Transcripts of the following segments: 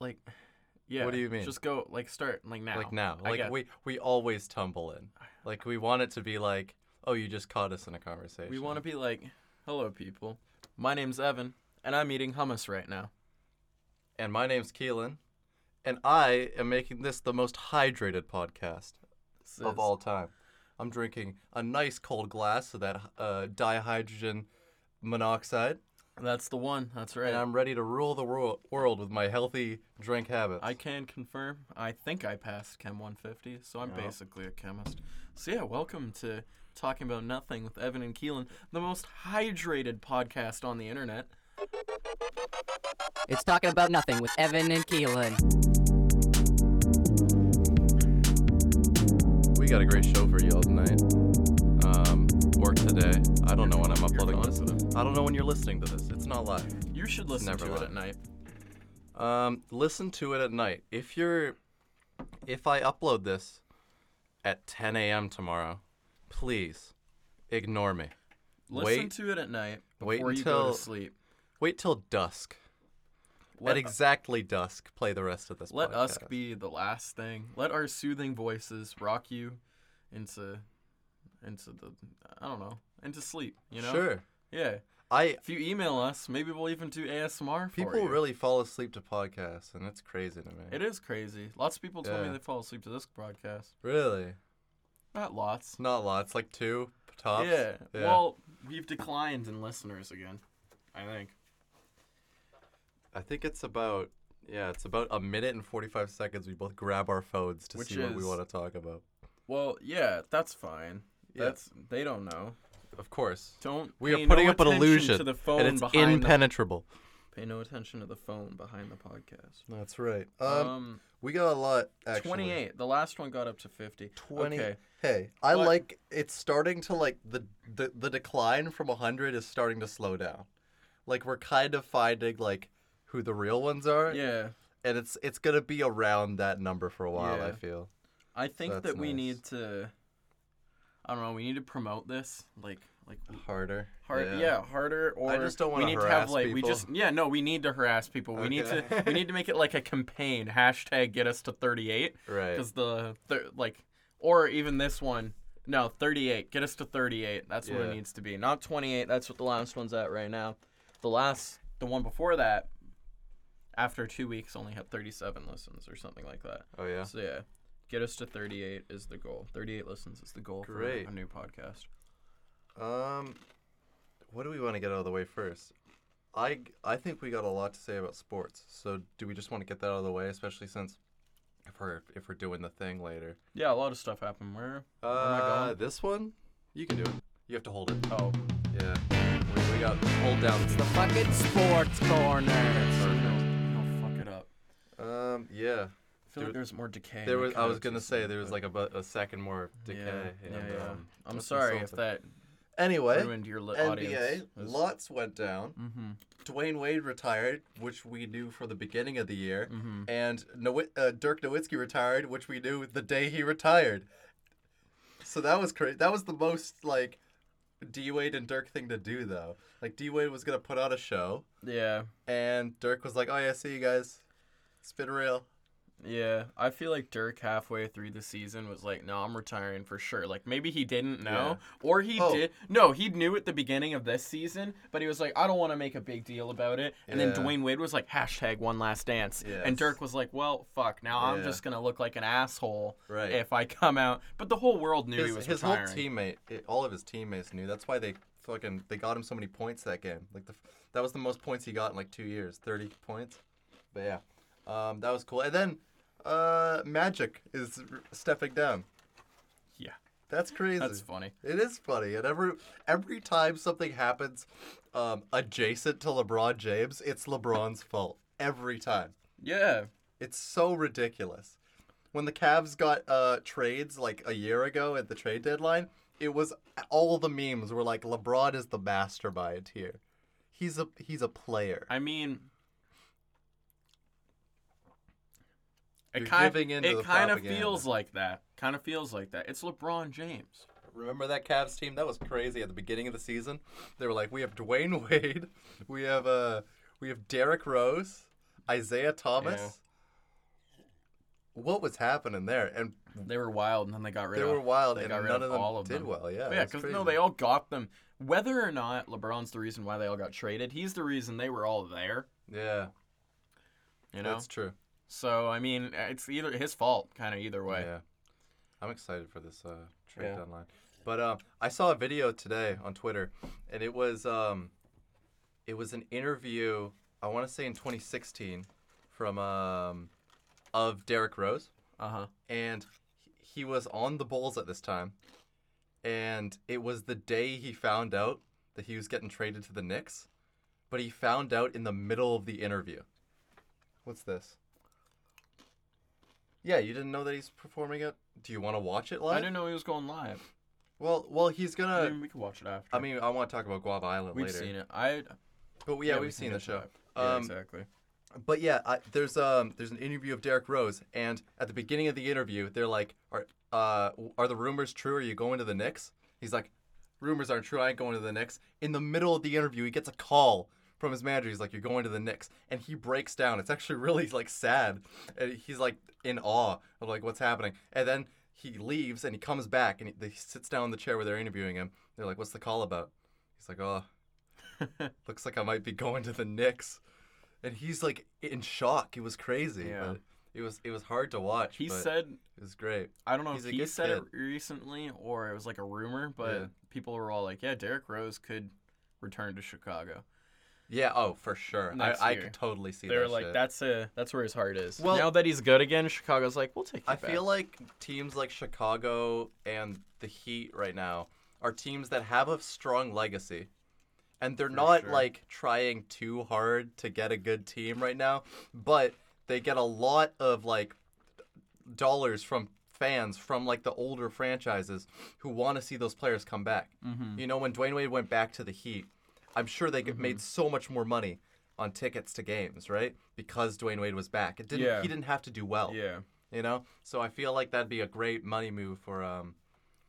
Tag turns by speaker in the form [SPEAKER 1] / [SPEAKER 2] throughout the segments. [SPEAKER 1] like, yeah.
[SPEAKER 2] do you mean?
[SPEAKER 1] Just go like start like now.
[SPEAKER 2] Like now,
[SPEAKER 1] I
[SPEAKER 2] like
[SPEAKER 1] guess.
[SPEAKER 2] we we always tumble in. Like we want it to be like, oh, you just caught us in a conversation.
[SPEAKER 1] We want to be like, hello, people. My name's Evan, and I'm eating hummus right now.
[SPEAKER 2] And my name's Keelan, and I am making this the most hydrated podcast
[SPEAKER 1] This
[SPEAKER 2] of
[SPEAKER 1] is-
[SPEAKER 2] all time. I'm drinking a nice cold glass of that uh, dihydrogen monoxide,
[SPEAKER 1] That's the one. That's right.
[SPEAKER 2] and I'm ready to rule the wor- world with my healthy drink habits.
[SPEAKER 1] I can confirm. I think I passed Chem 150, so I'm
[SPEAKER 2] Yeah.
[SPEAKER 1] basically a chemist. So yeah, welcome to Talking About Nothing with Evan and Keelan, the most hydrated podcast on the internet.
[SPEAKER 3] It's talking about nothing with Evan and Keelan.
[SPEAKER 2] We got a great show for y'all tonight. Um, work today. I don't know when I'm
[SPEAKER 1] You're
[SPEAKER 2] uploading this.
[SPEAKER 1] confident.
[SPEAKER 2] I don't know when you're listening to this. It's not live.
[SPEAKER 1] You should listen
[SPEAKER 2] never
[SPEAKER 1] to it
[SPEAKER 2] live.
[SPEAKER 1] at night.
[SPEAKER 2] Um, listen to it at night. If you're, if I upload this at 10 a.m. tomorrow, please ignore me.
[SPEAKER 1] Listen
[SPEAKER 2] Wait-
[SPEAKER 1] to it at night
[SPEAKER 2] wait
[SPEAKER 1] before you go
[SPEAKER 2] until-
[SPEAKER 1] to sleep.
[SPEAKER 2] Wait till dusk.
[SPEAKER 1] Let,
[SPEAKER 2] at exactly dusk, play the rest of this.
[SPEAKER 1] let us
[SPEAKER 2] podcast.
[SPEAKER 1] be the last thing. Let our soothing voices rock you into into the I don't know, into sleep, you know?
[SPEAKER 2] Sure.
[SPEAKER 1] Yeah.
[SPEAKER 2] I
[SPEAKER 1] If you email us, maybe we'll even do ASMR for
[SPEAKER 2] people
[SPEAKER 1] you.
[SPEAKER 2] really fall asleep to podcasts, and it's crazy to me.
[SPEAKER 1] It is crazy. Lots of people told
[SPEAKER 2] Yeah.
[SPEAKER 1] me they fall asleep to this broadcast.
[SPEAKER 2] really
[SPEAKER 1] Not lots.
[SPEAKER 2] not lots, like two tops.
[SPEAKER 1] Yeah. Well, we've declined in listeners again. I think.
[SPEAKER 2] I think it's about yeah, it's about a minute and forty five seconds. We both grab our phones to
[SPEAKER 1] Which
[SPEAKER 2] see what we
[SPEAKER 1] is-
[SPEAKER 2] want to talk about.
[SPEAKER 1] Well, yeah, that's fine.
[SPEAKER 2] Yeah.
[SPEAKER 1] That's they don't know.
[SPEAKER 2] Of course,
[SPEAKER 1] Don't
[SPEAKER 2] we
[SPEAKER 1] pay
[SPEAKER 2] are putting
[SPEAKER 1] no
[SPEAKER 2] up an
[SPEAKER 1] attention
[SPEAKER 2] illusion,
[SPEAKER 1] to the phone
[SPEAKER 2] and it's
[SPEAKER 1] behind the-
[SPEAKER 2] impenetrable.
[SPEAKER 1] pay no attention to the phone behind the podcast.
[SPEAKER 2] That's right. Um,
[SPEAKER 1] Um,
[SPEAKER 2] we got a lot. Actually.
[SPEAKER 1] twenty eight. The last one got up to fifty.
[SPEAKER 2] 20
[SPEAKER 1] Okay.
[SPEAKER 2] hey i
[SPEAKER 1] But-
[SPEAKER 2] like it's starting to like the, the the decline from 100 is starting to slow down like we're kind of finding like who the real ones are
[SPEAKER 1] Yeah.
[SPEAKER 2] and it's it's gonna be around that number for a while i
[SPEAKER 1] Yeah.
[SPEAKER 2] feel
[SPEAKER 1] I think
[SPEAKER 2] That's
[SPEAKER 1] that we
[SPEAKER 2] nice.
[SPEAKER 1] need to. I don't know. We need to promote this. Like, like
[SPEAKER 2] harder
[SPEAKER 1] Hard, yeah. harder. Or
[SPEAKER 2] just don't wanna
[SPEAKER 1] we need to
[SPEAKER 2] harass
[SPEAKER 1] have like we
[SPEAKER 2] people.
[SPEAKER 1] just yeah, no, we need to harass people. We need to
[SPEAKER 2] Okay.
[SPEAKER 1] we need to make it like a campaign hashtag get us to thirty eight
[SPEAKER 2] right
[SPEAKER 1] because the thir- like or even this one no thirty eight get us to thirty eight. That's what
[SPEAKER 2] Yeah.
[SPEAKER 1] it needs to be. Not twenty eight. That's what the last one's at right now. The last the one before that, after two weeks, only had thirty seven listens or something like that.
[SPEAKER 2] oh yeah
[SPEAKER 1] So yeah. Get us to 38 is the goal. 38 listens is the goal
[SPEAKER 2] Great.
[SPEAKER 1] for a new podcast.
[SPEAKER 2] um what do we want to get out of the way first i i think we got a lot to say about sports so do we just want to get that out of the way especially since if we're if we're doing the thing later
[SPEAKER 1] Yeah, a lot of stuff happened. Where, where am I going?
[SPEAKER 2] Uh, this one? You can do it. You have to hold it.
[SPEAKER 1] Oh,
[SPEAKER 2] Yeah. We, we got hold down.
[SPEAKER 3] It's the fucking sports corner.
[SPEAKER 1] I'll fuck it up.
[SPEAKER 2] Um, yeah.
[SPEAKER 1] I feel
[SPEAKER 2] There-
[SPEAKER 1] like there's more decay.
[SPEAKER 2] There
[SPEAKER 1] in the
[SPEAKER 2] was. I was
[SPEAKER 1] codes
[SPEAKER 2] gonna
[SPEAKER 1] or
[SPEAKER 2] say
[SPEAKER 1] something,
[SPEAKER 2] there was
[SPEAKER 1] but-
[SPEAKER 2] like about a second more decay.
[SPEAKER 1] Yeah, yeah,
[SPEAKER 2] and,
[SPEAKER 1] yeah.
[SPEAKER 2] Um,
[SPEAKER 1] I'm
[SPEAKER 2] that's
[SPEAKER 1] sorry if
[SPEAKER 2] insulting.
[SPEAKER 1] that
[SPEAKER 2] Anyway,
[SPEAKER 1] ruined your li-
[SPEAKER 2] NBA
[SPEAKER 1] audience. It was-
[SPEAKER 2] lots went down.
[SPEAKER 1] Mhm.
[SPEAKER 2] Dwayne Wade retired, which we knew for the beginning of the year,
[SPEAKER 1] Mhm.
[SPEAKER 2] and Nowi- uh, Dirk Nowitzki retired, which we knew the day he retired. So that was crazy. That was the most like D Wade and Dirk thing to do, though. Like D Wade was gonna put on a show,
[SPEAKER 1] Yeah,
[SPEAKER 2] and Dirk was like, "Oh yeah, see you guys, spin real."
[SPEAKER 1] yeah. I feel like Dirk halfway through the season was like, "No, I'm retiring for sure." Like maybe he didn't know, or he
[SPEAKER 2] Oh.
[SPEAKER 1] did. No, he knew at the beginning of this season, but he was like, "I don't want to make a big deal about it." And
[SPEAKER 2] Yeah.
[SPEAKER 1] then Dwayne Wade was like, "Hashtag One Last Dance,"
[SPEAKER 2] Yes.
[SPEAKER 1] and Dirk was like, "Well, fuck. Now I'm
[SPEAKER 2] Yeah.
[SPEAKER 1] just gonna look like an asshole
[SPEAKER 2] Right.
[SPEAKER 1] if I come out." But the whole world knew he
[SPEAKER 2] His,
[SPEAKER 1] was
[SPEAKER 2] his whole
[SPEAKER 1] retiring.
[SPEAKER 2] teammate, it- all of his teammates knew. That's why they fucking they got him so many points that game. Like the, f- that was the most points he got in like two years, thirty points. But yeah, um, that was cool. And then uh, Magic is r- stepping down.
[SPEAKER 1] Yeah.
[SPEAKER 2] That's crazy.
[SPEAKER 1] That's funny.
[SPEAKER 2] It is funny, and every every time something happens um, adjacent to LeBron James, it's LeBron's fault every time.
[SPEAKER 1] Yeah.
[SPEAKER 2] It's so ridiculous. When the Cavs got uh, trades like a year ago at the trade deadline, it was all the memes were like LeBron is the mastermind here. He's a he's a player.
[SPEAKER 1] I mean,
[SPEAKER 2] You're
[SPEAKER 1] it kind
[SPEAKER 2] giving in to the
[SPEAKER 1] it kind of
[SPEAKER 2] propaganda.
[SPEAKER 1] feels like that. Kind of feels like that. It's LeBron James.
[SPEAKER 2] Remember that Cavs team? That was crazy at the beginning of the season. They were like, we have Dwayne Wade, we have uh, we have Derrick Rose, Isaiah Thomas, what was happening there? And
[SPEAKER 1] They were wild, and then they got rid
[SPEAKER 2] Hmm. they
[SPEAKER 1] of.
[SPEAKER 2] were wild,
[SPEAKER 1] they
[SPEAKER 2] and
[SPEAKER 1] got
[SPEAKER 2] none
[SPEAKER 1] rid
[SPEAKER 2] of them
[SPEAKER 1] all of
[SPEAKER 2] did
[SPEAKER 1] them.
[SPEAKER 2] well. Yeah,
[SPEAKER 1] But yeah,
[SPEAKER 2] it's
[SPEAKER 1] because no, they
[SPEAKER 2] crazy.
[SPEAKER 1] all got them. Whether or not LeBron's the reason why they all got traded, he's the reason they were all there.
[SPEAKER 2] Yeah,
[SPEAKER 1] You know,
[SPEAKER 2] that's true.
[SPEAKER 1] so I mean, it's either his fault, kind of either way.
[SPEAKER 2] Yeah, I'm excited for this uh, trade
[SPEAKER 1] Yeah.
[SPEAKER 2] deadline. But um, I saw a video today on Twitter, and it was um, it was an interview. I want to say in 2016, from um, of Derrick Rose,
[SPEAKER 1] Uh huh.
[SPEAKER 2] and he- he was on the Bulls at this time, and it was the day he found out that he was getting traded to the Knicks, but he found out in the middle of the interview. What's this? Yeah, you didn't know that he's performing it. Do you want to watch it live?
[SPEAKER 1] I didn't know he was going live.
[SPEAKER 2] Well, well, he's
[SPEAKER 1] I
[SPEAKER 2] gonna.
[SPEAKER 1] mean, we could watch it after.
[SPEAKER 2] Uh, I mean, I want to talk about Guava Island
[SPEAKER 1] we've
[SPEAKER 2] later.
[SPEAKER 1] seen it. I
[SPEAKER 2] But yeah,
[SPEAKER 1] we
[SPEAKER 2] we've
[SPEAKER 1] can
[SPEAKER 2] seen the
[SPEAKER 1] get to
[SPEAKER 2] show.
[SPEAKER 1] that. Yeah,
[SPEAKER 2] um,
[SPEAKER 1] exactly.
[SPEAKER 2] But yeah, I, there's um there's an interview of Derek Rose, and at the beginning of the interview, they're like, "Are uh are the rumors true? Are you going to the Knicks?" He's like, "Rumors aren't true. I ain't going to the Knicks." In the middle of the interview, he gets a call from his manager. He's like, "You're going to the Knicks," and he breaks down. It's actually really like sad, and he's like in awe of like what's happening. And then he leaves, and he comes back, and he, he sits down in the chair where they're interviewing him. They're like, "What's the call about?" He's like, "Oh, looks like I might be going to the Knicks." and he's like in shock. It was crazy.
[SPEAKER 1] Yeah.
[SPEAKER 2] but it was it was hard to watch.
[SPEAKER 1] He
[SPEAKER 2] but
[SPEAKER 1] said
[SPEAKER 2] it was great.
[SPEAKER 1] I don't know
[SPEAKER 2] He's
[SPEAKER 1] if
[SPEAKER 2] a
[SPEAKER 1] he
[SPEAKER 2] good
[SPEAKER 1] said it recently or it was like a rumor, but
[SPEAKER 2] Yeah.
[SPEAKER 1] people were all like, "Yeah, Derrick Rose could return to Chicago."
[SPEAKER 2] Yeah. Oh, for sure. I,
[SPEAKER 1] Next
[SPEAKER 2] I
[SPEAKER 1] year.
[SPEAKER 2] could totally see.
[SPEAKER 1] They were
[SPEAKER 2] that
[SPEAKER 1] like,
[SPEAKER 2] shit.
[SPEAKER 1] "That's a that's where his heart is."
[SPEAKER 2] Well-
[SPEAKER 1] now that he's good again, Chicago's like, "We'll take you
[SPEAKER 2] I feel like teams like Chicago and the Heat right now are teams that have a strong legacy. And they're not
[SPEAKER 1] sure.
[SPEAKER 2] like trying too hard to get a good team right now, but they get a lot of like dollars from fans from like the older franchises who want to see those players come back.
[SPEAKER 1] Mm-hmm.
[SPEAKER 2] You know, when Dwayne Wade went back to the Heat, I'm sure they could made
[SPEAKER 1] Mm-hmm.
[SPEAKER 2] so much more money on tickets to games, right? Because Dwayne Wade was back. It didn't
[SPEAKER 1] Yeah.
[SPEAKER 2] he didn't have to do well
[SPEAKER 1] yeah,
[SPEAKER 2] you know so i feel like that'd be a great money move for um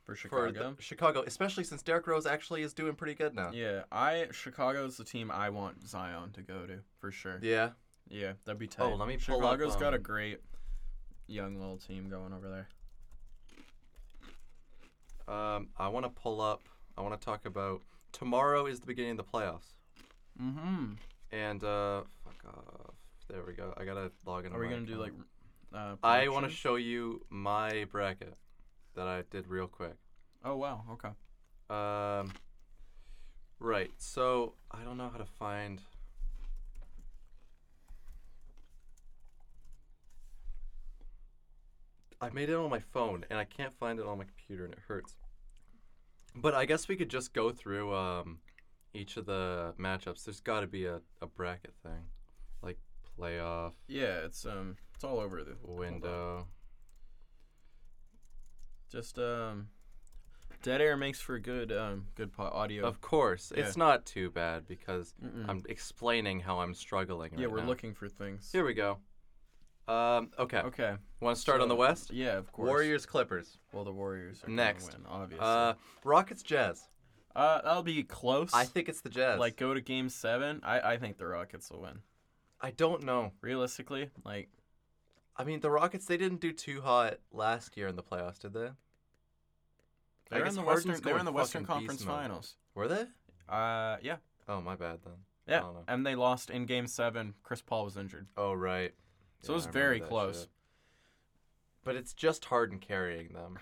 [SPEAKER 1] for Chicago."
[SPEAKER 2] for the, chicago especially since Derrick rose actually is doing pretty good now
[SPEAKER 1] yeah, I Chicago's the team I want Zion to go to for sure. Yeah,
[SPEAKER 2] yeah
[SPEAKER 1] that'd be tight.
[SPEAKER 2] Oh, let me pull up,
[SPEAKER 1] Chicago's got a
[SPEAKER 2] um,
[SPEAKER 1] great young little team going over there.
[SPEAKER 2] um i want to pull up i want to talk about tomorrow is the beginning of the playoffs
[SPEAKER 1] Mm-hmm.
[SPEAKER 2] and uh fuck off there we go i gotta log in
[SPEAKER 1] Are we gonna do like? Uh,
[SPEAKER 2] um, i want to
[SPEAKER 1] predictions?
[SPEAKER 2] show you my bracket that i did real quick
[SPEAKER 1] oh wow. Okay.
[SPEAKER 2] Um, right. So I don't know how to find. I made it on my phone, and I can't find it on my computer, and it hurts. But I guess we could just go through um, each of the matchups. There's got to be a, a bracket thing, like playoff
[SPEAKER 1] Yeah, it's um, it's all over the hold on.
[SPEAKER 2] window.
[SPEAKER 1] Just um, dead air makes for good um, good po- audio.
[SPEAKER 2] Of course,
[SPEAKER 1] Yeah.
[SPEAKER 2] it's not too bad because
[SPEAKER 1] Mm-mm.
[SPEAKER 2] I'm explaining how I'm struggling.
[SPEAKER 1] yeah,
[SPEAKER 2] right
[SPEAKER 1] we're
[SPEAKER 2] now.
[SPEAKER 1] looking for things.
[SPEAKER 2] Here we go. Um, okay.
[SPEAKER 1] Okay.
[SPEAKER 2] Want to start on the
[SPEAKER 1] so-
[SPEAKER 2] West?
[SPEAKER 1] Yeah, of course.
[SPEAKER 2] Warriors Clippers.
[SPEAKER 1] Well, the Warriors are gonna
[SPEAKER 2] Next.
[SPEAKER 1] Win, obviously.
[SPEAKER 2] Uh, Rockets Jazz.
[SPEAKER 1] Uh, that'll be close.
[SPEAKER 2] I think it's the Jazz.
[SPEAKER 1] like uh, go to Game Seven. I I think the Rockets will win.
[SPEAKER 2] I don't know.
[SPEAKER 1] Realistically, like
[SPEAKER 2] I mean, the Rockets they didn't do too hot last year in the playoffs, did they? I
[SPEAKER 1] they're
[SPEAKER 2] guess
[SPEAKER 1] in the
[SPEAKER 2] Harden's
[SPEAKER 1] Western. They're
[SPEAKER 2] going
[SPEAKER 1] in the Western
[SPEAKER 2] fucking
[SPEAKER 1] Conference
[SPEAKER 2] beast mode.
[SPEAKER 1] Finals.
[SPEAKER 2] Were they?
[SPEAKER 1] Uh, yeah,
[SPEAKER 2] Oh, my bad then.
[SPEAKER 1] yeah,
[SPEAKER 2] don't know.
[SPEAKER 1] and they lost in Game Seven. Chris Paul was injured,
[SPEAKER 2] Oh right.
[SPEAKER 1] so
[SPEAKER 2] Yeah,
[SPEAKER 1] it was
[SPEAKER 2] I remember
[SPEAKER 1] very
[SPEAKER 2] that
[SPEAKER 1] close.
[SPEAKER 2] shit. But it's just Harden carrying them.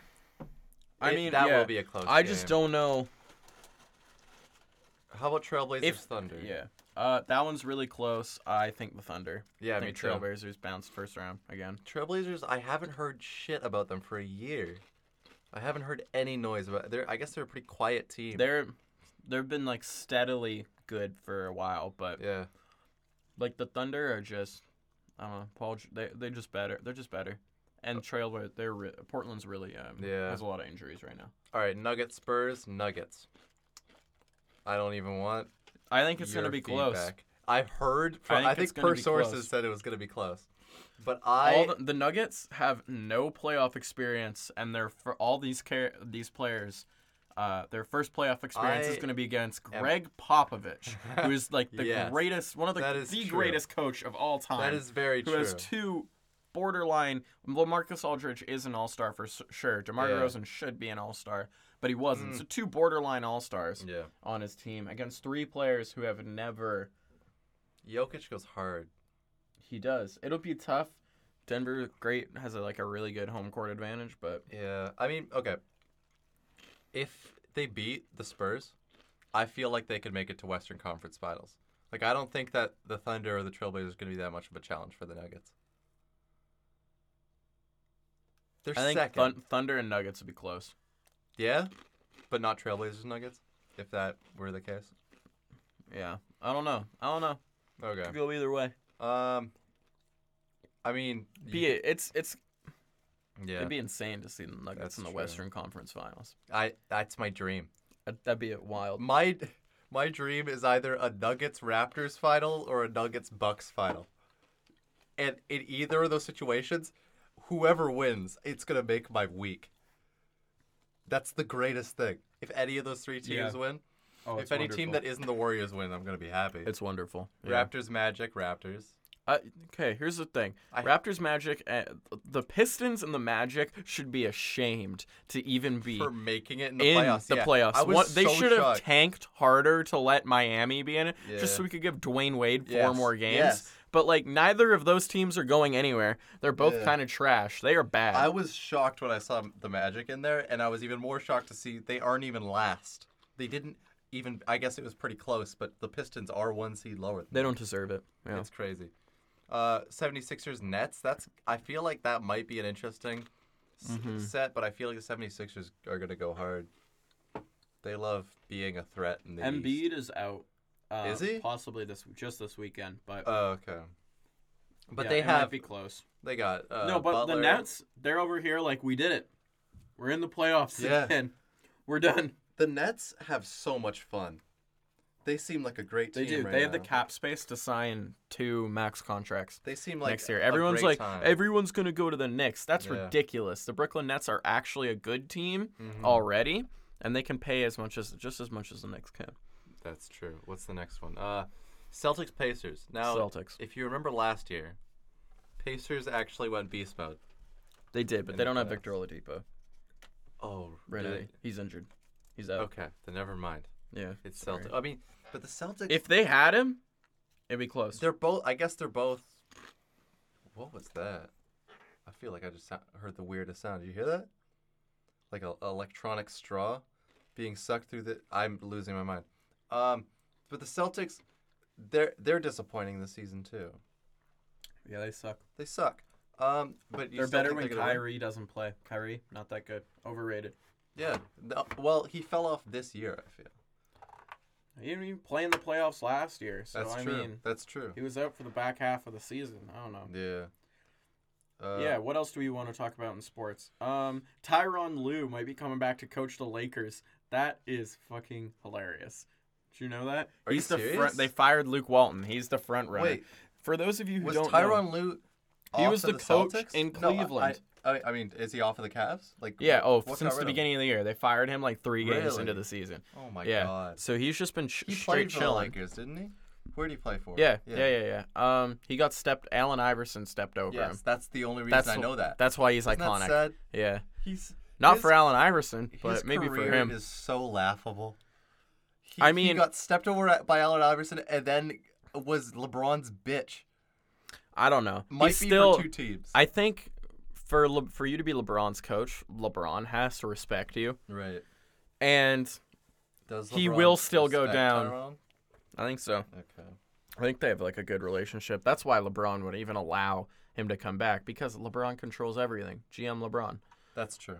[SPEAKER 1] I
[SPEAKER 2] It-
[SPEAKER 1] mean,
[SPEAKER 2] that
[SPEAKER 1] yeah,
[SPEAKER 2] will be a close.
[SPEAKER 1] I just
[SPEAKER 2] game.
[SPEAKER 1] don't know
[SPEAKER 2] How about Trailblazers
[SPEAKER 1] if
[SPEAKER 2] Thunder?
[SPEAKER 1] Yeah, uh, that one's really close. I think the Thunder.
[SPEAKER 2] Yeah,
[SPEAKER 1] I
[SPEAKER 2] me
[SPEAKER 1] think
[SPEAKER 2] too.
[SPEAKER 1] Trailblazers bounced first round again.
[SPEAKER 2] Trailblazers, I haven't heard shit about them for a year. I haven't heard any noise about. They're, I guess they're a pretty quiet team.
[SPEAKER 1] They're they've been like steadily good for a while, but
[SPEAKER 2] yeah.
[SPEAKER 1] like the Thunder are just I don't know. Paul, Ge- they they just better. They're just better. And Trailblazer, they're re- Portland's really um
[SPEAKER 2] Uh, Yeah.
[SPEAKER 1] has a lot of injuries right now.
[SPEAKER 2] All right, Nuggets, Spurs, Nuggets. I don't even want.
[SPEAKER 1] I think it's
[SPEAKER 2] your
[SPEAKER 1] gonna be close.
[SPEAKER 2] feedback. I've heard. From,
[SPEAKER 1] think
[SPEAKER 2] I
[SPEAKER 1] it's
[SPEAKER 2] think,
[SPEAKER 1] gonna
[SPEAKER 2] per
[SPEAKER 1] be
[SPEAKER 2] sources
[SPEAKER 1] close.
[SPEAKER 2] said it was gonna be close, but
[SPEAKER 1] All
[SPEAKER 2] I
[SPEAKER 1] the, the Nuggets have no playoff experience, and they're for all these car- these players. Uh, their first playoff experience is
[SPEAKER 2] I
[SPEAKER 1] going to be against Greg Popovich, who is like the
[SPEAKER 2] Yes.
[SPEAKER 1] greatest, one of the,
[SPEAKER 2] That is
[SPEAKER 1] the
[SPEAKER 2] true.
[SPEAKER 1] greatest coach of all time.
[SPEAKER 2] that is very
[SPEAKER 1] who
[SPEAKER 2] true.
[SPEAKER 1] has two borderline. Well, Marcus Aldridge is an All Star for s- sure. DeMar
[SPEAKER 2] Yeah. Mm.
[SPEAKER 1] DeRozan should be an All Star, but he wasn't. So two borderline All Stars
[SPEAKER 2] Yeah.
[SPEAKER 1] on his team against three players who have never.
[SPEAKER 2] Jokic goes hard.
[SPEAKER 1] He does. It'll be tough. Denver, great, has a, like a really good home court advantage, but
[SPEAKER 2] Yeah. I mean, okay. If they beat the Spurs, I feel like they could make it to Western Conference Finals. Like I don't think that the Thunder or the Trailblazers is going to be that much of a challenge for the Nuggets. They're
[SPEAKER 1] I think
[SPEAKER 2] second.
[SPEAKER 1] Thun- Thunder and Nuggets would be close.
[SPEAKER 2] yeah, but not Trailblazers Nuggets. If that were the case.
[SPEAKER 1] Yeah, I don't know. I don't know.
[SPEAKER 2] Okay.
[SPEAKER 1] Could go either way.
[SPEAKER 2] Um. I mean,
[SPEAKER 1] Be it. It's it's
[SPEAKER 2] yeah.
[SPEAKER 1] it'd be insane to see the Nuggets
[SPEAKER 2] That's
[SPEAKER 1] in the
[SPEAKER 2] true.
[SPEAKER 1] Western Conference Finals.
[SPEAKER 2] I that's my dream.
[SPEAKER 1] That- That'd be a wild.
[SPEAKER 2] My my dream is either a Nuggets Raptors final or a Nuggets Bucks final. And in either of those situations, whoever wins, it's gonna make my week. That's the greatest thing. If any of those three teams
[SPEAKER 1] Yeah.
[SPEAKER 2] win,
[SPEAKER 1] Oh,
[SPEAKER 2] if any team that isn't the Warriors win, I'm gonna be happy.
[SPEAKER 1] it's wonderful. Yeah.
[SPEAKER 2] Raptors Magic Raptors.
[SPEAKER 1] Uh, okay, here's the thing.
[SPEAKER 2] I-
[SPEAKER 1] Raptors Magic, uh, the Pistons and the Magic should be ashamed to even be
[SPEAKER 2] For making it in the
[SPEAKER 1] in
[SPEAKER 2] playoffs.
[SPEAKER 1] the
[SPEAKER 2] yeah.
[SPEAKER 1] playoffs.
[SPEAKER 2] I was
[SPEAKER 1] What- they
[SPEAKER 2] so
[SPEAKER 1] should have
[SPEAKER 2] shocked.
[SPEAKER 1] tanked harder to let Miami be in it,
[SPEAKER 2] Yeah.
[SPEAKER 1] just so we could give Dwayne Wade four
[SPEAKER 2] Yes,
[SPEAKER 1] more games.
[SPEAKER 2] yes.
[SPEAKER 1] But like, neither of those teams are going anywhere. They're both
[SPEAKER 2] Yeah.
[SPEAKER 1] kind of trash. They are bad.
[SPEAKER 2] I was shocked when I saw the Magic in there, and I was even more shocked to see they aren't even last. They didn't even. I guess it was pretty close, but the Pistons are one seed lower. Than
[SPEAKER 1] they don't deserve it. Yeah.
[SPEAKER 2] It's crazy. Uh, 76ers Nets. That's. I feel like that might be an interesting s-
[SPEAKER 1] Mm-hmm.
[SPEAKER 2] set, but I feel like the 76ers are gonna go hard. They love being a threat in the East.
[SPEAKER 1] Embiid is out. Uh,
[SPEAKER 2] Is he?
[SPEAKER 1] Possibly this just this weekend, but
[SPEAKER 2] Oh, okay. But they have.
[SPEAKER 1] close.
[SPEAKER 2] They got. Uh,
[SPEAKER 1] no, but the
[SPEAKER 2] Butler.
[SPEAKER 1] Nets, they're over here like we did it. We're in the playoffs
[SPEAKER 2] Yeah.
[SPEAKER 1] again. We're done.
[SPEAKER 2] The Nets have so much fun. They seem like a great
[SPEAKER 1] They
[SPEAKER 2] team.
[SPEAKER 1] do.
[SPEAKER 2] right
[SPEAKER 1] they have the
[SPEAKER 2] now.
[SPEAKER 1] cap space to sign two max contracts
[SPEAKER 2] They seem like
[SPEAKER 1] next year.
[SPEAKER 2] a
[SPEAKER 1] Everyone's
[SPEAKER 2] great
[SPEAKER 1] like,
[SPEAKER 2] time.
[SPEAKER 1] everyone's gonna go to the Knicks. That's
[SPEAKER 2] Yeah. Mm-hmm.
[SPEAKER 1] ridiculous. The Brooklyn Nets are actually a good team already, and they can pay as much as just as much as the Knicks can.
[SPEAKER 2] That's true. What's the next one? Uh, Celtics Pacers. Now,
[SPEAKER 1] Celtics.
[SPEAKER 2] If you remember last year, Pacers actually went beast mode.
[SPEAKER 1] They did, but
[SPEAKER 2] In
[SPEAKER 1] they
[SPEAKER 2] the
[SPEAKER 1] don't have
[SPEAKER 2] playoffs.
[SPEAKER 1] Victor Oladipo.
[SPEAKER 2] Oh,
[SPEAKER 1] Right?
[SPEAKER 2] did
[SPEAKER 1] now.
[SPEAKER 2] it?
[SPEAKER 1] He's injured. He's out.
[SPEAKER 2] Okay, then never mind.
[SPEAKER 1] Yeah.
[SPEAKER 2] It's
[SPEAKER 1] Sorry.
[SPEAKER 2] Celtics. I mean, but the Celtics.
[SPEAKER 1] If they had him, it'd be close.
[SPEAKER 2] they're both, I guess they're both. What was that? I feel like I just sou- heard the weirdest sound. Did you hear that? Like a, a electronic straw being sucked through the. I'm losing my mind. Um, but the Celtics, they're they're disappointing this season too.
[SPEAKER 1] yeah, they suck.
[SPEAKER 2] They suck. Um, but you
[SPEAKER 1] They're
[SPEAKER 2] still
[SPEAKER 1] better
[SPEAKER 2] think
[SPEAKER 1] when
[SPEAKER 2] they're gonna win?
[SPEAKER 1] Kyrie doesn't play. Kyrie, not that good. Overrated.
[SPEAKER 2] Yeah. No, well, he fell off this year. I feel.
[SPEAKER 1] He didn't even play in the playoffs last year. So
[SPEAKER 2] That's
[SPEAKER 1] I
[SPEAKER 2] true.
[SPEAKER 1] mean,
[SPEAKER 2] That's true.
[SPEAKER 1] he was out for the back half of the season. I don't know.
[SPEAKER 2] Yeah. Uh,
[SPEAKER 1] yeah. What else do we want to talk about in sports? Um, Tyron Lue might be coming back to coach the Lakers. That is fucking hilarious. Did you know that?
[SPEAKER 2] Are you
[SPEAKER 1] He's the
[SPEAKER 2] serious?
[SPEAKER 1] front. They fired Luke Walton. He's the front runner.
[SPEAKER 2] Wait,
[SPEAKER 1] For those of you who
[SPEAKER 2] was
[SPEAKER 1] don't know,
[SPEAKER 2] Tyron Lue?
[SPEAKER 1] He
[SPEAKER 2] off
[SPEAKER 1] was
[SPEAKER 2] to
[SPEAKER 1] the coach
[SPEAKER 2] Celtics?
[SPEAKER 1] in
[SPEAKER 2] No, I-
[SPEAKER 1] Cleveland.
[SPEAKER 2] I, I, I mean, is he off of the Cavs? Like.
[SPEAKER 1] yeah. Oh, since
[SPEAKER 2] what got
[SPEAKER 1] the
[SPEAKER 2] rid of him?
[SPEAKER 1] beginning of the year, they fired him like three games
[SPEAKER 2] Really?
[SPEAKER 1] into the season.
[SPEAKER 2] Oh my
[SPEAKER 1] yeah.
[SPEAKER 2] god.
[SPEAKER 1] So he's just been sh-
[SPEAKER 2] He
[SPEAKER 1] straight
[SPEAKER 2] played for the
[SPEAKER 1] chilling.
[SPEAKER 2] Lakers, didn't he? Where did he play for?
[SPEAKER 1] Yeah, yeah, yeah, yeah. Um, he got stepped. Allen Iverson stepped over him.
[SPEAKER 2] Yes, that's the only reason
[SPEAKER 1] That's
[SPEAKER 2] I
[SPEAKER 1] wh-
[SPEAKER 2] know that.
[SPEAKER 1] That's why he's
[SPEAKER 2] Isn't that
[SPEAKER 1] iconic.
[SPEAKER 2] sad?
[SPEAKER 1] Yeah,
[SPEAKER 2] He's
[SPEAKER 1] not
[SPEAKER 2] his-
[SPEAKER 1] for Allen Iverson,
[SPEAKER 2] His
[SPEAKER 1] but maybe for
[SPEAKER 2] career
[SPEAKER 1] him.
[SPEAKER 2] is so laughable. He,
[SPEAKER 1] I
[SPEAKER 2] he
[SPEAKER 1] mean-
[SPEAKER 2] got stepped over at- by Allen Iverson and then was LeBron's bitch.
[SPEAKER 1] I don't know.
[SPEAKER 2] Might
[SPEAKER 1] he's
[SPEAKER 2] be
[SPEAKER 1] still.
[SPEAKER 2] for two teams.
[SPEAKER 1] I think for Le- for you to be LeBron's coach, LeBron has to respect you,
[SPEAKER 2] right.
[SPEAKER 1] and
[SPEAKER 2] Does
[SPEAKER 1] He
[SPEAKER 2] LeBron
[SPEAKER 1] will still go
[SPEAKER 2] respect
[SPEAKER 1] down.
[SPEAKER 2] Tyrone?
[SPEAKER 1] I think so.
[SPEAKER 2] Okay.
[SPEAKER 1] I think they have like a good relationship. That's why LeBron would even allow him to come back because LeBron controls everything. GM LeBron.
[SPEAKER 2] That's true.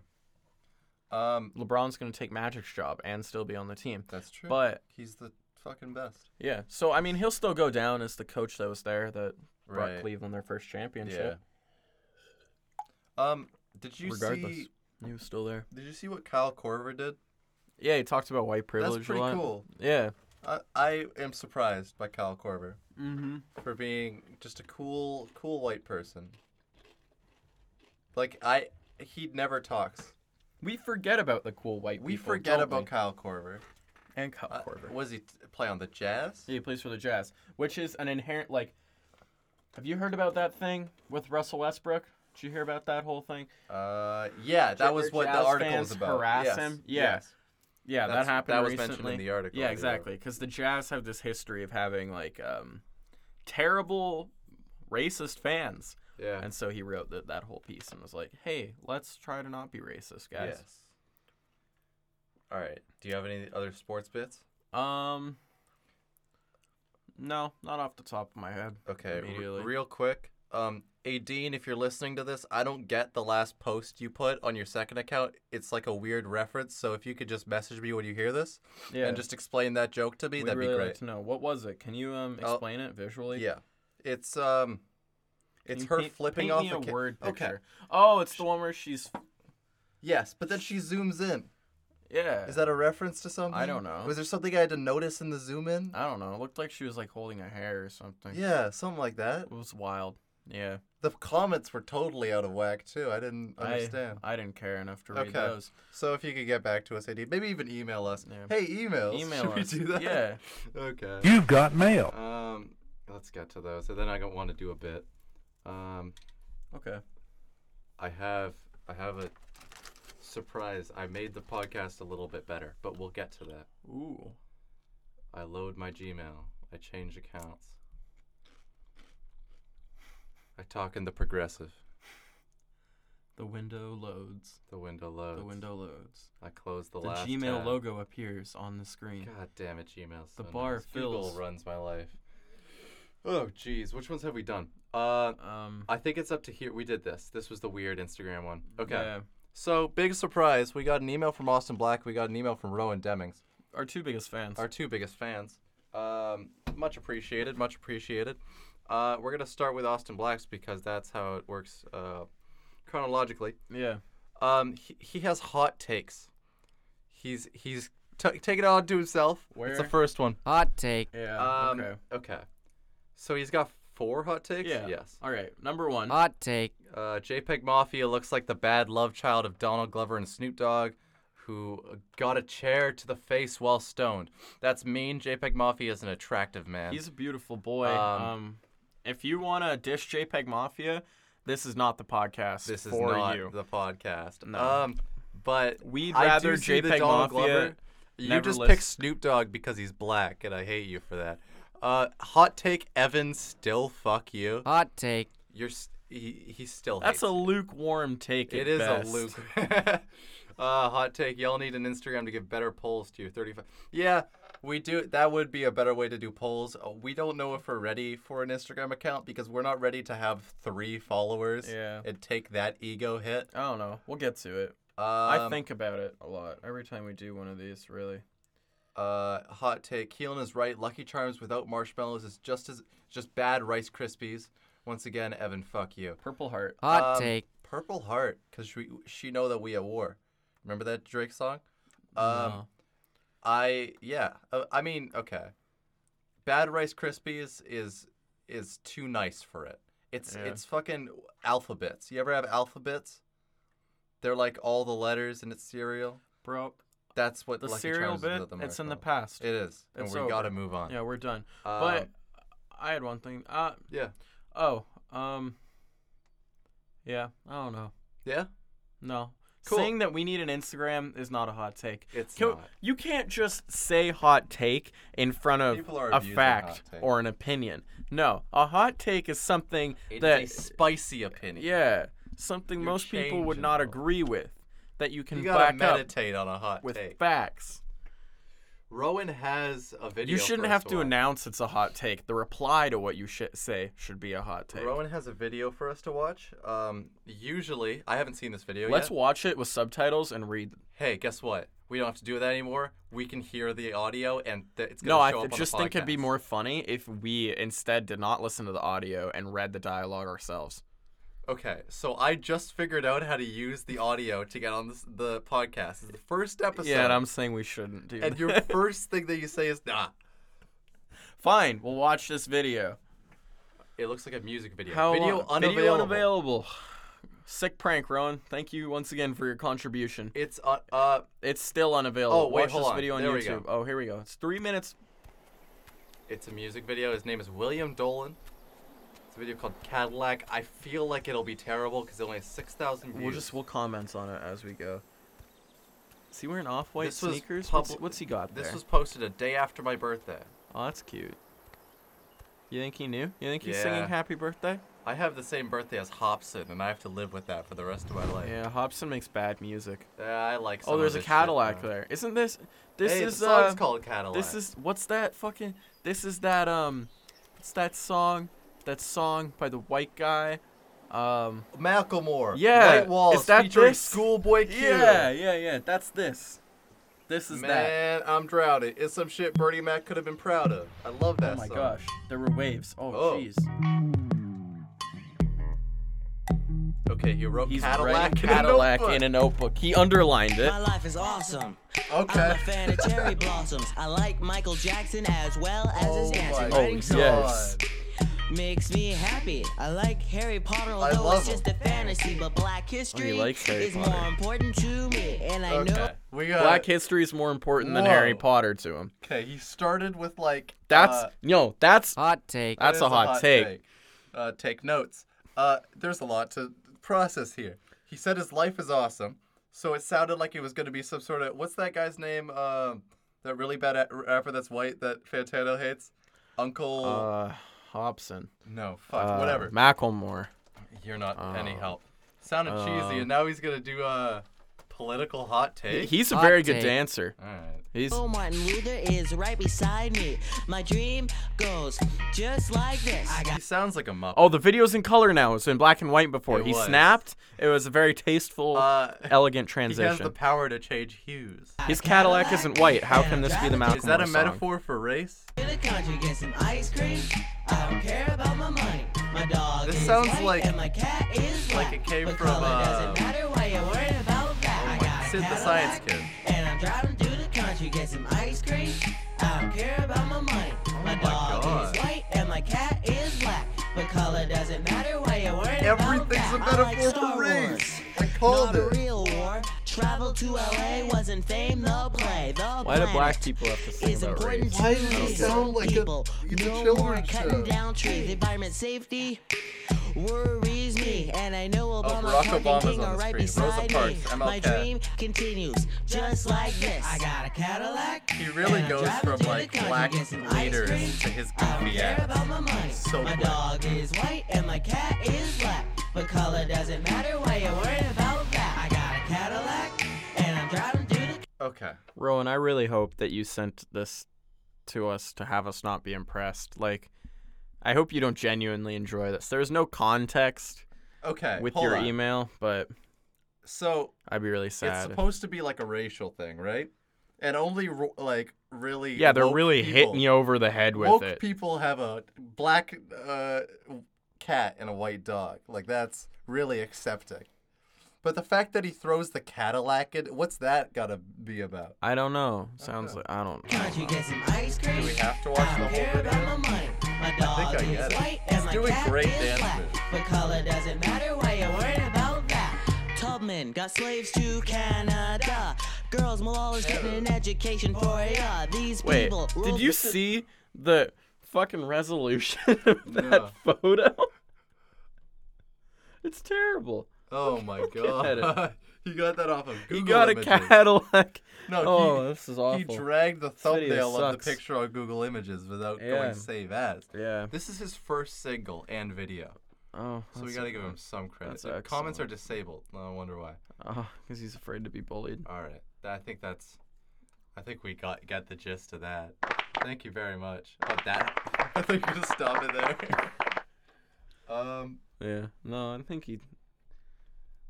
[SPEAKER 2] Um,
[SPEAKER 1] LeBron's going to take Magic's job and still be on the team.
[SPEAKER 2] that's true.
[SPEAKER 1] But-
[SPEAKER 2] he's the fucking best.
[SPEAKER 1] Yeah. So I mean, he'll still go down as the coach that was there that brought
[SPEAKER 2] Right.
[SPEAKER 1] Cleveland their first championship.
[SPEAKER 2] Yeah. Um, did you
[SPEAKER 1] regardless.
[SPEAKER 2] see?
[SPEAKER 1] He was still there.
[SPEAKER 2] Did you see what Kyle Korver did?
[SPEAKER 1] Yeah, he talked about white privilege
[SPEAKER 2] That's pretty
[SPEAKER 1] a lot.
[SPEAKER 2] cool.
[SPEAKER 1] Yeah.
[SPEAKER 2] I, I am surprised by Kyle Korver
[SPEAKER 1] Mm-hmm.
[SPEAKER 2] for being just a cool, cool white person. Like I, he never talks.
[SPEAKER 1] We forget about the cool white
[SPEAKER 2] We
[SPEAKER 1] people,
[SPEAKER 2] forget
[SPEAKER 1] don't
[SPEAKER 2] about
[SPEAKER 1] we?
[SPEAKER 2] Kyle Korver.
[SPEAKER 1] and Kyle
[SPEAKER 2] Uh,
[SPEAKER 1] Korver.
[SPEAKER 2] was he t- play on the Jazz?
[SPEAKER 1] Yeah, he plays for the Jazz, which is an inherent like Have you heard about that thing with Russell Westbrook? Did you hear about that whole thing?
[SPEAKER 2] Uh, yeah, that was
[SPEAKER 1] Clipper
[SPEAKER 2] what
[SPEAKER 1] Jazz
[SPEAKER 2] the article
[SPEAKER 1] fans
[SPEAKER 2] was about.
[SPEAKER 1] harass
[SPEAKER 2] yes.
[SPEAKER 1] him? Yeah.
[SPEAKER 2] Yes.
[SPEAKER 1] Yeah,
[SPEAKER 2] That's-
[SPEAKER 1] that happened.
[SPEAKER 2] that was
[SPEAKER 1] recently.
[SPEAKER 2] mentioned in the article,
[SPEAKER 1] Yeah,
[SPEAKER 2] yeah.
[SPEAKER 1] exactly. Because the Jazz have this history of having like um, terrible racist fans,
[SPEAKER 2] Yeah.
[SPEAKER 1] and so he wrote that that whole piece and was like, "Hey, let's try to not be racist, guys."
[SPEAKER 2] Yes. All right. Do you have any other sports bits?
[SPEAKER 1] Um, no, not off the top of my head.
[SPEAKER 2] Okay. r-
[SPEAKER 1] Immediately.
[SPEAKER 2] real quick. Um, hey Dean, if you're listening to this, I don't get the last post you put on your second account. It's like a weird reference. So if you could just message me when you hear this
[SPEAKER 1] Yeah,
[SPEAKER 2] and just explain that joke to me,
[SPEAKER 1] we'd
[SPEAKER 2] that'd
[SPEAKER 1] really
[SPEAKER 2] be great.
[SPEAKER 1] like to know what was it. Can you um
[SPEAKER 2] I'll-
[SPEAKER 1] explain it visually?
[SPEAKER 2] Yeah. It's um,
[SPEAKER 1] Can
[SPEAKER 2] it's
[SPEAKER 1] you
[SPEAKER 2] her
[SPEAKER 1] paint-
[SPEAKER 2] flipping
[SPEAKER 1] paint
[SPEAKER 2] off
[SPEAKER 1] me
[SPEAKER 2] the
[SPEAKER 1] a
[SPEAKER 2] ca-
[SPEAKER 1] word
[SPEAKER 2] Okay.
[SPEAKER 1] picture. Oh, it's the one where she's
[SPEAKER 2] Yes, but then she zooms in.
[SPEAKER 1] yeah.
[SPEAKER 2] Is that a reference to something?
[SPEAKER 1] don't know.
[SPEAKER 2] Was there something I had to notice in the zoom in?
[SPEAKER 1] I don't know. It looked like she was like holding her hair or something.
[SPEAKER 2] Yeah, something like that.
[SPEAKER 1] It was wild. Yeah.
[SPEAKER 2] The comments were totally out of whack too. I didn't
[SPEAKER 1] I-
[SPEAKER 2] understand.
[SPEAKER 1] I, didn't care enough to read
[SPEAKER 2] Okay.
[SPEAKER 1] those.
[SPEAKER 2] So if you could get back to us, AD, maybe even email us.
[SPEAKER 1] Yeah.
[SPEAKER 2] Hey, emails.
[SPEAKER 1] Email
[SPEAKER 2] Should
[SPEAKER 1] us.
[SPEAKER 2] we do that?
[SPEAKER 1] Yeah.
[SPEAKER 2] Okay.
[SPEAKER 4] You've got mail.
[SPEAKER 5] Um, let's get to those. And then I want to do a bit. Um,
[SPEAKER 1] Okay.
[SPEAKER 5] I have I have a surprise. I made the podcast a little bit better, but we'll get to that.
[SPEAKER 1] Ooh.
[SPEAKER 5] I load my Gmail. I change accounts. I talk in the progressive.
[SPEAKER 1] The window loads.
[SPEAKER 5] The window loads.
[SPEAKER 1] The window loads.
[SPEAKER 5] I close the,
[SPEAKER 1] The
[SPEAKER 5] last
[SPEAKER 1] Gmail
[SPEAKER 5] tab.
[SPEAKER 1] logo appears on the screen.
[SPEAKER 5] God damn it, Gmail's
[SPEAKER 1] The
[SPEAKER 5] so
[SPEAKER 1] bar
[SPEAKER 5] nice. Google
[SPEAKER 1] fills.
[SPEAKER 5] runs my life. Oh jeez, which ones have we done? Uh,
[SPEAKER 1] Um.
[SPEAKER 5] I think it's up to here. We did this. This was the weird Instagram one. Okay.
[SPEAKER 1] Yeah.
[SPEAKER 2] So big surprise. We got an email from Austin Black. We got an email from Rowan Demings,
[SPEAKER 1] Our two biggest fans.
[SPEAKER 2] our two biggest fans. Um, much appreciated. Much appreciated. Uh, we're gonna start with Austin Black's because that's how it works uh, chronologically.
[SPEAKER 1] yeah.
[SPEAKER 2] Um, he, he has hot takes. He's he's t- taking it on to himself. It's
[SPEAKER 1] Where?
[SPEAKER 2] the first one.
[SPEAKER 3] Hot take.
[SPEAKER 1] Yeah.
[SPEAKER 5] Um,
[SPEAKER 1] okay.
[SPEAKER 5] okay.
[SPEAKER 2] So he's got four hot takes.
[SPEAKER 1] Yeah.
[SPEAKER 5] yes.
[SPEAKER 1] All right. Number one.
[SPEAKER 3] Hot take.
[SPEAKER 2] Uh, JPEG Mafia looks like the bad love child of Donald Glover and Snoop Dogg, who uh, got a chair to the face while stoned. That's mean. JPEG Mafia is an attractive man.
[SPEAKER 1] He's a beautiful boy. Um,
[SPEAKER 2] Um,
[SPEAKER 1] if you want to dish JPEG Mafia, this is not the podcast
[SPEAKER 2] this is
[SPEAKER 1] for
[SPEAKER 2] not
[SPEAKER 1] you.
[SPEAKER 2] the podcast.
[SPEAKER 1] No.
[SPEAKER 2] Um, but
[SPEAKER 1] We'd
[SPEAKER 2] I
[SPEAKER 1] rather
[SPEAKER 2] do see the
[SPEAKER 1] JPEG
[SPEAKER 2] Donald
[SPEAKER 1] Mafia
[SPEAKER 2] Glover. You
[SPEAKER 1] never
[SPEAKER 2] just
[SPEAKER 1] list-
[SPEAKER 2] picked Snoop Dogg because he's black, and I hate you for that. Uh, hot take: Evan still fuck you.
[SPEAKER 3] Hot take.
[SPEAKER 2] You're s- he, he still.
[SPEAKER 1] Uh, That's
[SPEAKER 2] hates
[SPEAKER 1] a
[SPEAKER 2] you.
[SPEAKER 1] lukewarm take. at
[SPEAKER 2] It is
[SPEAKER 1] best.
[SPEAKER 2] a Luke. uh, hot take. Y'all need an Instagram to give better polls to your 35. Yeah, we do. That would be a better way to do polls. Uh, We don't know if we're ready for an Instagram account because we're not ready to have three followers
[SPEAKER 1] Yeah.
[SPEAKER 2] and take that ego hit.
[SPEAKER 1] I don't know. We'll get to it.
[SPEAKER 2] Um,
[SPEAKER 1] I think about it a lot every time we do one of these. Really.
[SPEAKER 2] Uh, hot take. Keelan is right. Lucky Charms without marshmallows is just as just bad Rice Krispies. Once again, Evan, fuck you.
[SPEAKER 1] Purple Heart.
[SPEAKER 3] Hot
[SPEAKER 2] Um,
[SPEAKER 3] take.
[SPEAKER 2] Purple Heart, because she, she know that we at war. Remember that Drake song? Um,
[SPEAKER 1] No.
[SPEAKER 2] I yeah. Uh, I mean, okay. Bad Rice Krispies is is too nice for it. It's
[SPEAKER 1] Yeah.
[SPEAKER 2] it's fucking alphabets. You ever have alphabets? They're like all the letters and it's cereal.
[SPEAKER 1] bro,
[SPEAKER 2] That's what
[SPEAKER 1] the
[SPEAKER 2] Lucky
[SPEAKER 1] cereal
[SPEAKER 2] Charms is
[SPEAKER 1] bit.
[SPEAKER 2] without the
[SPEAKER 1] It's in the
[SPEAKER 2] marshmallow.
[SPEAKER 1] past.
[SPEAKER 2] It is, and
[SPEAKER 1] It's
[SPEAKER 2] we
[SPEAKER 1] over.
[SPEAKER 2] gotta move on.
[SPEAKER 1] yeah, we're done.
[SPEAKER 2] Um,
[SPEAKER 1] but I had one thing. Uh,
[SPEAKER 2] yeah,
[SPEAKER 1] oh, um, yeah. I don't know.
[SPEAKER 2] yeah.
[SPEAKER 1] No.
[SPEAKER 2] Cool.
[SPEAKER 1] Saying that we need an Instagram is not a hot take.
[SPEAKER 2] It's
[SPEAKER 1] Can-
[SPEAKER 2] not.
[SPEAKER 1] You can't just say hot take in front of
[SPEAKER 2] People are
[SPEAKER 1] a
[SPEAKER 2] abusing hot
[SPEAKER 1] fact
[SPEAKER 2] take.
[SPEAKER 1] or an opinion. No, a hot take is something
[SPEAKER 2] It's
[SPEAKER 1] that
[SPEAKER 2] a spicy opinion.
[SPEAKER 1] yeah, something
[SPEAKER 2] You're
[SPEAKER 1] most people would
[SPEAKER 2] changing
[SPEAKER 1] not
[SPEAKER 2] them.
[SPEAKER 1] agree with that you can
[SPEAKER 2] you gotta
[SPEAKER 1] back
[SPEAKER 2] meditate on a hot
[SPEAKER 1] up with
[SPEAKER 2] take.
[SPEAKER 1] facts.
[SPEAKER 5] Rowan has a video.
[SPEAKER 1] You shouldn't
[SPEAKER 5] for
[SPEAKER 1] have
[SPEAKER 5] us
[SPEAKER 1] to
[SPEAKER 5] watch.
[SPEAKER 1] announce it's a hot take. The reply to what you sh- say should be a hot take.
[SPEAKER 2] Rowan has a video for us to watch. Um, usually, I haven't seen this video
[SPEAKER 1] Let's
[SPEAKER 2] yet.
[SPEAKER 1] watch it with subtitles and read.
[SPEAKER 2] hey, guess what? We don't have to do that anymore. We can hear the audio, and th- it's gonna
[SPEAKER 1] No, I
[SPEAKER 2] show up on the
[SPEAKER 1] just think it'd be
[SPEAKER 2] podcast.
[SPEAKER 1] more funny if we instead did not listen to the audio and read the dialogue ourselves.
[SPEAKER 2] Okay, so I just figured out how to use the audio to get on this, the podcast. It's the first episode.
[SPEAKER 1] Yeah, and I'm saying we shouldn't do
[SPEAKER 2] and
[SPEAKER 1] that.
[SPEAKER 2] your first thing that you say is nah.
[SPEAKER 1] Fine, we'll watch this video.
[SPEAKER 5] It looks like a music video.
[SPEAKER 1] How
[SPEAKER 2] Video
[SPEAKER 1] long? Video
[SPEAKER 2] unavailable.
[SPEAKER 1] unavailable. Sick prank, Rowan. Thank you once again for your contribution.
[SPEAKER 2] It's uh, uh
[SPEAKER 1] It's still unavailable.
[SPEAKER 2] Oh, wait,
[SPEAKER 1] watch
[SPEAKER 2] hold
[SPEAKER 1] this
[SPEAKER 2] on.
[SPEAKER 1] video on
[SPEAKER 2] There we go.
[SPEAKER 1] YouTube. Oh, here we go. It's three minutes.
[SPEAKER 2] it's a music video. His name is William Dolan.
[SPEAKER 5] It's a video called Cadillac. I feel like it'll be terrible because it only has six thousand views.
[SPEAKER 1] We'll just we'll comment on it as we go. Is he wearing off white
[SPEAKER 5] This was
[SPEAKER 1] sneakers? what's,
[SPEAKER 5] publi-
[SPEAKER 1] what's he got
[SPEAKER 5] This
[SPEAKER 1] there?
[SPEAKER 5] was posted a day after my birthday.
[SPEAKER 1] oh, that's cute. You think he knew? You think he's singing
[SPEAKER 5] Yeah.
[SPEAKER 1] "Happy Birthday"?
[SPEAKER 5] I have the same birthday as Hobson, and I have to live with that for the rest of my life.
[SPEAKER 1] Yeah, Hobson makes bad music.
[SPEAKER 5] Uh, I like.
[SPEAKER 1] oh, there's a Cadillac there. Isn't this? This
[SPEAKER 5] hey,
[SPEAKER 1] is
[SPEAKER 5] the song's
[SPEAKER 1] uh,
[SPEAKER 5] called Cadillac.
[SPEAKER 1] This is what's that fucking? This is that um, it's that song, that song by the white guy, um.
[SPEAKER 2] Macklemore.
[SPEAKER 1] Yeah,
[SPEAKER 2] White Walls
[SPEAKER 1] is that
[SPEAKER 2] featuring
[SPEAKER 1] this?
[SPEAKER 2] Schoolboy Q.
[SPEAKER 1] yeah, yeah. That's this. This
[SPEAKER 2] Man, I'm drowning. It's some shit Bernie Mac could have been proud of. I love that
[SPEAKER 1] Oh my
[SPEAKER 2] song.
[SPEAKER 1] gosh, there were waves. Oh
[SPEAKER 2] Oh.
[SPEAKER 1] jeez.
[SPEAKER 5] okay. He wrote
[SPEAKER 1] He's
[SPEAKER 5] Cadillac.
[SPEAKER 1] writing
[SPEAKER 2] in a
[SPEAKER 1] Cadillac
[SPEAKER 2] notebook.
[SPEAKER 1] in a notebook. He underlined it.
[SPEAKER 4] My life is awesome. I'm
[SPEAKER 2] Okay.
[SPEAKER 4] a fan of cherry blossoms. I like Michael Jackson as well as his
[SPEAKER 2] Oh
[SPEAKER 4] dancing.
[SPEAKER 2] my
[SPEAKER 4] Writing songs
[SPEAKER 1] yes.
[SPEAKER 4] makes me happy. I like Harry Potter,
[SPEAKER 2] I
[SPEAKER 4] although
[SPEAKER 2] love
[SPEAKER 4] it's just a fantasy. But Black history
[SPEAKER 1] likes Oh, Harry
[SPEAKER 4] is
[SPEAKER 1] Potter.
[SPEAKER 4] more important to me, and I know.
[SPEAKER 2] Okay. We got
[SPEAKER 1] Black history is more important than
[SPEAKER 2] Whoa.
[SPEAKER 1] Harry Potter to him.
[SPEAKER 2] Okay, he started with like
[SPEAKER 1] That's
[SPEAKER 2] uh,
[SPEAKER 1] yo. That's
[SPEAKER 3] Hot take.
[SPEAKER 1] that's
[SPEAKER 2] is
[SPEAKER 1] a hot, take.
[SPEAKER 2] Uh, take notes. Uh, there's a lot to process here. He said his life is awesome, so it sounded like it was going to be some sort of what's that guy's name? Um, that really bad a- rapper that's white that Fantano hates. Uncle.
[SPEAKER 1] Uh, Hobson.
[SPEAKER 2] no, fuck,
[SPEAKER 1] Uh,
[SPEAKER 2] whatever.
[SPEAKER 1] Macklemore.
[SPEAKER 2] You're not any
[SPEAKER 1] uh,
[SPEAKER 2] help. Sounded cheesy, and now he's gonna do a political hot take.
[SPEAKER 1] He's a
[SPEAKER 3] Hot
[SPEAKER 1] very good
[SPEAKER 3] take.
[SPEAKER 1] dancer.
[SPEAKER 2] All right.
[SPEAKER 1] He's
[SPEAKER 4] Oh, Martin Luther is right beside me. My dream goes just like this. I got
[SPEAKER 2] He sounds like a muppet.
[SPEAKER 1] Oh, the video's in color now. It's in black and white before.
[SPEAKER 2] It
[SPEAKER 1] he
[SPEAKER 2] was.
[SPEAKER 1] snapped. It was a very tasteful,
[SPEAKER 2] Uh,
[SPEAKER 1] elegant
[SPEAKER 2] he has the
[SPEAKER 1] transition.
[SPEAKER 2] power to change hues.
[SPEAKER 1] His Cadillac isn't white. How can this be the Malcolm
[SPEAKER 2] Is that a
[SPEAKER 1] song?
[SPEAKER 2] metaphor for race?
[SPEAKER 4] in the country, get some ice cream. I don't care about my money. My dog
[SPEAKER 2] This
[SPEAKER 4] is
[SPEAKER 2] sounds
[SPEAKER 4] white
[SPEAKER 2] like-
[SPEAKER 4] and my cat is black.
[SPEAKER 2] like it came
[SPEAKER 4] but
[SPEAKER 2] from,
[SPEAKER 4] color
[SPEAKER 2] uh, Oh
[SPEAKER 4] doesn't matter. Why you worried about that? I got a
[SPEAKER 2] Sid the Science
[SPEAKER 4] Cadillac,
[SPEAKER 2] Kid.
[SPEAKER 4] And I'm driving through the country, get some ice cream. I don't care about my money. My, dog
[SPEAKER 2] Oh God.
[SPEAKER 4] is white and my cat is black. But color doesn't matter. Why you worried about
[SPEAKER 2] Everything's
[SPEAKER 4] that?
[SPEAKER 2] a
[SPEAKER 4] I like
[SPEAKER 2] metaphor
[SPEAKER 4] Star
[SPEAKER 2] for
[SPEAKER 4] Wars.
[SPEAKER 2] race. I
[SPEAKER 4] Not
[SPEAKER 2] called
[SPEAKER 4] a
[SPEAKER 2] it.
[SPEAKER 4] real war. Travel to LA wasn't fame the play. The
[SPEAKER 1] Why do
[SPEAKER 4] planet
[SPEAKER 1] black people have to sing
[SPEAKER 4] is
[SPEAKER 1] about
[SPEAKER 4] important
[SPEAKER 1] race?
[SPEAKER 4] to
[SPEAKER 2] Why does it
[SPEAKER 4] me.
[SPEAKER 2] sound like a-
[SPEAKER 4] people.
[SPEAKER 2] it's a
[SPEAKER 4] no more
[SPEAKER 2] children's
[SPEAKER 4] cutting
[SPEAKER 2] show?
[SPEAKER 4] down trees. Environment safety worries me, and I know Obama,
[SPEAKER 2] Oh, Barack
[SPEAKER 4] Carter,
[SPEAKER 2] Obama's
[SPEAKER 4] King
[SPEAKER 2] on
[SPEAKER 4] are
[SPEAKER 2] the
[SPEAKER 4] right
[SPEAKER 2] screen. Rosa
[SPEAKER 4] beside me.
[SPEAKER 2] Parks,
[SPEAKER 4] My
[SPEAKER 2] MLK.
[SPEAKER 4] dream continues just like this. I got a Cadillac.
[SPEAKER 2] He really
[SPEAKER 4] and I'm
[SPEAKER 2] goes
[SPEAKER 4] driving
[SPEAKER 2] from
[SPEAKER 4] through the
[SPEAKER 2] like
[SPEAKER 4] country,
[SPEAKER 2] black
[SPEAKER 4] get some ice
[SPEAKER 2] leaders
[SPEAKER 4] cream.
[SPEAKER 2] to his
[SPEAKER 4] I don't
[SPEAKER 2] goofy
[SPEAKER 4] care
[SPEAKER 2] ass.
[SPEAKER 4] about my money.
[SPEAKER 2] So
[SPEAKER 4] my
[SPEAKER 2] quick.
[SPEAKER 4] dog is white and my cat is black. But color doesn't matter. Why you worried about that? I got a Cadillac, and I'm driving through the
[SPEAKER 2] Okay.
[SPEAKER 1] Rowan, I really hope that you sent this to us to have us not be impressed. Like, I hope you don't genuinely enjoy this. There's no context
[SPEAKER 2] Okay.
[SPEAKER 1] with
[SPEAKER 2] hold
[SPEAKER 1] your
[SPEAKER 2] on.
[SPEAKER 1] email, but
[SPEAKER 2] So
[SPEAKER 1] I'd be really
[SPEAKER 2] it's
[SPEAKER 1] sad.
[SPEAKER 2] supposed to be like a racial thing, right? And only ro- like really.
[SPEAKER 1] yeah, they're
[SPEAKER 2] woke
[SPEAKER 1] really
[SPEAKER 2] people.
[SPEAKER 1] hitting you over the head with
[SPEAKER 2] woke
[SPEAKER 1] it.
[SPEAKER 2] people have a black uh, cat and a white dog. Like that's really accepting. But the fact that he throws the Cadillac in, what's that gotta be about?
[SPEAKER 1] I don't know. Sounds like I don't.
[SPEAKER 4] Can't you get some ice cream?
[SPEAKER 2] Do we have to watch the
[SPEAKER 4] I
[SPEAKER 2] whole
[SPEAKER 4] don't care
[SPEAKER 2] video?
[SPEAKER 4] about my money. My dog
[SPEAKER 2] I get
[SPEAKER 4] is
[SPEAKER 2] it.
[SPEAKER 4] white
[SPEAKER 2] He's
[SPEAKER 4] and my
[SPEAKER 2] doing
[SPEAKER 4] cat
[SPEAKER 2] great
[SPEAKER 4] is
[SPEAKER 2] dance
[SPEAKER 4] black.
[SPEAKER 2] moves.
[SPEAKER 4] But color doesn't matter. Why you worried about that? Tubman got slaves to Canada. Girls, Malala's getting an education for ya. These
[SPEAKER 1] Wait,
[SPEAKER 4] people.
[SPEAKER 1] did
[SPEAKER 4] ruled
[SPEAKER 1] you
[SPEAKER 4] the-
[SPEAKER 1] see the fucking resolution of that photo? It's terrible.
[SPEAKER 2] Oh my
[SPEAKER 1] at it.
[SPEAKER 2] god! he got that off of Google.
[SPEAKER 1] he got
[SPEAKER 2] Images.
[SPEAKER 1] a Cadillac.
[SPEAKER 2] No,
[SPEAKER 1] oh,
[SPEAKER 2] he,
[SPEAKER 1] this is
[SPEAKER 2] he
[SPEAKER 1] awful.
[SPEAKER 2] dragged the
[SPEAKER 1] video
[SPEAKER 2] thumbnail of the
[SPEAKER 1] sucks.
[SPEAKER 2] picture on Google Images without
[SPEAKER 1] Yeah.
[SPEAKER 2] going save as.
[SPEAKER 1] yeah.
[SPEAKER 5] This is his first single and video,
[SPEAKER 1] Oh,
[SPEAKER 5] so we
[SPEAKER 1] that's-
[SPEAKER 5] gotta give him some credit.
[SPEAKER 1] that's
[SPEAKER 5] The comments are
[SPEAKER 1] excellent.
[SPEAKER 5] disabled. No, I wonder why.
[SPEAKER 1] Oh, because he's afraid to be bullied.
[SPEAKER 5] All right, Th- I think that's. I think we got got the gist of that. Thank you very much. But that.
[SPEAKER 2] I think we just stop it there. um.
[SPEAKER 1] Yeah. No, I think he.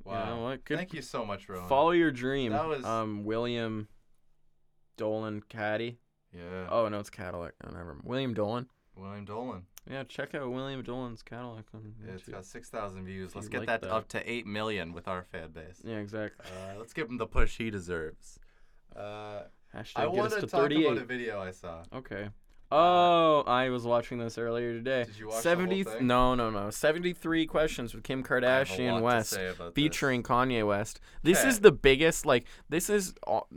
[SPEAKER 5] Wow.
[SPEAKER 1] You know what? Good.
[SPEAKER 5] Thank you so much, Rowan.
[SPEAKER 1] Follow your dream.
[SPEAKER 5] That was-
[SPEAKER 1] um William. Dolan Caddy.
[SPEAKER 5] Yeah.
[SPEAKER 1] Oh no, it's Cadillac. I remember. William Dolan.
[SPEAKER 5] William Dolan.
[SPEAKER 1] Yeah, check out William Dolan's Cadillac on
[SPEAKER 5] Yeah, It's
[SPEAKER 1] YouTube.
[SPEAKER 5] got six thousand views. Let's
[SPEAKER 1] you
[SPEAKER 5] get
[SPEAKER 1] like
[SPEAKER 5] that,
[SPEAKER 1] that.
[SPEAKER 5] up to eight million with our fan base.
[SPEAKER 1] yeah, exactly.
[SPEAKER 5] Uh, let's give him the push he deserves. Uh,
[SPEAKER 1] Hashtag
[SPEAKER 5] I
[SPEAKER 1] get
[SPEAKER 5] want
[SPEAKER 1] us
[SPEAKER 5] to
[SPEAKER 1] to
[SPEAKER 5] talk about
[SPEAKER 1] 38.
[SPEAKER 5] a video I saw.
[SPEAKER 1] Okay. Oh, I was watching this earlier today.
[SPEAKER 5] Did you watch the whole
[SPEAKER 1] 70
[SPEAKER 5] thing?
[SPEAKER 1] No, no, no. 73 questions with Kim
[SPEAKER 5] I have a lot
[SPEAKER 1] Kardashian
[SPEAKER 5] to
[SPEAKER 1] West
[SPEAKER 5] say about this.
[SPEAKER 1] featuring Kanye West. This
[SPEAKER 2] Okay.
[SPEAKER 1] is the biggest like this is all,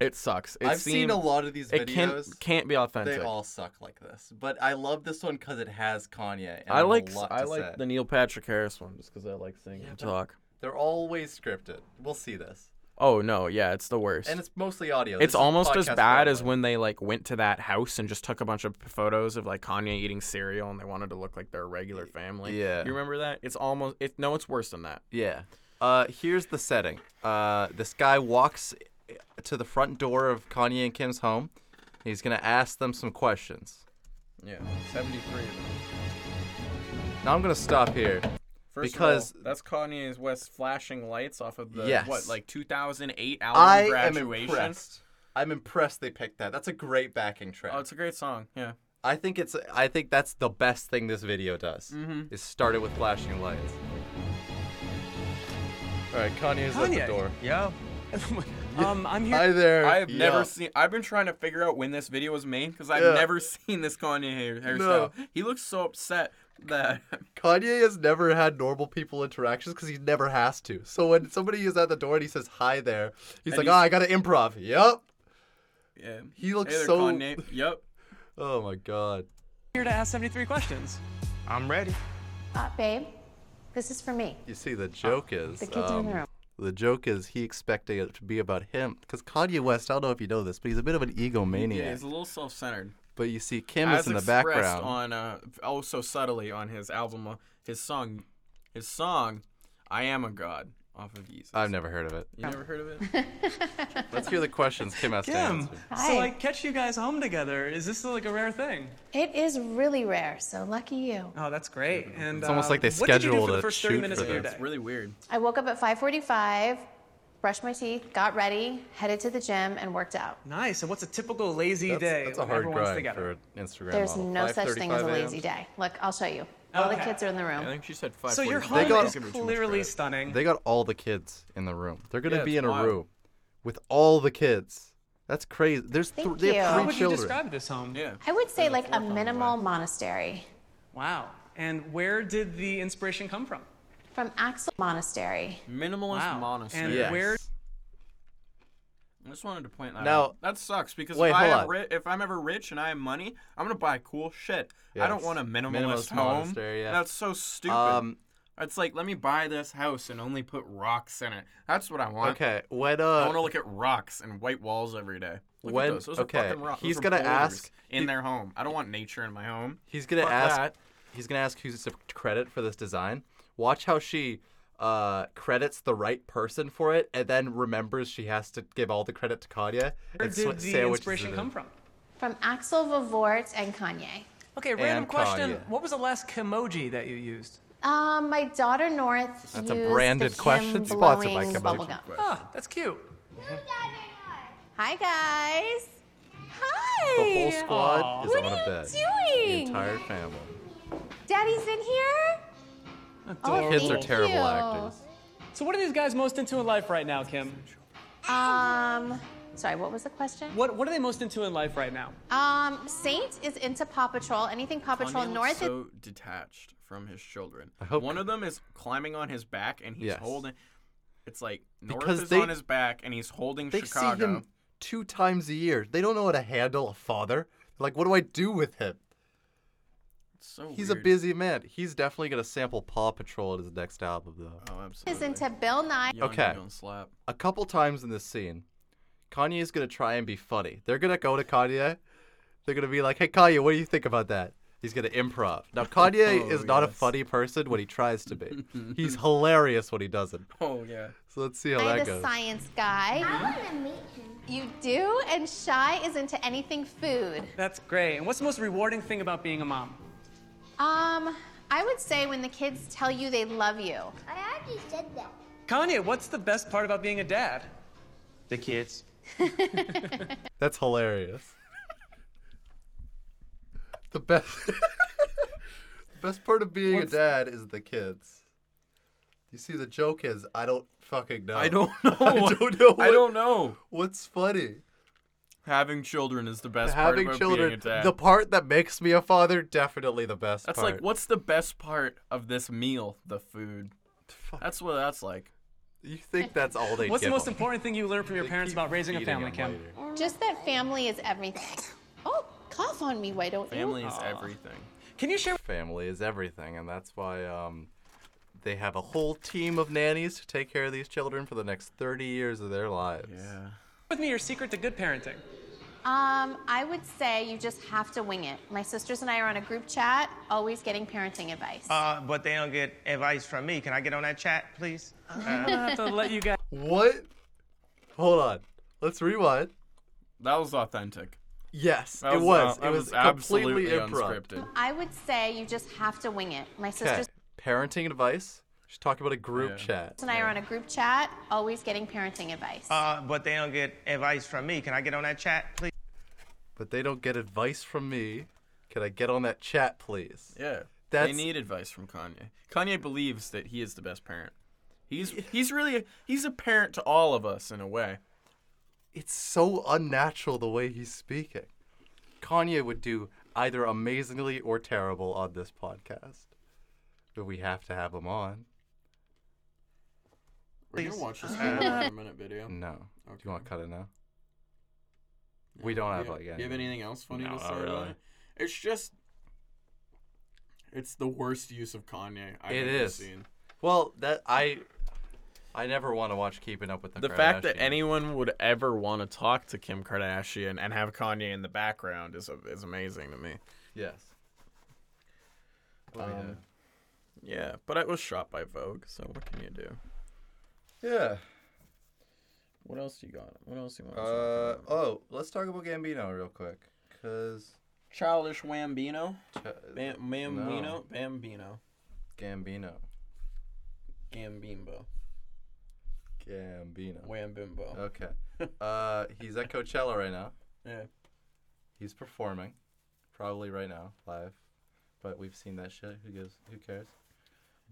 [SPEAKER 1] It sucks. It
[SPEAKER 2] I've seen
[SPEAKER 1] seem-
[SPEAKER 2] a lot of these
[SPEAKER 1] It
[SPEAKER 2] videos.
[SPEAKER 1] can't can't be authentic.
[SPEAKER 2] they all suck like this, but I love this one because it has Kanye. And
[SPEAKER 1] I like
[SPEAKER 2] A lot
[SPEAKER 1] I
[SPEAKER 2] to
[SPEAKER 1] like
[SPEAKER 2] say.
[SPEAKER 1] the Neil Patrick Harris one just because I like seeing him talk.
[SPEAKER 2] They're always scripted. We'll see this,
[SPEAKER 1] Oh no, yeah, it's the worst.
[SPEAKER 2] and it's mostly audio. This
[SPEAKER 1] it's
[SPEAKER 2] is
[SPEAKER 1] almost as
[SPEAKER 2] podcast
[SPEAKER 1] bad
[SPEAKER 2] audio.
[SPEAKER 1] as when they like went to that house and just took a bunch of photos of like Kanye eating cereal and they wanted to look like their regular family.
[SPEAKER 5] Yeah.
[SPEAKER 1] you remember that? It's almost it. No, it's worse than that.
[SPEAKER 5] Yeah. Uh, here's the setting.
[SPEAKER 2] Uh, this guy walks to the front door of Kanye and Kim's home. He's gonna ask them some questions.
[SPEAKER 1] Yeah, seventy three.
[SPEAKER 2] Now I'm gonna stop here.
[SPEAKER 1] First
[SPEAKER 2] Because-
[SPEAKER 1] of all, that's Kanye's West flashing lights off of the
[SPEAKER 2] Yes.
[SPEAKER 1] what like 2008 album
[SPEAKER 2] I am
[SPEAKER 1] graduation.
[SPEAKER 2] impressed. I'm impressed they picked that. That's a great backing track.
[SPEAKER 1] Oh, it's a great song. Yeah.
[SPEAKER 2] I think it's. I think that's the best thing this video does. Is started with flashing lights. All right, Kanye's at the door.
[SPEAKER 6] Yo. um, I'm here.
[SPEAKER 2] Hi there.
[SPEAKER 1] I have
[SPEAKER 2] Yeah.
[SPEAKER 1] never seen. I've been trying to figure out when this video was made because I've
[SPEAKER 2] Yeah.
[SPEAKER 1] never seen this Kanye hair,
[SPEAKER 2] No.
[SPEAKER 1] hairstyle. He looks so upset that
[SPEAKER 2] Kanye has never had normal people interactions because he never has to. So when somebody is at the door and he says hi there, he's
[SPEAKER 1] And
[SPEAKER 2] like,
[SPEAKER 1] he's-
[SPEAKER 2] "Ah, I got to improv." Yep.
[SPEAKER 1] yeah.
[SPEAKER 2] He looks
[SPEAKER 1] Hey there,
[SPEAKER 2] so.
[SPEAKER 1] Kanye. Yep.
[SPEAKER 2] Oh my god.
[SPEAKER 6] here to ask 73 questions.
[SPEAKER 5] I'm ready.
[SPEAKER 7] Uh, babe, this is for me.
[SPEAKER 2] You see, the joke is.
[SPEAKER 7] The kids are
[SPEAKER 2] um,
[SPEAKER 7] in the room.
[SPEAKER 2] The joke is he expecting it to be about him because Kanye West. I don't know if you know this, but he's a bit of an egomaniac.
[SPEAKER 1] Yeah, he's a little self-centered.
[SPEAKER 2] But you see, Kim
[SPEAKER 1] As
[SPEAKER 2] is in the
[SPEAKER 1] expressed
[SPEAKER 2] background.
[SPEAKER 1] on uh, oh so subtly on his album, uh, his song, his song, "I Am a God" off of Yeezus.
[SPEAKER 2] I've never heard of it.
[SPEAKER 1] You never heard of it?
[SPEAKER 2] Let's hear the questions Kim has to
[SPEAKER 6] Kim.
[SPEAKER 2] answer.
[SPEAKER 7] Hi.
[SPEAKER 6] Um, So like catch you guys home together. Is this like a rare thing?
[SPEAKER 7] It is really rare, so lucky you.
[SPEAKER 6] Oh, that's great. And it's
[SPEAKER 2] almost like they
[SPEAKER 6] what did you do
[SPEAKER 2] scheduled
[SPEAKER 6] for
[SPEAKER 2] a
[SPEAKER 6] the first 30
[SPEAKER 2] shoot
[SPEAKER 6] minutes
[SPEAKER 2] for
[SPEAKER 6] of your
[SPEAKER 2] this.
[SPEAKER 6] day?
[SPEAKER 1] it's really weird.
[SPEAKER 7] I woke up at 5:45, brushed my teeth, got ready, headed to the gym, and worked out.
[SPEAKER 6] Nice. And what's a typical lazy
[SPEAKER 2] That's,
[SPEAKER 6] day
[SPEAKER 2] that's a
[SPEAKER 6] when
[SPEAKER 2] hard
[SPEAKER 6] everyone's
[SPEAKER 2] grind
[SPEAKER 6] together?
[SPEAKER 2] for an Instagram
[SPEAKER 7] There's
[SPEAKER 2] model.
[SPEAKER 7] no such thing as a
[SPEAKER 2] 5:35 a.m.
[SPEAKER 7] lazy day. Look, I'll show you. All the
[SPEAKER 6] Okay.
[SPEAKER 7] kids are in the room.
[SPEAKER 1] I think she said five.
[SPEAKER 6] So your
[SPEAKER 2] They
[SPEAKER 6] home
[SPEAKER 2] got-
[SPEAKER 6] is clearly stunning. Uh,
[SPEAKER 2] They got all the kids in the room. They're gonna
[SPEAKER 1] Yeah,
[SPEAKER 2] be
[SPEAKER 1] it's
[SPEAKER 2] in a
[SPEAKER 1] wild.
[SPEAKER 2] room with all That's That's crazy. There's th-
[SPEAKER 7] Thank
[SPEAKER 2] they
[SPEAKER 7] you.
[SPEAKER 2] have
[SPEAKER 7] How
[SPEAKER 2] three
[SPEAKER 6] How would you
[SPEAKER 2] children.
[SPEAKER 6] describe this home?
[SPEAKER 1] yeah.
[SPEAKER 7] I would say like a minimal monastery
[SPEAKER 6] Wow. And where did the inspiration come from?
[SPEAKER 7] from Axel Monastery.
[SPEAKER 1] Minimalist
[SPEAKER 6] Wow. And
[SPEAKER 1] monastery.
[SPEAKER 2] Yes.
[SPEAKER 6] where
[SPEAKER 1] I just wanted to point that
[SPEAKER 2] Now-
[SPEAKER 1] out. That sucks because
[SPEAKER 2] Wait,
[SPEAKER 1] if, I
[SPEAKER 2] hold
[SPEAKER 1] have
[SPEAKER 2] on.
[SPEAKER 1] ri- if I'm ever rich and I have money, I'm gonna buy cool shit. I don't
[SPEAKER 2] Yes.
[SPEAKER 1] want a minimalist,
[SPEAKER 2] Minimalist
[SPEAKER 1] home.
[SPEAKER 2] monastery, yeah.
[SPEAKER 1] That's so stupid.
[SPEAKER 2] Um,
[SPEAKER 1] it's like let me buy this house and only put rocks in it. That's what I want.
[SPEAKER 2] okay, when
[SPEAKER 1] I want to
[SPEAKER 2] uh,
[SPEAKER 1] look at rocks and white walls every day. Look
[SPEAKER 2] When-
[SPEAKER 1] at those. Those
[SPEAKER 2] okay,
[SPEAKER 1] are fucking rocks.
[SPEAKER 2] he's
[SPEAKER 1] Those are
[SPEAKER 2] gonna
[SPEAKER 1] boulders
[SPEAKER 2] ask-
[SPEAKER 1] in
[SPEAKER 2] he-
[SPEAKER 1] their home. I don't want nature in my home.
[SPEAKER 2] he's gonna
[SPEAKER 1] Fuck
[SPEAKER 2] ask.
[SPEAKER 1] that.
[SPEAKER 2] He's gonna ask who's to credit for this design. Watch how she uh credits the right person for it, and then remembers she has to give all the credit to Kanye.
[SPEAKER 6] where
[SPEAKER 2] and sw-
[SPEAKER 6] did the
[SPEAKER 2] sandwiches
[SPEAKER 6] inspiration
[SPEAKER 2] it in.
[SPEAKER 6] come from?
[SPEAKER 7] From Axel Vavort and Kanye.
[SPEAKER 6] Okay, random
[SPEAKER 2] Kanye.
[SPEAKER 6] question. What was the last emoji that you used?
[SPEAKER 7] Um, my daughter North.
[SPEAKER 2] That's a
[SPEAKER 7] used
[SPEAKER 2] branded
[SPEAKER 7] the
[SPEAKER 2] question.
[SPEAKER 7] Kim
[SPEAKER 2] Sponsored by
[SPEAKER 7] blowing
[SPEAKER 2] Kim
[SPEAKER 7] bubble
[SPEAKER 2] Blake.
[SPEAKER 7] gum.
[SPEAKER 6] Ah, that's cute.
[SPEAKER 7] Hi guys. Hi.
[SPEAKER 2] The whole squad is on
[SPEAKER 7] What are
[SPEAKER 2] a
[SPEAKER 7] you
[SPEAKER 2] bed. The
[SPEAKER 7] doing?
[SPEAKER 2] entire family.
[SPEAKER 7] Daddy's in here. Oh,
[SPEAKER 2] Kids are
[SPEAKER 7] thank
[SPEAKER 2] terrible
[SPEAKER 7] you.
[SPEAKER 2] actors.
[SPEAKER 6] So what are these guys most into in life right now, Kim?
[SPEAKER 7] Um, sorry, what was the question?
[SPEAKER 6] What what are they most into in life right now?
[SPEAKER 7] Um, Saint is into Paw Patrol. Anything Paw Patrol
[SPEAKER 1] Kanye
[SPEAKER 7] North
[SPEAKER 1] looks so detached from his children. I
[SPEAKER 2] hope-
[SPEAKER 1] one of them is climbing on his back and he's
[SPEAKER 2] Yes.
[SPEAKER 1] holding. It's like North
[SPEAKER 2] Because
[SPEAKER 1] is
[SPEAKER 2] they-
[SPEAKER 1] on his back and he's holding
[SPEAKER 2] They
[SPEAKER 1] Chicago.
[SPEAKER 2] see him two times a year. They don't know how to handle a father. Like, what do I do with him?
[SPEAKER 1] It's so
[SPEAKER 2] He's a
[SPEAKER 1] weird.
[SPEAKER 2] busy man. He's definitely gonna sample Paw Patrol in his next album, though.
[SPEAKER 1] Oh,
[SPEAKER 7] is
[SPEAKER 1] absolutely.
[SPEAKER 7] into Bill Nye.
[SPEAKER 1] Young
[SPEAKER 2] Okay.
[SPEAKER 1] Young slap.
[SPEAKER 2] A couple times in this scene, Kanye is gonna try and be funny. They're gonna go to Kanye. They're gonna be like, "Hey, Kanye, what do you think about that?" He's gonna improv. Now, Kanye
[SPEAKER 1] Oh,
[SPEAKER 2] is not a
[SPEAKER 1] yes.
[SPEAKER 2] funny person when he tries to be. He's hilarious when he doesn't.
[SPEAKER 1] Oh yeah.
[SPEAKER 2] So let's see how
[SPEAKER 7] Nye,
[SPEAKER 2] that
[SPEAKER 7] the
[SPEAKER 2] goes.
[SPEAKER 7] science guy. I want to meet him. You do, and Shy is into anything food.
[SPEAKER 6] That's great. And what's the most rewarding thing about being a mom?
[SPEAKER 7] Um, I would say when the kids tell you they love you.
[SPEAKER 8] I already said that.
[SPEAKER 6] Kanye, what's the best part about being a dad?
[SPEAKER 9] The kids.
[SPEAKER 2] That's hilarious. the best best part of being
[SPEAKER 6] What's-
[SPEAKER 2] a dad is the kids. You see, the joke is I don't fucking know.
[SPEAKER 1] I don't know.
[SPEAKER 2] I don't know.
[SPEAKER 1] I
[SPEAKER 2] what-
[SPEAKER 1] don't know.
[SPEAKER 2] What's funny?
[SPEAKER 1] Having children is the best part
[SPEAKER 2] Having
[SPEAKER 1] about
[SPEAKER 2] children.
[SPEAKER 1] being a dad.
[SPEAKER 2] The part that makes me a father, definitely the best
[SPEAKER 1] that's
[SPEAKER 2] part.
[SPEAKER 1] like what's the best part of this meal? The food. That's what that's like.
[SPEAKER 5] You think that's all they
[SPEAKER 6] What's the
[SPEAKER 5] give
[SPEAKER 6] most
[SPEAKER 5] 'em?
[SPEAKER 6] important thing you learned from your
[SPEAKER 5] They
[SPEAKER 6] parents
[SPEAKER 5] keep
[SPEAKER 6] about raising a
[SPEAKER 5] feeding
[SPEAKER 6] family,
[SPEAKER 5] 'em
[SPEAKER 6] Kim?
[SPEAKER 5] later.
[SPEAKER 7] Just that family is everything. Oh, cough on me, why don't
[SPEAKER 1] Family
[SPEAKER 7] you?
[SPEAKER 1] is everything.
[SPEAKER 6] Can you share
[SPEAKER 5] Family is everything, and that's why um, they have a whole team of nannies to take care of these children for the next 30 years of their lives.
[SPEAKER 1] Yeah.
[SPEAKER 6] with me your secret to good parenting?
[SPEAKER 7] Um, I would say you just have to wing it. My sisters and I are on a group chat, always getting parenting advice.
[SPEAKER 8] Uh, but they don't get advice from me. Can I get on that chat, please?
[SPEAKER 6] I have to let you guys
[SPEAKER 2] What? Hold on. Let's rewind.
[SPEAKER 1] That was authentic.
[SPEAKER 2] Yes,
[SPEAKER 1] That
[SPEAKER 2] it was.
[SPEAKER 1] uh, that
[SPEAKER 2] it was,
[SPEAKER 1] absolutely
[SPEAKER 2] completely improv.
[SPEAKER 1] unscripted.
[SPEAKER 7] I would say you just have to wing it. My
[SPEAKER 5] Okay.
[SPEAKER 7] sisters
[SPEAKER 5] Parenting advice. She's talking about a group
[SPEAKER 1] Yeah.
[SPEAKER 5] chat.
[SPEAKER 7] and I are on a group chat, always getting parenting advice.
[SPEAKER 8] Uh, but they don't get advice from me. Can I get on that chat, please?
[SPEAKER 5] But they don't get advice from me. Can I get on that chat, please?
[SPEAKER 1] Yeah.
[SPEAKER 5] That's-
[SPEAKER 1] They need advice from Kanye. Kanye believes that he is the best parent. He's he's really he's a parent to all of us in a way.
[SPEAKER 5] It's so unnatural the way he's speaking. Kanye would do either amazingly or terrible on this podcast. But we have to have him on.
[SPEAKER 1] We're gonna watch this four minute video.
[SPEAKER 5] No. Do you want to cut it now? We don't have like any.
[SPEAKER 1] Do you have anything else funny
[SPEAKER 5] No,
[SPEAKER 1] to
[SPEAKER 5] not
[SPEAKER 1] say about
[SPEAKER 5] really.
[SPEAKER 1] it? It's just it's the worst use of Kanye I've
[SPEAKER 5] It
[SPEAKER 1] ever
[SPEAKER 5] is.
[SPEAKER 1] seen.
[SPEAKER 5] Well, that I I never want to watch Keeping Up with the
[SPEAKER 1] The fact that
[SPEAKER 5] Kardashians.
[SPEAKER 1] anyone would ever want to talk to Kim Kardashian and have Kanye in the background is is amazing to me.
[SPEAKER 5] Yes.
[SPEAKER 1] Um, yeah, but I was shot by Vogue, so what can you do?
[SPEAKER 2] Yeah.
[SPEAKER 1] What else you got? What else you want?
[SPEAKER 2] Uh, oh, let's talk about Gambino real quick, cause
[SPEAKER 1] Childish Wambino,
[SPEAKER 2] Ch-
[SPEAKER 1] Bam- Bambino, Bambino,
[SPEAKER 2] Gambino,
[SPEAKER 1] Gambimbo,
[SPEAKER 2] Gambino.
[SPEAKER 1] Wambimbo.
[SPEAKER 2] Okay. Uh, he's at Coachella right now.
[SPEAKER 1] Yeah.
[SPEAKER 2] He's performing, probably right now live, but we've seen that shit. Who gives? Who cares?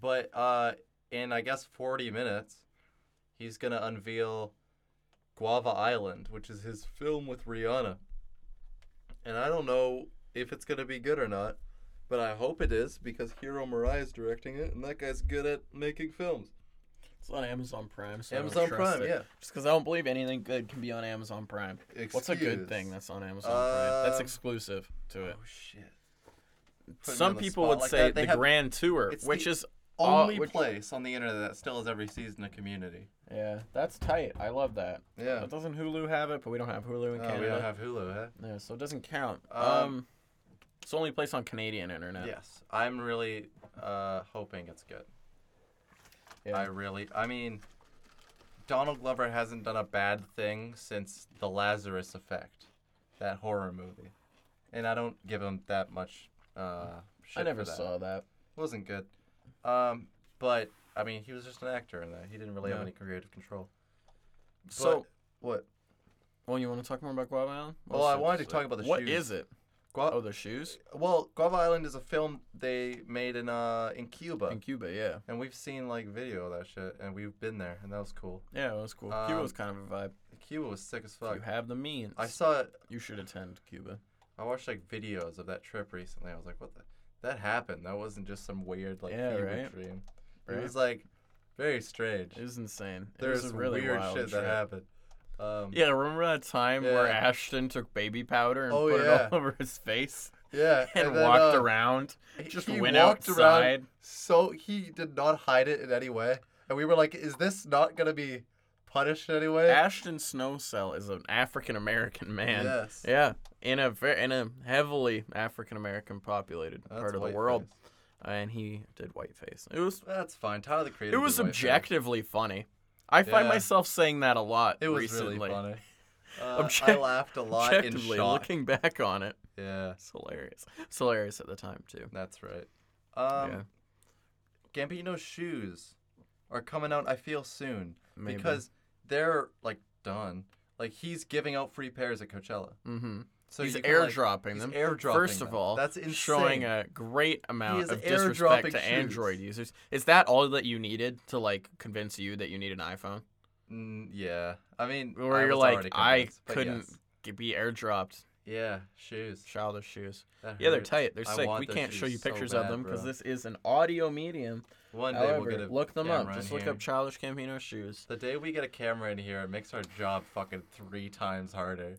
[SPEAKER 2] But uh, in I guess 40 minutes, he's gonna unveil Guava Island, which is his film with Rihanna. And I don't know if it's gonna be good or not, but I hope it is because Hiro Murai is directing it, and that guy's good at making films.
[SPEAKER 1] It's on Amazon Prime. So I don't
[SPEAKER 2] Amazon
[SPEAKER 1] trust
[SPEAKER 2] Prime,
[SPEAKER 1] it.
[SPEAKER 2] yeah.
[SPEAKER 1] Just because I don't believe anything good can be on Amazon Prime. What's a good
[SPEAKER 2] Excuse.
[SPEAKER 1] thing that's on Amazon Prime? That's
[SPEAKER 2] Um,
[SPEAKER 1] exclusive to it.
[SPEAKER 2] Oh shit! Put me on
[SPEAKER 1] Some
[SPEAKER 2] the
[SPEAKER 1] people
[SPEAKER 2] spot
[SPEAKER 1] would
[SPEAKER 2] like
[SPEAKER 1] say
[SPEAKER 2] that. They
[SPEAKER 1] the
[SPEAKER 2] have-
[SPEAKER 1] Grand Tour,
[SPEAKER 2] it's
[SPEAKER 1] which
[SPEAKER 2] the
[SPEAKER 1] is all-
[SPEAKER 2] only
[SPEAKER 1] which-
[SPEAKER 2] place on the internet that still has every season a community.
[SPEAKER 1] Yeah, that's tight. I love that.
[SPEAKER 2] Yeah.
[SPEAKER 1] But doesn't Hulu have it? But we don't have Hulu in
[SPEAKER 2] Oh,
[SPEAKER 1] Canada.
[SPEAKER 2] we don't have Hulu, huh?
[SPEAKER 1] Yeah, so it doesn't count. Um,
[SPEAKER 2] Um,
[SPEAKER 1] it's the only place on Canadian internet.
[SPEAKER 2] Yes, I'm really uh, hoping it's good.
[SPEAKER 1] Yeah.
[SPEAKER 2] I really, I mean, Donald Glover hasn't done a bad thing since The Lazarus Effect, that horror movie, and I don't give him that much uh, shit.
[SPEAKER 1] I never
[SPEAKER 2] for that.
[SPEAKER 1] saw that.
[SPEAKER 2] It wasn't good, um, but I mean, he was just an actor in that. He didn't really have
[SPEAKER 1] Yeah.
[SPEAKER 2] any creative control.
[SPEAKER 1] so,
[SPEAKER 2] But- what?
[SPEAKER 1] well, you want to talk more about Guava Island? What
[SPEAKER 2] Well,
[SPEAKER 1] else
[SPEAKER 2] I
[SPEAKER 1] did
[SPEAKER 2] wanted
[SPEAKER 1] you
[SPEAKER 2] to
[SPEAKER 1] say?
[SPEAKER 2] talk about the
[SPEAKER 1] What
[SPEAKER 2] shoes.
[SPEAKER 1] is it?
[SPEAKER 2] Gua-
[SPEAKER 1] Oh, the shoes
[SPEAKER 2] well, Guava Island is a film they made in uh, in Cuba.
[SPEAKER 1] in Cuba. Yeah,
[SPEAKER 2] and we've seen like video of that shit, and we've been there, and that was cool.
[SPEAKER 1] yeah, it was cool. Cuba
[SPEAKER 2] Um,
[SPEAKER 1] was kind of a vibe.
[SPEAKER 2] Cuba was sick as
[SPEAKER 1] If
[SPEAKER 2] fuck.
[SPEAKER 1] you have the means.
[SPEAKER 2] I saw
[SPEAKER 1] You should attend Cuba.
[SPEAKER 2] I watched like videos of that trip recently. I was like, what the? That happened. That wasn't just some weird like
[SPEAKER 1] Yeah,
[SPEAKER 2] fever
[SPEAKER 1] right?
[SPEAKER 2] dream.
[SPEAKER 1] Right.
[SPEAKER 2] It was like very strange.
[SPEAKER 1] It was insane. It
[SPEAKER 2] There's
[SPEAKER 1] was a
[SPEAKER 2] some
[SPEAKER 1] really
[SPEAKER 2] weird
[SPEAKER 1] wild
[SPEAKER 2] shit
[SPEAKER 1] trip.
[SPEAKER 2] that happened. Um,
[SPEAKER 1] Yeah, remember that time where
[SPEAKER 2] Yeah.
[SPEAKER 1] Ashton took baby powder and
[SPEAKER 2] Oh,
[SPEAKER 1] put
[SPEAKER 2] yeah.
[SPEAKER 1] it all over his face
[SPEAKER 2] yeah,
[SPEAKER 1] and,
[SPEAKER 2] then,
[SPEAKER 1] walked
[SPEAKER 2] uh,
[SPEAKER 1] around?
[SPEAKER 2] he-
[SPEAKER 1] Just
[SPEAKER 2] he
[SPEAKER 1] went
[SPEAKER 2] walked
[SPEAKER 1] outside.
[SPEAKER 2] Around, so he did not hide it in any way, and we were like, is this not gonna be punished in any way?
[SPEAKER 1] Ashton Snowcell is an African American man.
[SPEAKER 2] Yes.
[SPEAKER 1] Yeah, in a ver- in a heavily African American populated
[SPEAKER 2] That's
[SPEAKER 1] part of the
[SPEAKER 2] whiteface.
[SPEAKER 1] world, and he did whiteface. It was
[SPEAKER 2] That's fine. Tyler the Creator.
[SPEAKER 1] it was
[SPEAKER 2] did whiteface.
[SPEAKER 1] objectively funny. I find
[SPEAKER 2] Yeah.
[SPEAKER 1] myself saying that a lot
[SPEAKER 2] It was
[SPEAKER 1] recently.
[SPEAKER 2] really funny. Uh, I
[SPEAKER 1] Object-
[SPEAKER 2] laughed a lot in
[SPEAKER 1] Objectively,
[SPEAKER 2] shock.
[SPEAKER 1] looking back on it,
[SPEAKER 2] Yeah,
[SPEAKER 1] it's hilarious. It's hilarious at the time too.
[SPEAKER 2] that's right. Um,
[SPEAKER 1] yeah.
[SPEAKER 2] Gambino's shoes are coming out. I feel soon
[SPEAKER 1] Maybe.
[SPEAKER 2] because they're like done. Like he's giving out free pairs at Coachella. Mm-hmm. So
[SPEAKER 1] he's
[SPEAKER 2] you can, like-
[SPEAKER 1] airdropping
[SPEAKER 2] he's
[SPEAKER 1] them.
[SPEAKER 2] Airdropping
[SPEAKER 1] First
[SPEAKER 2] them.
[SPEAKER 1] of all,
[SPEAKER 2] that's
[SPEAKER 1] in
[SPEAKER 2] insane.
[SPEAKER 1] showing a great amount
[SPEAKER 2] is
[SPEAKER 1] of
[SPEAKER 2] airdropping
[SPEAKER 1] disrespect to
[SPEAKER 2] shoes.
[SPEAKER 1] Android users. Is that all that you needed to like convince you that you need an iPhone?
[SPEAKER 2] Mm, yeah, I mean,
[SPEAKER 1] Where
[SPEAKER 2] I
[SPEAKER 1] you're
[SPEAKER 2] was
[SPEAKER 1] like,
[SPEAKER 2] already
[SPEAKER 1] I
[SPEAKER 2] convinced, but
[SPEAKER 1] couldn't
[SPEAKER 2] yes.
[SPEAKER 1] g- be airdropped
[SPEAKER 2] Yeah, shoes.
[SPEAKER 1] Childish shoes.
[SPEAKER 2] That
[SPEAKER 1] Yeah, they're
[SPEAKER 2] hurts.
[SPEAKER 1] tight. They're
[SPEAKER 2] I
[SPEAKER 1] sick.
[SPEAKER 2] want
[SPEAKER 1] We
[SPEAKER 2] those
[SPEAKER 1] can't show
[SPEAKER 2] shoes
[SPEAKER 1] you
[SPEAKER 2] so
[SPEAKER 1] pictures of
[SPEAKER 2] bad,
[SPEAKER 1] them because
[SPEAKER 2] bro.
[SPEAKER 1] this is an audio medium.
[SPEAKER 2] One day
[SPEAKER 1] However,
[SPEAKER 2] we'll get a
[SPEAKER 1] look them up.
[SPEAKER 2] camera in
[SPEAKER 1] Just look
[SPEAKER 2] here.
[SPEAKER 1] up Childish Campino shoes.
[SPEAKER 2] The day we get a camera in here, it makes our job fucking three times harder.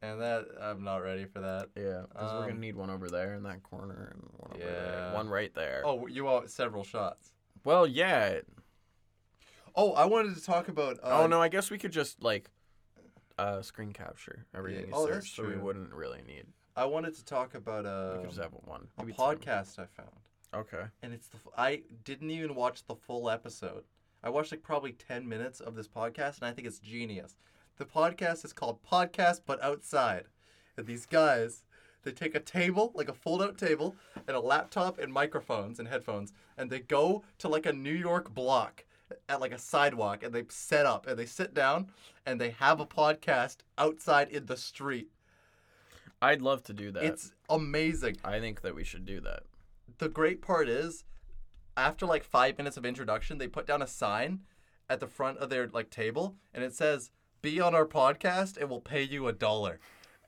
[SPEAKER 2] and that I'm not ready for that.
[SPEAKER 1] Yeah, because we're gonna
[SPEAKER 2] Um,
[SPEAKER 1] need one over there in that corner and one over there,
[SPEAKER 2] yeah.
[SPEAKER 1] one right there.
[SPEAKER 2] Oh, you want several shots?
[SPEAKER 1] well, yeah.
[SPEAKER 2] Oh, I wanted to talk about. Uh,
[SPEAKER 1] oh no, I guess we could just like uh screen capture everything.
[SPEAKER 2] oh,
[SPEAKER 1] you
[SPEAKER 2] that's
[SPEAKER 1] search, so we
[SPEAKER 2] true.
[SPEAKER 1] wouldn't really need.
[SPEAKER 2] I wanted to talk about
[SPEAKER 1] We
[SPEAKER 2] uh,
[SPEAKER 1] could just have one.
[SPEAKER 2] a
[SPEAKER 1] maybe two.
[SPEAKER 2] podcast I found,
[SPEAKER 1] Okay.
[SPEAKER 2] and it's the f- I didn't even watch the full episode. I watched like probably ten minutes of this podcast, and I think it's genius. The podcast is called Podcast But Outside, and these guys. They take a table, like a fold-out table, and a laptop and microphones and headphones, and they go to like a New York block at like a sidewalk, and they set up and they sit down, and they have a podcast outside in the street.
[SPEAKER 1] I'd love to do that.
[SPEAKER 2] It's amazing.
[SPEAKER 1] I think that we should do that.
[SPEAKER 2] the great part is after like five minutes of introduction they put down a sign at the front of their like table and it says be on our podcast and we'll pay you a dollar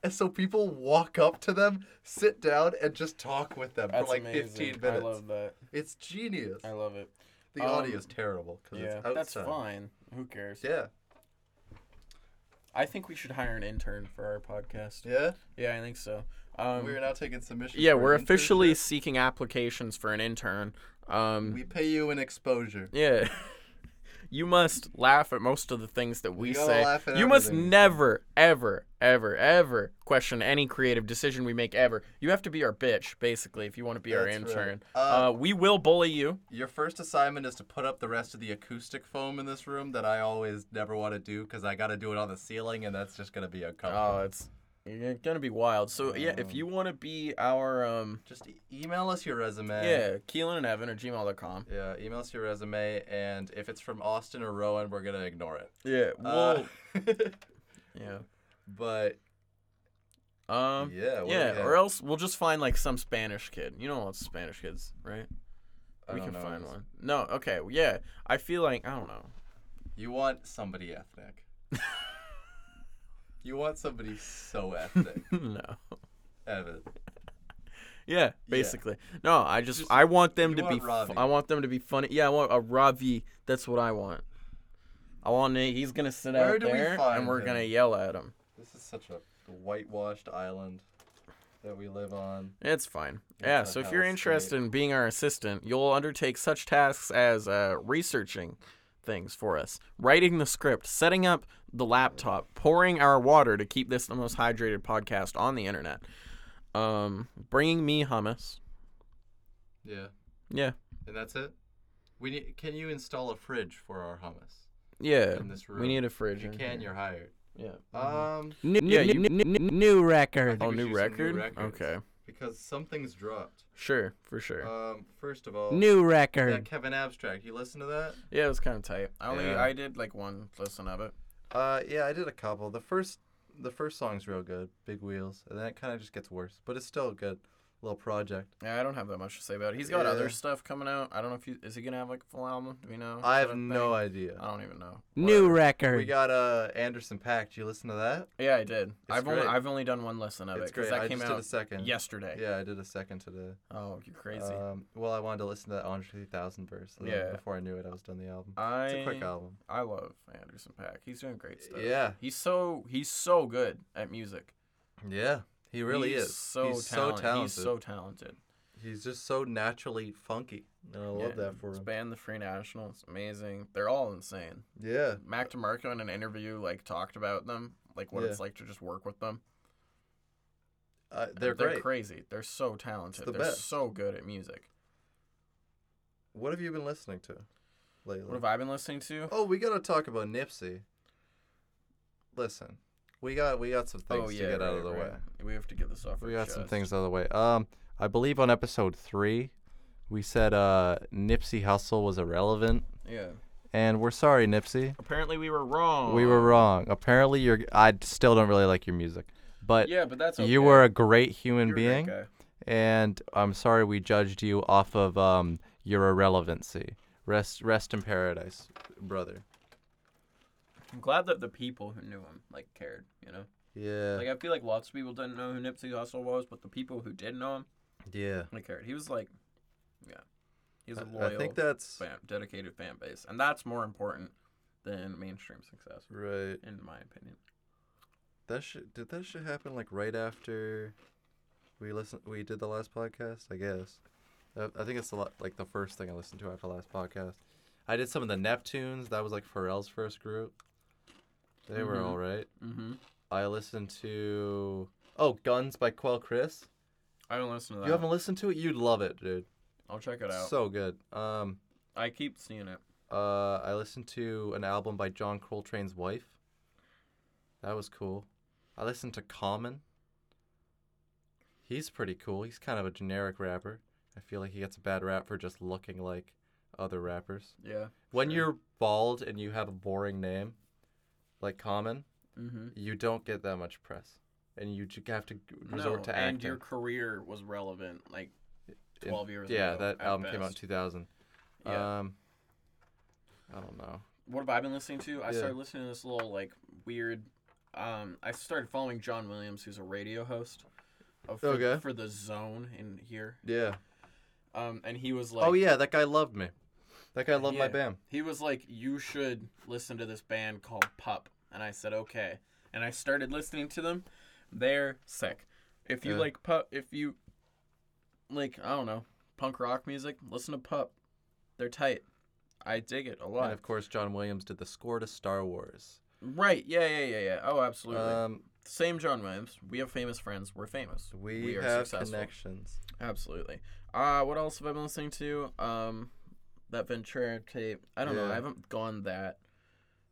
[SPEAKER 2] and so people walk up to them sit down and just talk with them for like 15 minutes
[SPEAKER 1] that.
[SPEAKER 2] it's genius
[SPEAKER 1] love it.
[SPEAKER 2] the
[SPEAKER 1] um,
[SPEAKER 2] audio's terrible because it's outside
[SPEAKER 1] Who cares?
[SPEAKER 2] yeah
[SPEAKER 1] I think we should hire an intern for our podcast.
[SPEAKER 2] yeah
[SPEAKER 1] Yeah, I think so. Um,
[SPEAKER 2] we're now taking submissions
[SPEAKER 1] yeah,
[SPEAKER 2] for
[SPEAKER 1] we're
[SPEAKER 2] an
[SPEAKER 1] officially
[SPEAKER 2] internship.
[SPEAKER 1] seeking applications for an intern. Um,
[SPEAKER 2] we pay you an exposure
[SPEAKER 1] yeah. you must laugh at most of the things that we
[SPEAKER 2] You gotta
[SPEAKER 1] say.
[SPEAKER 2] laugh at
[SPEAKER 1] you must
[SPEAKER 2] everything.
[SPEAKER 1] never, ever, ever, ever question any creative decision we make ever. You have to be our bitch, basically, if you want to be our
[SPEAKER 2] That's right.
[SPEAKER 1] intern.
[SPEAKER 2] Uh,
[SPEAKER 1] uh, we will bully you.
[SPEAKER 2] Your first assignment is to put up the rest of the acoustic foam in this room that I always never want to do because I got to do it on the ceiling and that's just going to be uncomfortable.
[SPEAKER 1] Oh, it's you're gonna be wild. So yeah,
[SPEAKER 2] Um.
[SPEAKER 1] if you want to be our um
[SPEAKER 2] just e- email us your resume.
[SPEAKER 1] yeah, Keelan and Evan at gmail.com.
[SPEAKER 2] Yeah, email us your resume, and if it's from Austin or Rowan, we're going to ignore it.
[SPEAKER 1] Yeah,
[SPEAKER 2] Uh,
[SPEAKER 1] well, yeah.
[SPEAKER 2] but
[SPEAKER 1] Um,
[SPEAKER 2] Yeah, what do we
[SPEAKER 1] yeah,
[SPEAKER 2] have?
[SPEAKER 1] or else we'll just find like some Spanish kid. You know, all Spanish kids, right?
[SPEAKER 2] I
[SPEAKER 1] we
[SPEAKER 2] don't
[SPEAKER 1] can
[SPEAKER 2] know.
[SPEAKER 1] find one. No, okay, well, yeah. I feel like I don't know.
[SPEAKER 2] You want somebody ethnic. you want somebody so ethnic,
[SPEAKER 1] no.
[SPEAKER 2] Evan.
[SPEAKER 1] Yeah, basically. No, I just, I want them
[SPEAKER 2] you
[SPEAKER 1] to be.
[SPEAKER 2] want Ravi.
[SPEAKER 1] Fu- I want them to be funny. Yeah, I want a Ravi. That's what I want. I want. Nate. He's gonna sit
[SPEAKER 2] Where
[SPEAKER 1] out
[SPEAKER 2] do we
[SPEAKER 1] there,
[SPEAKER 2] find
[SPEAKER 1] and we're
[SPEAKER 2] him?
[SPEAKER 1] gonna yell at him.
[SPEAKER 2] This is such a whitewashed island that we live on.
[SPEAKER 1] It's fine. yeah,
[SPEAKER 2] a
[SPEAKER 1] so if
[SPEAKER 2] hell
[SPEAKER 1] you're
[SPEAKER 2] state.
[SPEAKER 1] interested in being our assistant, you'll undertake such tasks as uh, researching things for us, writing the script, setting up the laptop, pouring our water to keep this the most hydrated podcast on the internet, um, bringing me hummus.
[SPEAKER 2] Yeah.
[SPEAKER 1] Yeah.
[SPEAKER 2] And that's it. We need, can you install a fridge for our hummus?
[SPEAKER 1] Yeah.
[SPEAKER 2] In this
[SPEAKER 1] We
[SPEAKER 2] room.
[SPEAKER 1] need a fridge.
[SPEAKER 2] If you
[SPEAKER 1] in
[SPEAKER 2] can,
[SPEAKER 1] here.
[SPEAKER 2] you're hired.
[SPEAKER 1] Yeah.
[SPEAKER 2] Um,
[SPEAKER 3] New,
[SPEAKER 1] Yeah,
[SPEAKER 3] new,
[SPEAKER 1] you-
[SPEAKER 3] new, new- new record.
[SPEAKER 2] I
[SPEAKER 1] Oh,
[SPEAKER 2] think we
[SPEAKER 1] new
[SPEAKER 2] should use some
[SPEAKER 1] record?
[SPEAKER 2] new records.
[SPEAKER 1] Okay.
[SPEAKER 2] because something's dropped.
[SPEAKER 1] Sure, for sure.
[SPEAKER 2] Um, first of all,
[SPEAKER 3] New
[SPEAKER 2] that
[SPEAKER 3] record.
[SPEAKER 2] Kevin Abstract. You listen to that?
[SPEAKER 1] yeah, it was kind of tight. I only
[SPEAKER 2] Yeah.
[SPEAKER 1] I did like one listen of it.
[SPEAKER 2] Uh, yeah, I did a couple. The first, the first song's real good, Big Wheels, and then it kind of just gets worse, but it's still a good little project.
[SPEAKER 1] Yeah, I don't have that much to say about it. He's got
[SPEAKER 2] Yeah.
[SPEAKER 1] other stuff coming out. I don't know if he is he gonna have like a full album. Do we know?
[SPEAKER 2] I
[SPEAKER 1] Is
[SPEAKER 2] have
[SPEAKER 1] that a
[SPEAKER 2] no
[SPEAKER 1] thing?
[SPEAKER 2] idea.
[SPEAKER 1] I don't even know.
[SPEAKER 3] New
[SPEAKER 2] We
[SPEAKER 3] record.
[SPEAKER 2] got uh Anderson Pack. Do you listen to that?
[SPEAKER 1] Yeah, I did. I've only
[SPEAKER 2] great.
[SPEAKER 1] I've only done one listen of
[SPEAKER 2] It's
[SPEAKER 1] it because
[SPEAKER 2] great.
[SPEAKER 1] that
[SPEAKER 2] I
[SPEAKER 1] came
[SPEAKER 2] just
[SPEAKER 1] out
[SPEAKER 2] did a second.
[SPEAKER 1] yesterday.
[SPEAKER 2] Yeah, I did a second today.
[SPEAKER 1] Oh, you're crazy.
[SPEAKER 2] Um, well, I wanted to listen to that Andre 3000 verse. and then
[SPEAKER 1] Yeah.
[SPEAKER 2] Before I knew it, I was done the album.
[SPEAKER 1] I
[SPEAKER 2] Uh, It's a quick album.
[SPEAKER 1] I love Anderson Pack. He's doing great stuff.
[SPEAKER 2] Yeah.
[SPEAKER 1] He's so he's so good at music.
[SPEAKER 2] Yeah. He really
[SPEAKER 1] He's
[SPEAKER 2] is.
[SPEAKER 1] So
[SPEAKER 2] He's
[SPEAKER 1] talented.
[SPEAKER 2] so talented.
[SPEAKER 1] He's so talented.
[SPEAKER 2] He's just so naturally funky. And I love
[SPEAKER 1] Yeah.
[SPEAKER 2] that for
[SPEAKER 1] His
[SPEAKER 2] him.
[SPEAKER 1] band, the Free National, it's amazing. They're all insane.
[SPEAKER 2] Yeah.
[SPEAKER 1] Mac DeMarco in an interview like talked about them, like what
[SPEAKER 2] Yeah.
[SPEAKER 1] it's like to just work with them.
[SPEAKER 2] Uh, they're, great.
[SPEAKER 1] crazy. They're so talented.
[SPEAKER 2] the
[SPEAKER 1] They're
[SPEAKER 2] best.
[SPEAKER 1] so good at music.
[SPEAKER 2] What have you been listening to lately?
[SPEAKER 1] What have I been listening to?
[SPEAKER 2] Oh, we gotta talk about Nipsey. Listen, we got we got some things to get out of the
[SPEAKER 1] Oh, right,
[SPEAKER 2] way.
[SPEAKER 1] right. We have to get this off.
[SPEAKER 2] We
[SPEAKER 1] our
[SPEAKER 2] got some
[SPEAKER 1] chest.
[SPEAKER 2] things out of the way. Um, I believe on episode three, we said uh Nipsey Hustle was irrelevant,
[SPEAKER 1] Yeah.
[SPEAKER 2] and we're sorry, Nipsey.
[SPEAKER 1] Apparently we were wrong.
[SPEAKER 2] We were wrong. Apparently, you're. I still don't really like your music, but
[SPEAKER 1] Yeah, but that's okay.
[SPEAKER 2] you were a great human
[SPEAKER 1] You're a great
[SPEAKER 2] being,
[SPEAKER 1] guy.
[SPEAKER 2] and I'm sorry we judged you off of um your irrelevancy. Rest, rest in paradise, brother.
[SPEAKER 1] I'm glad that the people who knew him like cared. You know.
[SPEAKER 2] Yeah.
[SPEAKER 1] Like I feel like lots of people didn't know who Nipsey Hussle was, but the people who did know him,
[SPEAKER 2] yeah.
[SPEAKER 1] they cared. He was like, yeah, he's a
[SPEAKER 2] I-
[SPEAKER 1] loyal,
[SPEAKER 2] I think that's
[SPEAKER 1] fan, dedicated fan base, and that's more important than mainstream success,
[SPEAKER 2] right.
[SPEAKER 1] in my opinion.
[SPEAKER 2] That shit did that shit happen like right after we listen we did the last podcast, I guess. Uh, I think it's the, la- like the first thing I listened to after the last podcast. I did some of the Neptunes. That was like Pharrell's first group. They were all right.
[SPEAKER 1] Mhm.
[SPEAKER 2] I listened to oh Guns by Quell Chris.
[SPEAKER 1] I haven't listened to that.
[SPEAKER 2] You haven't listened to it? You'd love it, dude.
[SPEAKER 1] I'll check it out.
[SPEAKER 2] So good. Um,
[SPEAKER 1] I keep seeing it.
[SPEAKER 2] uh, I listened to an album by John Coltrane's wife. That was cool. I listened to Common. He's pretty cool. He's kind of a generic rapper. I feel like he gets a bad rap for just looking like other rappers.
[SPEAKER 1] Yeah.
[SPEAKER 2] When you're bald and you have a boring name, like Common,
[SPEAKER 1] Mm-hmm.
[SPEAKER 2] you don't get that much press, and you ju- have to g- resort to acting.
[SPEAKER 1] and your career was relevant. Like,
[SPEAKER 2] in-
[SPEAKER 1] 12 years
[SPEAKER 2] yeah,
[SPEAKER 1] ago,
[SPEAKER 2] that
[SPEAKER 1] at
[SPEAKER 2] album came out in
[SPEAKER 1] best.
[SPEAKER 2] 2000.
[SPEAKER 1] Yeah.
[SPEAKER 2] Um, I don't know.
[SPEAKER 1] what have I been listening to? I
[SPEAKER 2] Yeah.
[SPEAKER 1] started listening to this little like weird. Um, I started following John Williams, who's a radio host. Of, for,
[SPEAKER 2] Okay.
[SPEAKER 1] For the Zone in here,
[SPEAKER 2] Yeah.
[SPEAKER 1] um, and he was like,
[SPEAKER 2] oh yeah, that guy loved me. That guy loved my
[SPEAKER 1] Yeah.
[SPEAKER 2] band.
[SPEAKER 1] He was like, "You should listen to this band called Pup," and I said, "Okay." And I started listening to them. They're sick. If you
[SPEAKER 2] Yeah.
[SPEAKER 1] like Pup, if you like, I don't know, punk rock music, listen to Pup. They're tight. I dig it a lot.
[SPEAKER 2] And of course, John Williams did the score to Star Wars.
[SPEAKER 1] right? Yeah, yeah, yeah, yeah. Oh, absolutely.
[SPEAKER 2] Um,
[SPEAKER 1] Same John Williams. We have famous friends. We're famous.
[SPEAKER 2] we, have connections.
[SPEAKER 1] Oh, Absolutely. Uh, what else have I been listening to? Um, that Ventura tape. I don't know.
[SPEAKER 2] Yeah.
[SPEAKER 1] I haven't gone that.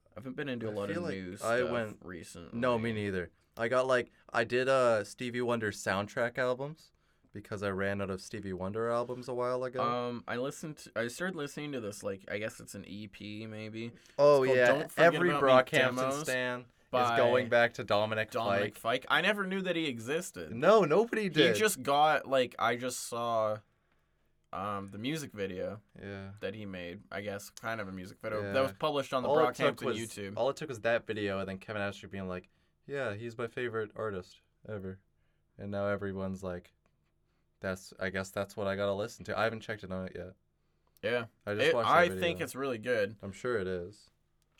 [SPEAKER 1] I haven't been into a
[SPEAKER 2] I
[SPEAKER 1] lot
[SPEAKER 2] feel
[SPEAKER 1] of
[SPEAKER 2] like
[SPEAKER 1] new
[SPEAKER 2] I
[SPEAKER 1] stuff
[SPEAKER 2] went-
[SPEAKER 1] recently.
[SPEAKER 2] No, me neither. I got like I did uh Stevie Wonder soundtrack albums because I ran out of Stevie Wonder albums a while ago.
[SPEAKER 1] Um, I listened. To, I started listening to this. Like, I guess it's an EP, maybe.
[SPEAKER 2] oh
[SPEAKER 1] it's called
[SPEAKER 2] yeah,
[SPEAKER 1] Don't Forget
[SPEAKER 2] every
[SPEAKER 1] About Me
[SPEAKER 2] Brockhampton
[SPEAKER 1] Demos
[SPEAKER 2] stan is
[SPEAKER 1] by
[SPEAKER 2] going back to Dominic,
[SPEAKER 1] Dominic Fike.
[SPEAKER 2] Fike.
[SPEAKER 1] I never knew that he existed.
[SPEAKER 2] No, nobody
[SPEAKER 1] he
[SPEAKER 2] did.
[SPEAKER 1] just got like I just saw, um, the music video
[SPEAKER 2] yeah.
[SPEAKER 1] that he made. I guess kind of a music video
[SPEAKER 2] Yeah.
[SPEAKER 1] that was published on the
[SPEAKER 2] it
[SPEAKER 1] Brockhampton
[SPEAKER 2] took was-
[SPEAKER 1] YouTube.
[SPEAKER 2] All it took was that video, and then Kevin Ashley being like, "Yeah, he's my favorite artist ever," and now everyone's like, "That's I guess that's what I gotta listen to." I haven't checked it on it yet.
[SPEAKER 1] yeah,
[SPEAKER 2] I just
[SPEAKER 1] It-
[SPEAKER 2] watched. that
[SPEAKER 1] I
[SPEAKER 2] video.
[SPEAKER 1] think it's really good.
[SPEAKER 2] I'm sure it is.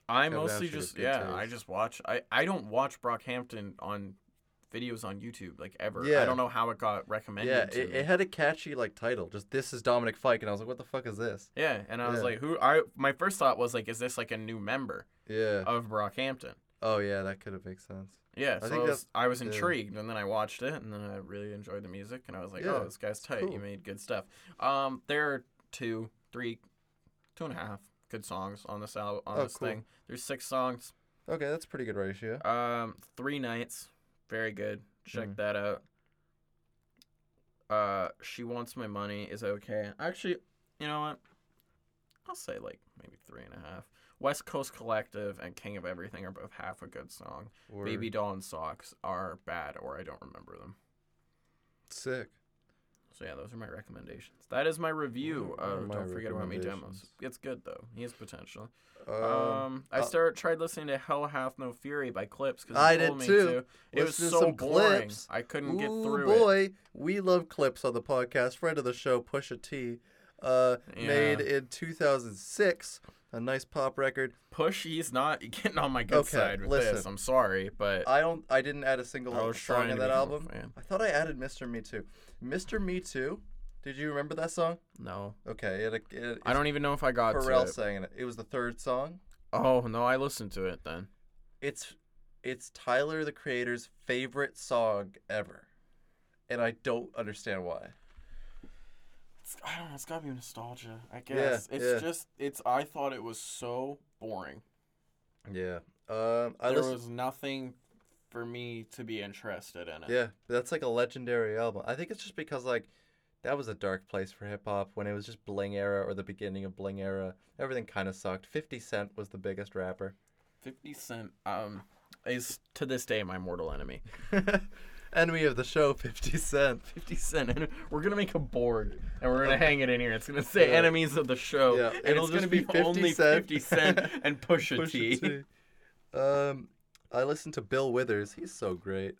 [SPEAKER 1] I
[SPEAKER 2] Kevin
[SPEAKER 1] mostly
[SPEAKER 2] Ashley with
[SPEAKER 1] just
[SPEAKER 2] good
[SPEAKER 1] yeah, I
[SPEAKER 2] taste.
[SPEAKER 1] just watch. I I don't watch Brockhampton on videos on YouTube like ever. I
[SPEAKER 2] Yeah.
[SPEAKER 1] don't know how it got recommended.
[SPEAKER 2] Yeah,
[SPEAKER 1] to
[SPEAKER 2] it,
[SPEAKER 1] me.
[SPEAKER 2] it had a catchy like title, just "This is Dominic Fike," and I was like, "What the fuck is this?"
[SPEAKER 1] yeah, and I was
[SPEAKER 2] Yeah.
[SPEAKER 1] like, who? I my first thought was like, is this like a new member
[SPEAKER 2] Yeah.
[SPEAKER 1] of Brockhampton?
[SPEAKER 2] oh yeah, that could have made sense.
[SPEAKER 1] Yeah, so I,
[SPEAKER 2] think
[SPEAKER 1] was,
[SPEAKER 2] that's-
[SPEAKER 1] I was
[SPEAKER 2] yeah.
[SPEAKER 1] intrigued, and then I watched it, and then I really enjoyed the music, and I was like,
[SPEAKER 2] Yeah,
[SPEAKER 1] "Oh, this guy's tight. He
[SPEAKER 2] cool.
[SPEAKER 1] made good stuff." Um, there are two, three, two and a half good songs on this album. On
[SPEAKER 2] Oh,
[SPEAKER 1] this
[SPEAKER 2] cool.
[SPEAKER 1] thing, there's six songs.
[SPEAKER 2] Okay, that's a pretty good ratio.
[SPEAKER 1] Um, three nights, very good. Check that out. Uh, she wants my money is okay. Actually, you know what? I'll say like maybe three and a half. West Coast Collective and King of Everything are both half a good song. Baby
[SPEAKER 2] Word.
[SPEAKER 1] Doll and Socks are bad, or I don't remember them.
[SPEAKER 2] Sick.
[SPEAKER 1] So yeah, those are my recommendations. That is my review
[SPEAKER 2] What are
[SPEAKER 1] of
[SPEAKER 2] my
[SPEAKER 1] Don't Forget About Me demos.
[SPEAKER 2] recommendations?
[SPEAKER 1] It's good though. He has potential.
[SPEAKER 2] Um,
[SPEAKER 1] Um, I
[SPEAKER 2] uh,
[SPEAKER 1] start tried listening to Hell Hath No Fury by Clips because
[SPEAKER 2] I
[SPEAKER 1] told
[SPEAKER 2] did
[SPEAKER 1] me
[SPEAKER 2] too.
[SPEAKER 1] to. It was
[SPEAKER 2] Listen to
[SPEAKER 1] so
[SPEAKER 2] some
[SPEAKER 1] boring.
[SPEAKER 2] clips.
[SPEAKER 1] I couldn't get
[SPEAKER 2] Ooh,
[SPEAKER 1] through
[SPEAKER 2] boy,
[SPEAKER 1] it.
[SPEAKER 2] we love clips on the podcast. Friend of the show, Pusha T, uh, made in 2006, a nice pop record.
[SPEAKER 1] Push, he's not getting on my good
[SPEAKER 2] Okay,
[SPEAKER 1] side with this.
[SPEAKER 2] listen. Uh,
[SPEAKER 1] I'm sorry, but
[SPEAKER 2] I don't, I didn't add a single
[SPEAKER 1] I was
[SPEAKER 2] song
[SPEAKER 1] trying
[SPEAKER 2] in
[SPEAKER 1] to
[SPEAKER 2] that
[SPEAKER 1] become a
[SPEAKER 2] album.
[SPEAKER 1] fan.
[SPEAKER 2] I thought I added Mr. Me Too. Mr. Me Too. Did you remember that song?
[SPEAKER 1] no.
[SPEAKER 2] Okay, it, it,
[SPEAKER 1] I don't even know if I got
[SPEAKER 2] Pharrell
[SPEAKER 1] to it.
[SPEAKER 2] sang it. It was the third song.
[SPEAKER 1] Oh no, I listened to it then.
[SPEAKER 2] It's, it's Tyler the Creator's favorite song ever, and I don't understand why.
[SPEAKER 1] It's, I don't know. It's gotta be nostalgia, I guess. it's
[SPEAKER 2] yeah.
[SPEAKER 1] just it's. I thought it was so boring.
[SPEAKER 2] Yeah. Um, I
[SPEAKER 1] there
[SPEAKER 2] listen-
[SPEAKER 1] was nothing for me to be interested in it.
[SPEAKER 2] Yeah, that's like a legendary album. I think it's just because like that was a dark place for hip hop when it was just Bling era or the beginning of Bling era. Everything kind of sucked. Fifty Cent was the biggest rapper,
[SPEAKER 1] Fifty Cent um is to this day my mortal enemy.
[SPEAKER 2] enemy of the show. Fifty Cent.
[SPEAKER 1] Fifty Cent, and we're gonna make a board and we're gonna hang it in here. It's gonna say enemies of the show,
[SPEAKER 2] Yeah,
[SPEAKER 1] and
[SPEAKER 2] it'll
[SPEAKER 1] it's gonna
[SPEAKER 2] just
[SPEAKER 1] be
[SPEAKER 2] be 50
[SPEAKER 1] only
[SPEAKER 2] Cent.
[SPEAKER 1] Fifty Cent and Pusha,
[SPEAKER 2] Pusha
[SPEAKER 1] T.
[SPEAKER 2] T. Um, I listened to Bill Withers. He's so great.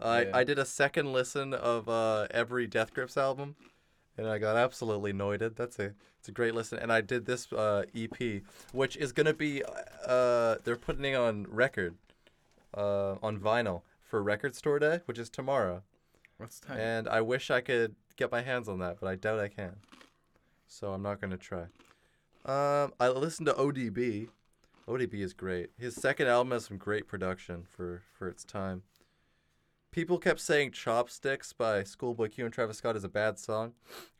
[SPEAKER 2] I
[SPEAKER 5] Yeah.
[SPEAKER 2] I did a second listen of uh, every Death Grips album, and I got absolutely anointed. That's a it's a great listen. And I did this uh, EP, which is gonna be uh, they're putting it on record, uh, on vinyl for Record Store Day, which is tomorrow.
[SPEAKER 1] What's time?
[SPEAKER 2] And I wish I could get my hands on that, but I doubt I can. So I'm not gonna try. Um, I listened to ODB. ODB is great. His second album has some great production for for its time. People kept saying "Chopsticks" by Schoolboy Q and Travis Scott is a bad song.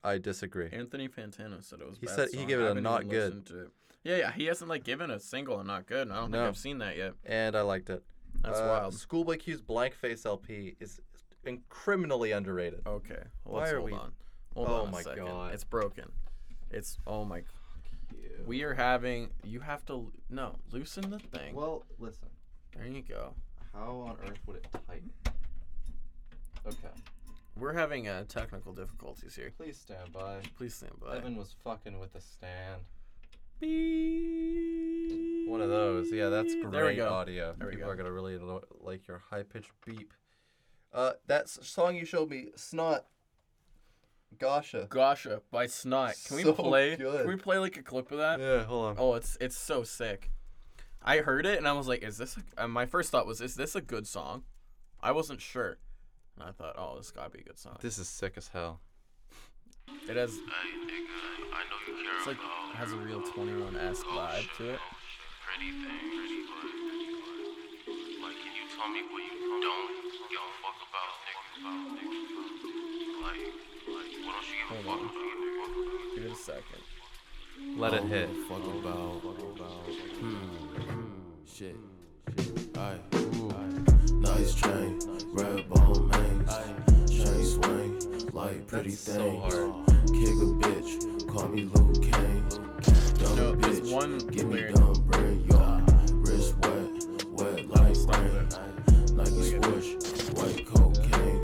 [SPEAKER 2] I disagree.
[SPEAKER 1] Anthony Fantano said it was. a
[SPEAKER 2] He
[SPEAKER 1] bad
[SPEAKER 2] said he
[SPEAKER 1] song.
[SPEAKER 2] gave it
[SPEAKER 1] I
[SPEAKER 2] a
[SPEAKER 1] haven't
[SPEAKER 2] not
[SPEAKER 1] even
[SPEAKER 2] good.
[SPEAKER 1] listened to it. Yeah, yeah, he hasn't like given a single a not good. and I don't
[SPEAKER 2] No.
[SPEAKER 1] think I've seen that yet.
[SPEAKER 2] and I liked it. Um,
[SPEAKER 1] That's wild.
[SPEAKER 2] Schoolboy Q's Blank Face LP is in- criminally underrated.
[SPEAKER 1] Okay,
[SPEAKER 2] Why
[SPEAKER 1] let's
[SPEAKER 2] are
[SPEAKER 1] hold
[SPEAKER 2] we-
[SPEAKER 1] on. Hold
[SPEAKER 2] Oh
[SPEAKER 1] on a
[SPEAKER 2] my
[SPEAKER 1] second.
[SPEAKER 2] God.
[SPEAKER 1] It's broken. It's oh my. We are having. You have to no loosen the thing.
[SPEAKER 2] Well, listen.
[SPEAKER 1] There you go.
[SPEAKER 2] How on earth would it tighten? Okay,
[SPEAKER 1] We're having uh, technical difficulties here.
[SPEAKER 2] please stand by.
[SPEAKER 1] Please stand by.
[SPEAKER 2] Evan was fucking with the stand. One of those. Yeah, that's great
[SPEAKER 1] There we go.
[SPEAKER 2] audio.
[SPEAKER 1] There we
[SPEAKER 2] People
[SPEAKER 1] go.
[SPEAKER 2] are gonna really lo- like your high pitched beep. Uh, that s- song you showed me, Snot. Gosha.
[SPEAKER 1] Gosha uh, by Snot. Can
[SPEAKER 2] So
[SPEAKER 1] we play?
[SPEAKER 2] good.
[SPEAKER 1] Can we play like a clip of that?
[SPEAKER 2] Yeah, hold on.
[SPEAKER 1] Oh, it's it's so sick. I heard it and I was like, "Is this?" A, uh, my first thought was, "Is this a good song?" I wasn't sure, and I thought, "Oh, this gotta be a good song."
[SPEAKER 2] This is sick as hell.
[SPEAKER 1] It has. It's like it has a real 21 esque
[SPEAKER 2] Oh,
[SPEAKER 1] vibe to it.
[SPEAKER 9] Pretty thing, pretty boy. Like, can you tell me what you don't give a fuck about, nigga? Like, like, what don't you give a fuck about, nigga?
[SPEAKER 1] Give it a second.
[SPEAKER 2] Let
[SPEAKER 10] Oh,
[SPEAKER 2] it hit. Oh,
[SPEAKER 10] Hmm, Shit. Aye. Nice chain, red bone mains, chain swing, like pretty
[SPEAKER 2] That's so
[SPEAKER 10] things.
[SPEAKER 2] hard.
[SPEAKER 10] Kick a bitch, call me Luke Kane. Dumb
[SPEAKER 1] No, there's
[SPEAKER 10] bitch,
[SPEAKER 1] one
[SPEAKER 10] give
[SPEAKER 1] lyric.
[SPEAKER 10] me dumb bread, y'all. Wrist wet, wet like rain. Nike swoosh, white cocaine,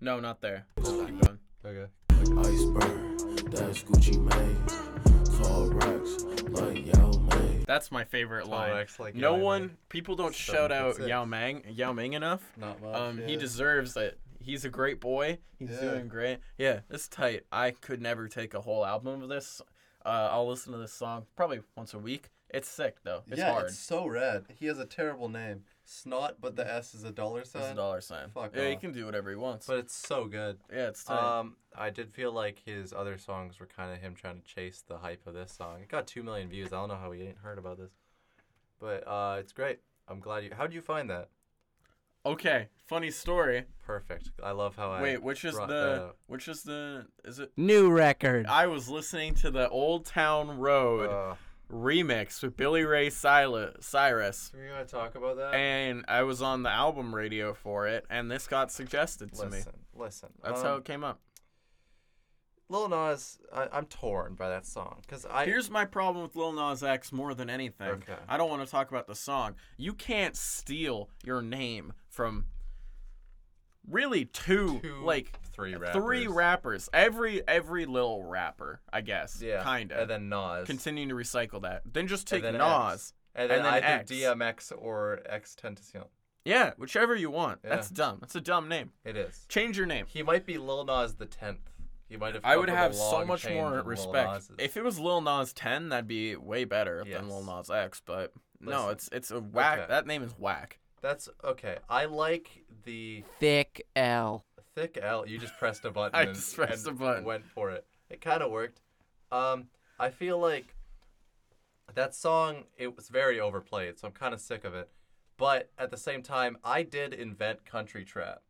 [SPEAKER 1] No, not there. Just keep going.
[SPEAKER 2] Okay.
[SPEAKER 10] iceberg, that's Gucci Mane. Tall racks, like Yao Mane.
[SPEAKER 1] That's my favorite line.
[SPEAKER 2] acts like
[SPEAKER 1] no
[SPEAKER 2] Yao Ming.
[SPEAKER 1] one, people don't shout out
[SPEAKER 2] six.
[SPEAKER 1] Yao Mang, Yao Ming enough.
[SPEAKER 2] Not much.
[SPEAKER 1] Um, he
[SPEAKER 2] yeah.
[SPEAKER 1] deserves it. He's a great boy. He's
[SPEAKER 2] Yeah.
[SPEAKER 1] doing great. Yeah, it's tight. I could never take a whole album of this. Uh, I'll listen to this song probably once a week. It's sick though. It's
[SPEAKER 2] yeah,
[SPEAKER 1] hard.
[SPEAKER 2] it's so rad. He has a terrible name. Snot, but the S is a dollar sign.
[SPEAKER 1] It's a dollar sign.
[SPEAKER 2] Fuck
[SPEAKER 1] yeah, he
[SPEAKER 2] off.
[SPEAKER 1] can do whatever he wants.
[SPEAKER 2] But it's so good.
[SPEAKER 1] yeah, it's tight.
[SPEAKER 2] Um, I did feel like his other songs were kind of him trying to chase the hype of this song. It got two million views. I don't know how he ain't heard about this, but uh, it's great. I'm glad you. How would you find that?
[SPEAKER 1] okay, funny story.
[SPEAKER 2] Perfect. I love how I.
[SPEAKER 1] Wait, which is
[SPEAKER 2] brought that
[SPEAKER 1] the
[SPEAKER 2] up.
[SPEAKER 1] which is the is it?
[SPEAKER 3] New record.
[SPEAKER 1] I was listening to the Old Town Road
[SPEAKER 2] Uh,
[SPEAKER 1] remix with Billy Ray Cyrus, Cyrus,
[SPEAKER 2] we gonna talk about that?
[SPEAKER 1] and I was on the album radio for it, and this got suggested to
[SPEAKER 2] listen,
[SPEAKER 1] me.
[SPEAKER 2] listen.
[SPEAKER 1] That's
[SPEAKER 2] um,
[SPEAKER 1] how it came up.
[SPEAKER 2] Lil Nas. I, I'm torn by that song because I.
[SPEAKER 1] Here's my problem with Lil Nas X more than anything.
[SPEAKER 2] Okay.
[SPEAKER 1] I don't want to talk about the song. You can't steal your name from really two,
[SPEAKER 2] Two,
[SPEAKER 1] like
[SPEAKER 2] three
[SPEAKER 1] three
[SPEAKER 2] rappers.
[SPEAKER 1] rappers. Every every little rapper, I guess.
[SPEAKER 2] yeah,
[SPEAKER 1] Kinda.
[SPEAKER 2] And then Nas.
[SPEAKER 1] continuing to recycle that. Then just
[SPEAKER 2] and
[SPEAKER 1] take
[SPEAKER 2] then
[SPEAKER 1] Nas.
[SPEAKER 2] X, and then,
[SPEAKER 1] and then
[SPEAKER 2] either
[SPEAKER 1] X.
[SPEAKER 2] DMX or X Tentacion.
[SPEAKER 1] Yeah, whichever you want.
[SPEAKER 2] Yeah.
[SPEAKER 1] That's dumb. That's a dumb name.
[SPEAKER 2] It is.
[SPEAKER 1] Change your name.
[SPEAKER 2] He might be Lil Nas the tenth. He might have.
[SPEAKER 1] I would
[SPEAKER 2] come from a
[SPEAKER 1] have so
[SPEAKER 2] long
[SPEAKER 1] much
[SPEAKER 2] chain
[SPEAKER 1] more
[SPEAKER 2] of Lil
[SPEAKER 1] respect.
[SPEAKER 2] Nas's.
[SPEAKER 1] If it was Lil Nas 10, that'd be way better
[SPEAKER 2] Yes.
[SPEAKER 1] than Lil Nas X, but no,
[SPEAKER 2] Listen.
[SPEAKER 1] it's it's a whack.
[SPEAKER 2] Okay.
[SPEAKER 1] That name is whack.
[SPEAKER 2] that's okay. I like the
[SPEAKER 3] Thick L.
[SPEAKER 2] thick L. You just pressed a button.
[SPEAKER 1] I
[SPEAKER 2] and,
[SPEAKER 1] just pressed
[SPEAKER 2] and
[SPEAKER 1] a button.
[SPEAKER 2] Went for it. It kind of worked. Um, I feel like that song. It was very overplayed, so I'm kind of sick of it. But at the same time, I did invent country trap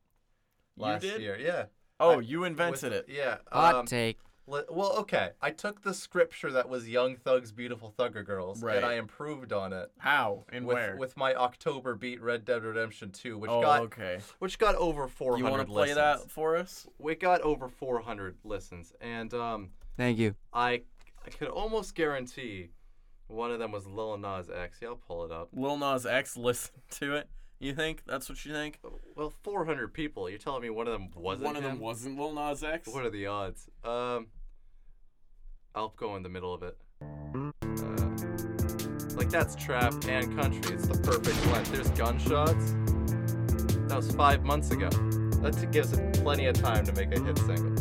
[SPEAKER 2] last
[SPEAKER 1] did?
[SPEAKER 2] year. Yeah.
[SPEAKER 1] Oh,
[SPEAKER 2] I-
[SPEAKER 1] you invented
[SPEAKER 2] with-
[SPEAKER 1] it.
[SPEAKER 2] Yeah.
[SPEAKER 3] Hot
[SPEAKER 2] um,
[SPEAKER 3] take.
[SPEAKER 2] Li- Well, okay. I took the scripture that was Young Thug's Beautiful Thugger Girls
[SPEAKER 1] Right.
[SPEAKER 2] and I improved on it
[SPEAKER 1] How and
[SPEAKER 2] with
[SPEAKER 1] where?
[SPEAKER 2] with my October beat Red Dead Redemption 2, which
[SPEAKER 1] oh,
[SPEAKER 2] got
[SPEAKER 1] okay.
[SPEAKER 2] which got over
[SPEAKER 1] You
[SPEAKER 2] 400
[SPEAKER 1] want to play
[SPEAKER 2] listens.
[SPEAKER 1] that for us?
[SPEAKER 2] We got over 400 listens and um
[SPEAKER 3] Thank you.
[SPEAKER 2] I I could almost guarantee one of them was Lil Nas X. Yeah, I'll pull it up.
[SPEAKER 1] Lil Nas X listened to it. You think that's what you think?
[SPEAKER 2] Well, 400 people. You're telling me one of them wasn't
[SPEAKER 1] One of them
[SPEAKER 2] him?
[SPEAKER 1] wasn't Lil Nas X.
[SPEAKER 2] What are the odds? Um, I'll go in the middle of it. Uh,
[SPEAKER 5] like, that's trap and country. It's the perfect blend. There's gunshots. That was five months ago. That gives it plenty of time to make a hit single.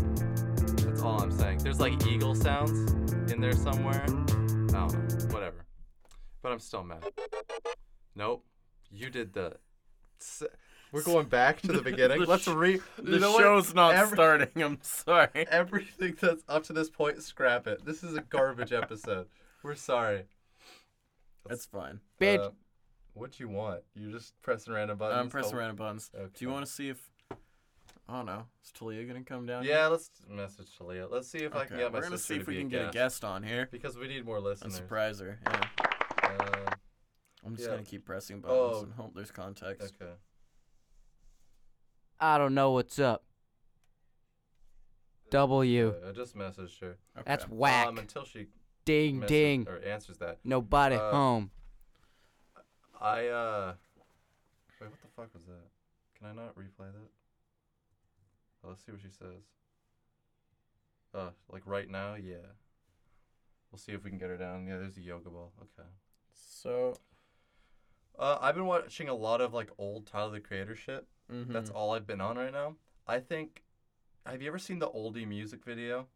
[SPEAKER 5] That's all I'm saying. There's like eagle sounds in there somewhere. I don't know. Whatever. But I'm still mad. Nope. You did the. s- We're going back to the beginning.
[SPEAKER 2] The
[SPEAKER 5] Let's
[SPEAKER 2] sh-
[SPEAKER 5] re.
[SPEAKER 1] The
[SPEAKER 5] you know what?
[SPEAKER 1] show's not
[SPEAKER 5] Every-
[SPEAKER 1] starting. I'm sorry.
[SPEAKER 2] Everything that's up to this point, scrap it. This is a garbage episode. We're sorry.
[SPEAKER 1] That's fine.
[SPEAKER 3] Bitch.
[SPEAKER 2] Uh, what you want? You're just pressing random buttons. Oh,
[SPEAKER 1] I'm pressing
[SPEAKER 2] Hope-
[SPEAKER 1] random buttons. Do
[SPEAKER 2] Okay.
[SPEAKER 1] you want to see if I don't know? Is Talia gonna come down? here?
[SPEAKER 2] Yeah, let's message Talia. Let's see if I
[SPEAKER 1] Okay.
[SPEAKER 2] can get my
[SPEAKER 1] We're gonna
[SPEAKER 2] sister
[SPEAKER 1] see
[SPEAKER 2] to
[SPEAKER 1] if we
[SPEAKER 2] be
[SPEAKER 1] can get a guest on here
[SPEAKER 2] because we need more
[SPEAKER 1] and
[SPEAKER 2] listeners.
[SPEAKER 1] surprise her. Yeah.
[SPEAKER 2] Uh,
[SPEAKER 1] I'm just
[SPEAKER 2] Yeah.
[SPEAKER 1] gonna keep pressing buttons
[SPEAKER 2] Oh.
[SPEAKER 1] and hope there's context.
[SPEAKER 2] okay.
[SPEAKER 3] I don't know what's up. W.
[SPEAKER 2] Uh, I just messaged her.
[SPEAKER 1] Okay.
[SPEAKER 3] That's whack.
[SPEAKER 2] Um, until she
[SPEAKER 3] ding
[SPEAKER 2] messa-
[SPEAKER 3] ding.
[SPEAKER 2] or answers that.
[SPEAKER 3] Nobody
[SPEAKER 2] uh,
[SPEAKER 3] home.
[SPEAKER 2] I uh. Wait, what the fuck was that? Can I not replay that? Oh, let's see what she says. Uh, like right now, yeah. We'll see if we can get her down. Yeah, there's a yoga ball. Okay.
[SPEAKER 1] so.
[SPEAKER 2] Uh, I've been watching a lot of like old Tyler the Creator shit.
[SPEAKER 1] mhm.
[SPEAKER 2] That's all I've been on right now. I think. Have you ever seen the oldie music video?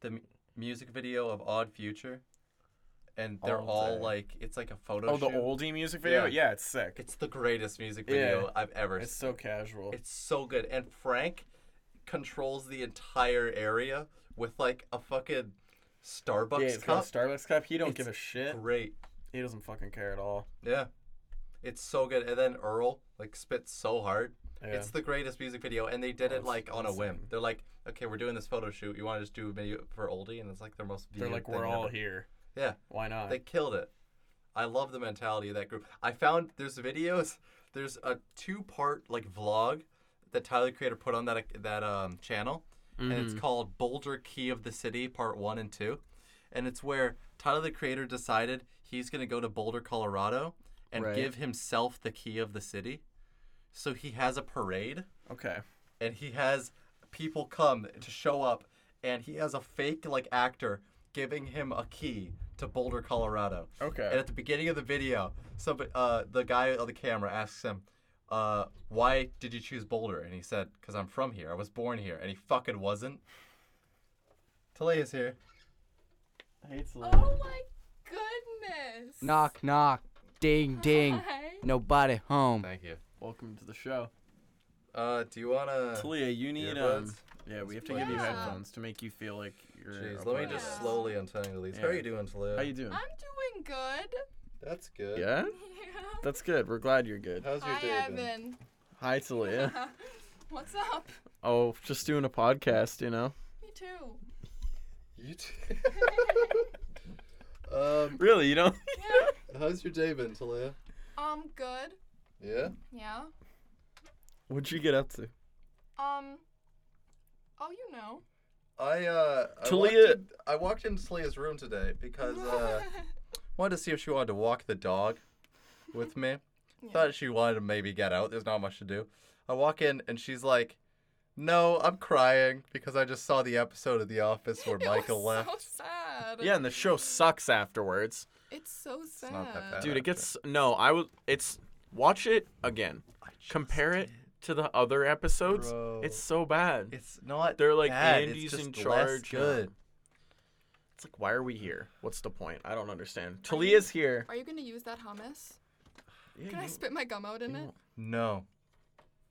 [SPEAKER 2] The m- music video of Odd Future, and they're
[SPEAKER 1] All
[SPEAKER 2] all
[SPEAKER 1] day.
[SPEAKER 2] like it's like a photo.
[SPEAKER 1] Oh, the
[SPEAKER 2] shoot.
[SPEAKER 1] oldie music video.
[SPEAKER 2] Yeah.
[SPEAKER 1] Yeah, it's sick.
[SPEAKER 2] It's the greatest music
[SPEAKER 1] Yeah.
[SPEAKER 2] video I've ever
[SPEAKER 1] It's
[SPEAKER 2] seen.
[SPEAKER 1] so casual.
[SPEAKER 2] It's so good. And Frank controls the entire area with like a fucking Starbucks
[SPEAKER 1] yeah, it's
[SPEAKER 2] cup.
[SPEAKER 1] got a Starbucks cup. He don't
[SPEAKER 2] It's
[SPEAKER 1] give a shit.
[SPEAKER 2] Great.
[SPEAKER 1] He doesn't fucking care at all.
[SPEAKER 2] Yeah. It's so good. And then Earl like spits so hard.
[SPEAKER 1] Yeah.
[SPEAKER 2] It's the greatest music video and they did it
[SPEAKER 1] it's
[SPEAKER 2] like on a whim.
[SPEAKER 1] insane.
[SPEAKER 2] They're like, "Okay, we're doing this photo shoot. You want to just do a video for oldie?" And it's like their most
[SPEAKER 1] They're
[SPEAKER 2] viewed
[SPEAKER 1] like,
[SPEAKER 2] thing
[SPEAKER 1] we're all
[SPEAKER 2] ever."
[SPEAKER 1] here.
[SPEAKER 2] Yeah.
[SPEAKER 1] Why not?
[SPEAKER 2] They killed it. I love the mentality of that group. I found there's videos. There's a two-part like vlog that Tyler the Creator put on that that um, channel, and
[SPEAKER 1] Mm-hmm.
[SPEAKER 2] it's called Boulder Key of the City Part One and Two, and it's where Tyler the Creator decided he's gonna go to Boulder, Colorado, and
[SPEAKER 1] Right.
[SPEAKER 2] give himself the key of the city. So he has a parade
[SPEAKER 1] okay.
[SPEAKER 2] and he has people come to show up and he has a fake like actor giving him a key to Boulder, Colorado.
[SPEAKER 1] Okay.
[SPEAKER 2] And at the beginning of the video, so uh, the guy on the camera asks him, uh, "Why did you choose Boulder?" And he said, "Cause I'm from here. I was born here." And he fucking wasn't. Talia's here.
[SPEAKER 11] Oh my goodness.
[SPEAKER 3] Knock knock. Ding ding.
[SPEAKER 11] Hi.
[SPEAKER 3] Nobody home.
[SPEAKER 2] Thank you.
[SPEAKER 1] Welcome to the show.
[SPEAKER 2] Uh, do you wanna?
[SPEAKER 1] Talia, you need um.
[SPEAKER 2] earbuds?
[SPEAKER 1] Yeah, we have to give you
[SPEAKER 11] Yeah.
[SPEAKER 1] headphones to make you feel like you're.
[SPEAKER 2] Jeez,
[SPEAKER 1] a
[SPEAKER 2] let me
[SPEAKER 1] part of
[SPEAKER 2] just
[SPEAKER 1] this.
[SPEAKER 11] Yeah.
[SPEAKER 2] slowly untangle these. How are
[SPEAKER 1] Yeah.
[SPEAKER 2] you doing, Talia?
[SPEAKER 1] How you doing?
[SPEAKER 11] I'm doing good.
[SPEAKER 2] That's good.
[SPEAKER 1] Yeah,
[SPEAKER 11] Yeah.
[SPEAKER 1] that's good. We're glad you're good.
[SPEAKER 2] How's your
[SPEAKER 11] Hi,
[SPEAKER 2] day been?
[SPEAKER 11] Evan.
[SPEAKER 1] Hi, Talia.
[SPEAKER 11] What's up?
[SPEAKER 1] Oh, just doing a podcast, you know.
[SPEAKER 11] Me too.
[SPEAKER 2] You too. um,
[SPEAKER 1] Really, you know.
[SPEAKER 11] Yeah.
[SPEAKER 2] how's your day been, Talia?
[SPEAKER 11] Um, good.
[SPEAKER 2] Yeah.
[SPEAKER 11] Yeah.
[SPEAKER 1] What'd you get up to?
[SPEAKER 11] Um. Oh, you know.
[SPEAKER 2] I uh
[SPEAKER 1] Talia-
[SPEAKER 2] I walked, in, I walked into Talia's room today because uh wanted to see if she wanted to walk the dog with me. Thought she wanted to maybe get out. There's not much to do. I walk in and she's like, "No, I'm crying because I just saw the episode of The Office where Michael
[SPEAKER 11] it was
[SPEAKER 2] left."
[SPEAKER 11] So sad.
[SPEAKER 1] Yeah, and the show sucks afterwards,
[SPEAKER 11] It's so sad.
[SPEAKER 2] not that bad.
[SPEAKER 1] dude. It gets no. I was. It's watch it again. Compare it to the other episodes.
[SPEAKER 2] Bro.
[SPEAKER 1] It's so bad.
[SPEAKER 2] It's not.
[SPEAKER 1] They're like,
[SPEAKER 2] bad.
[SPEAKER 1] Andy's
[SPEAKER 2] it's just
[SPEAKER 1] in
[SPEAKER 2] less
[SPEAKER 1] charge now.
[SPEAKER 2] Good.
[SPEAKER 1] It's like, why are we here? What's the point? I don't understand. Talia's here.
[SPEAKER 11] Are you gonna use that hummus?
[SPEAKER 1] Yeah,
[SPEAKER 11] Can I
[SPEAKER 1] you-
[SPEAKER 11] spit my gum out in
[SPEAKER 1] you
[SPEAKER 11] it?
[SPEAKER 1] won't.
[SPEAKER 2] No.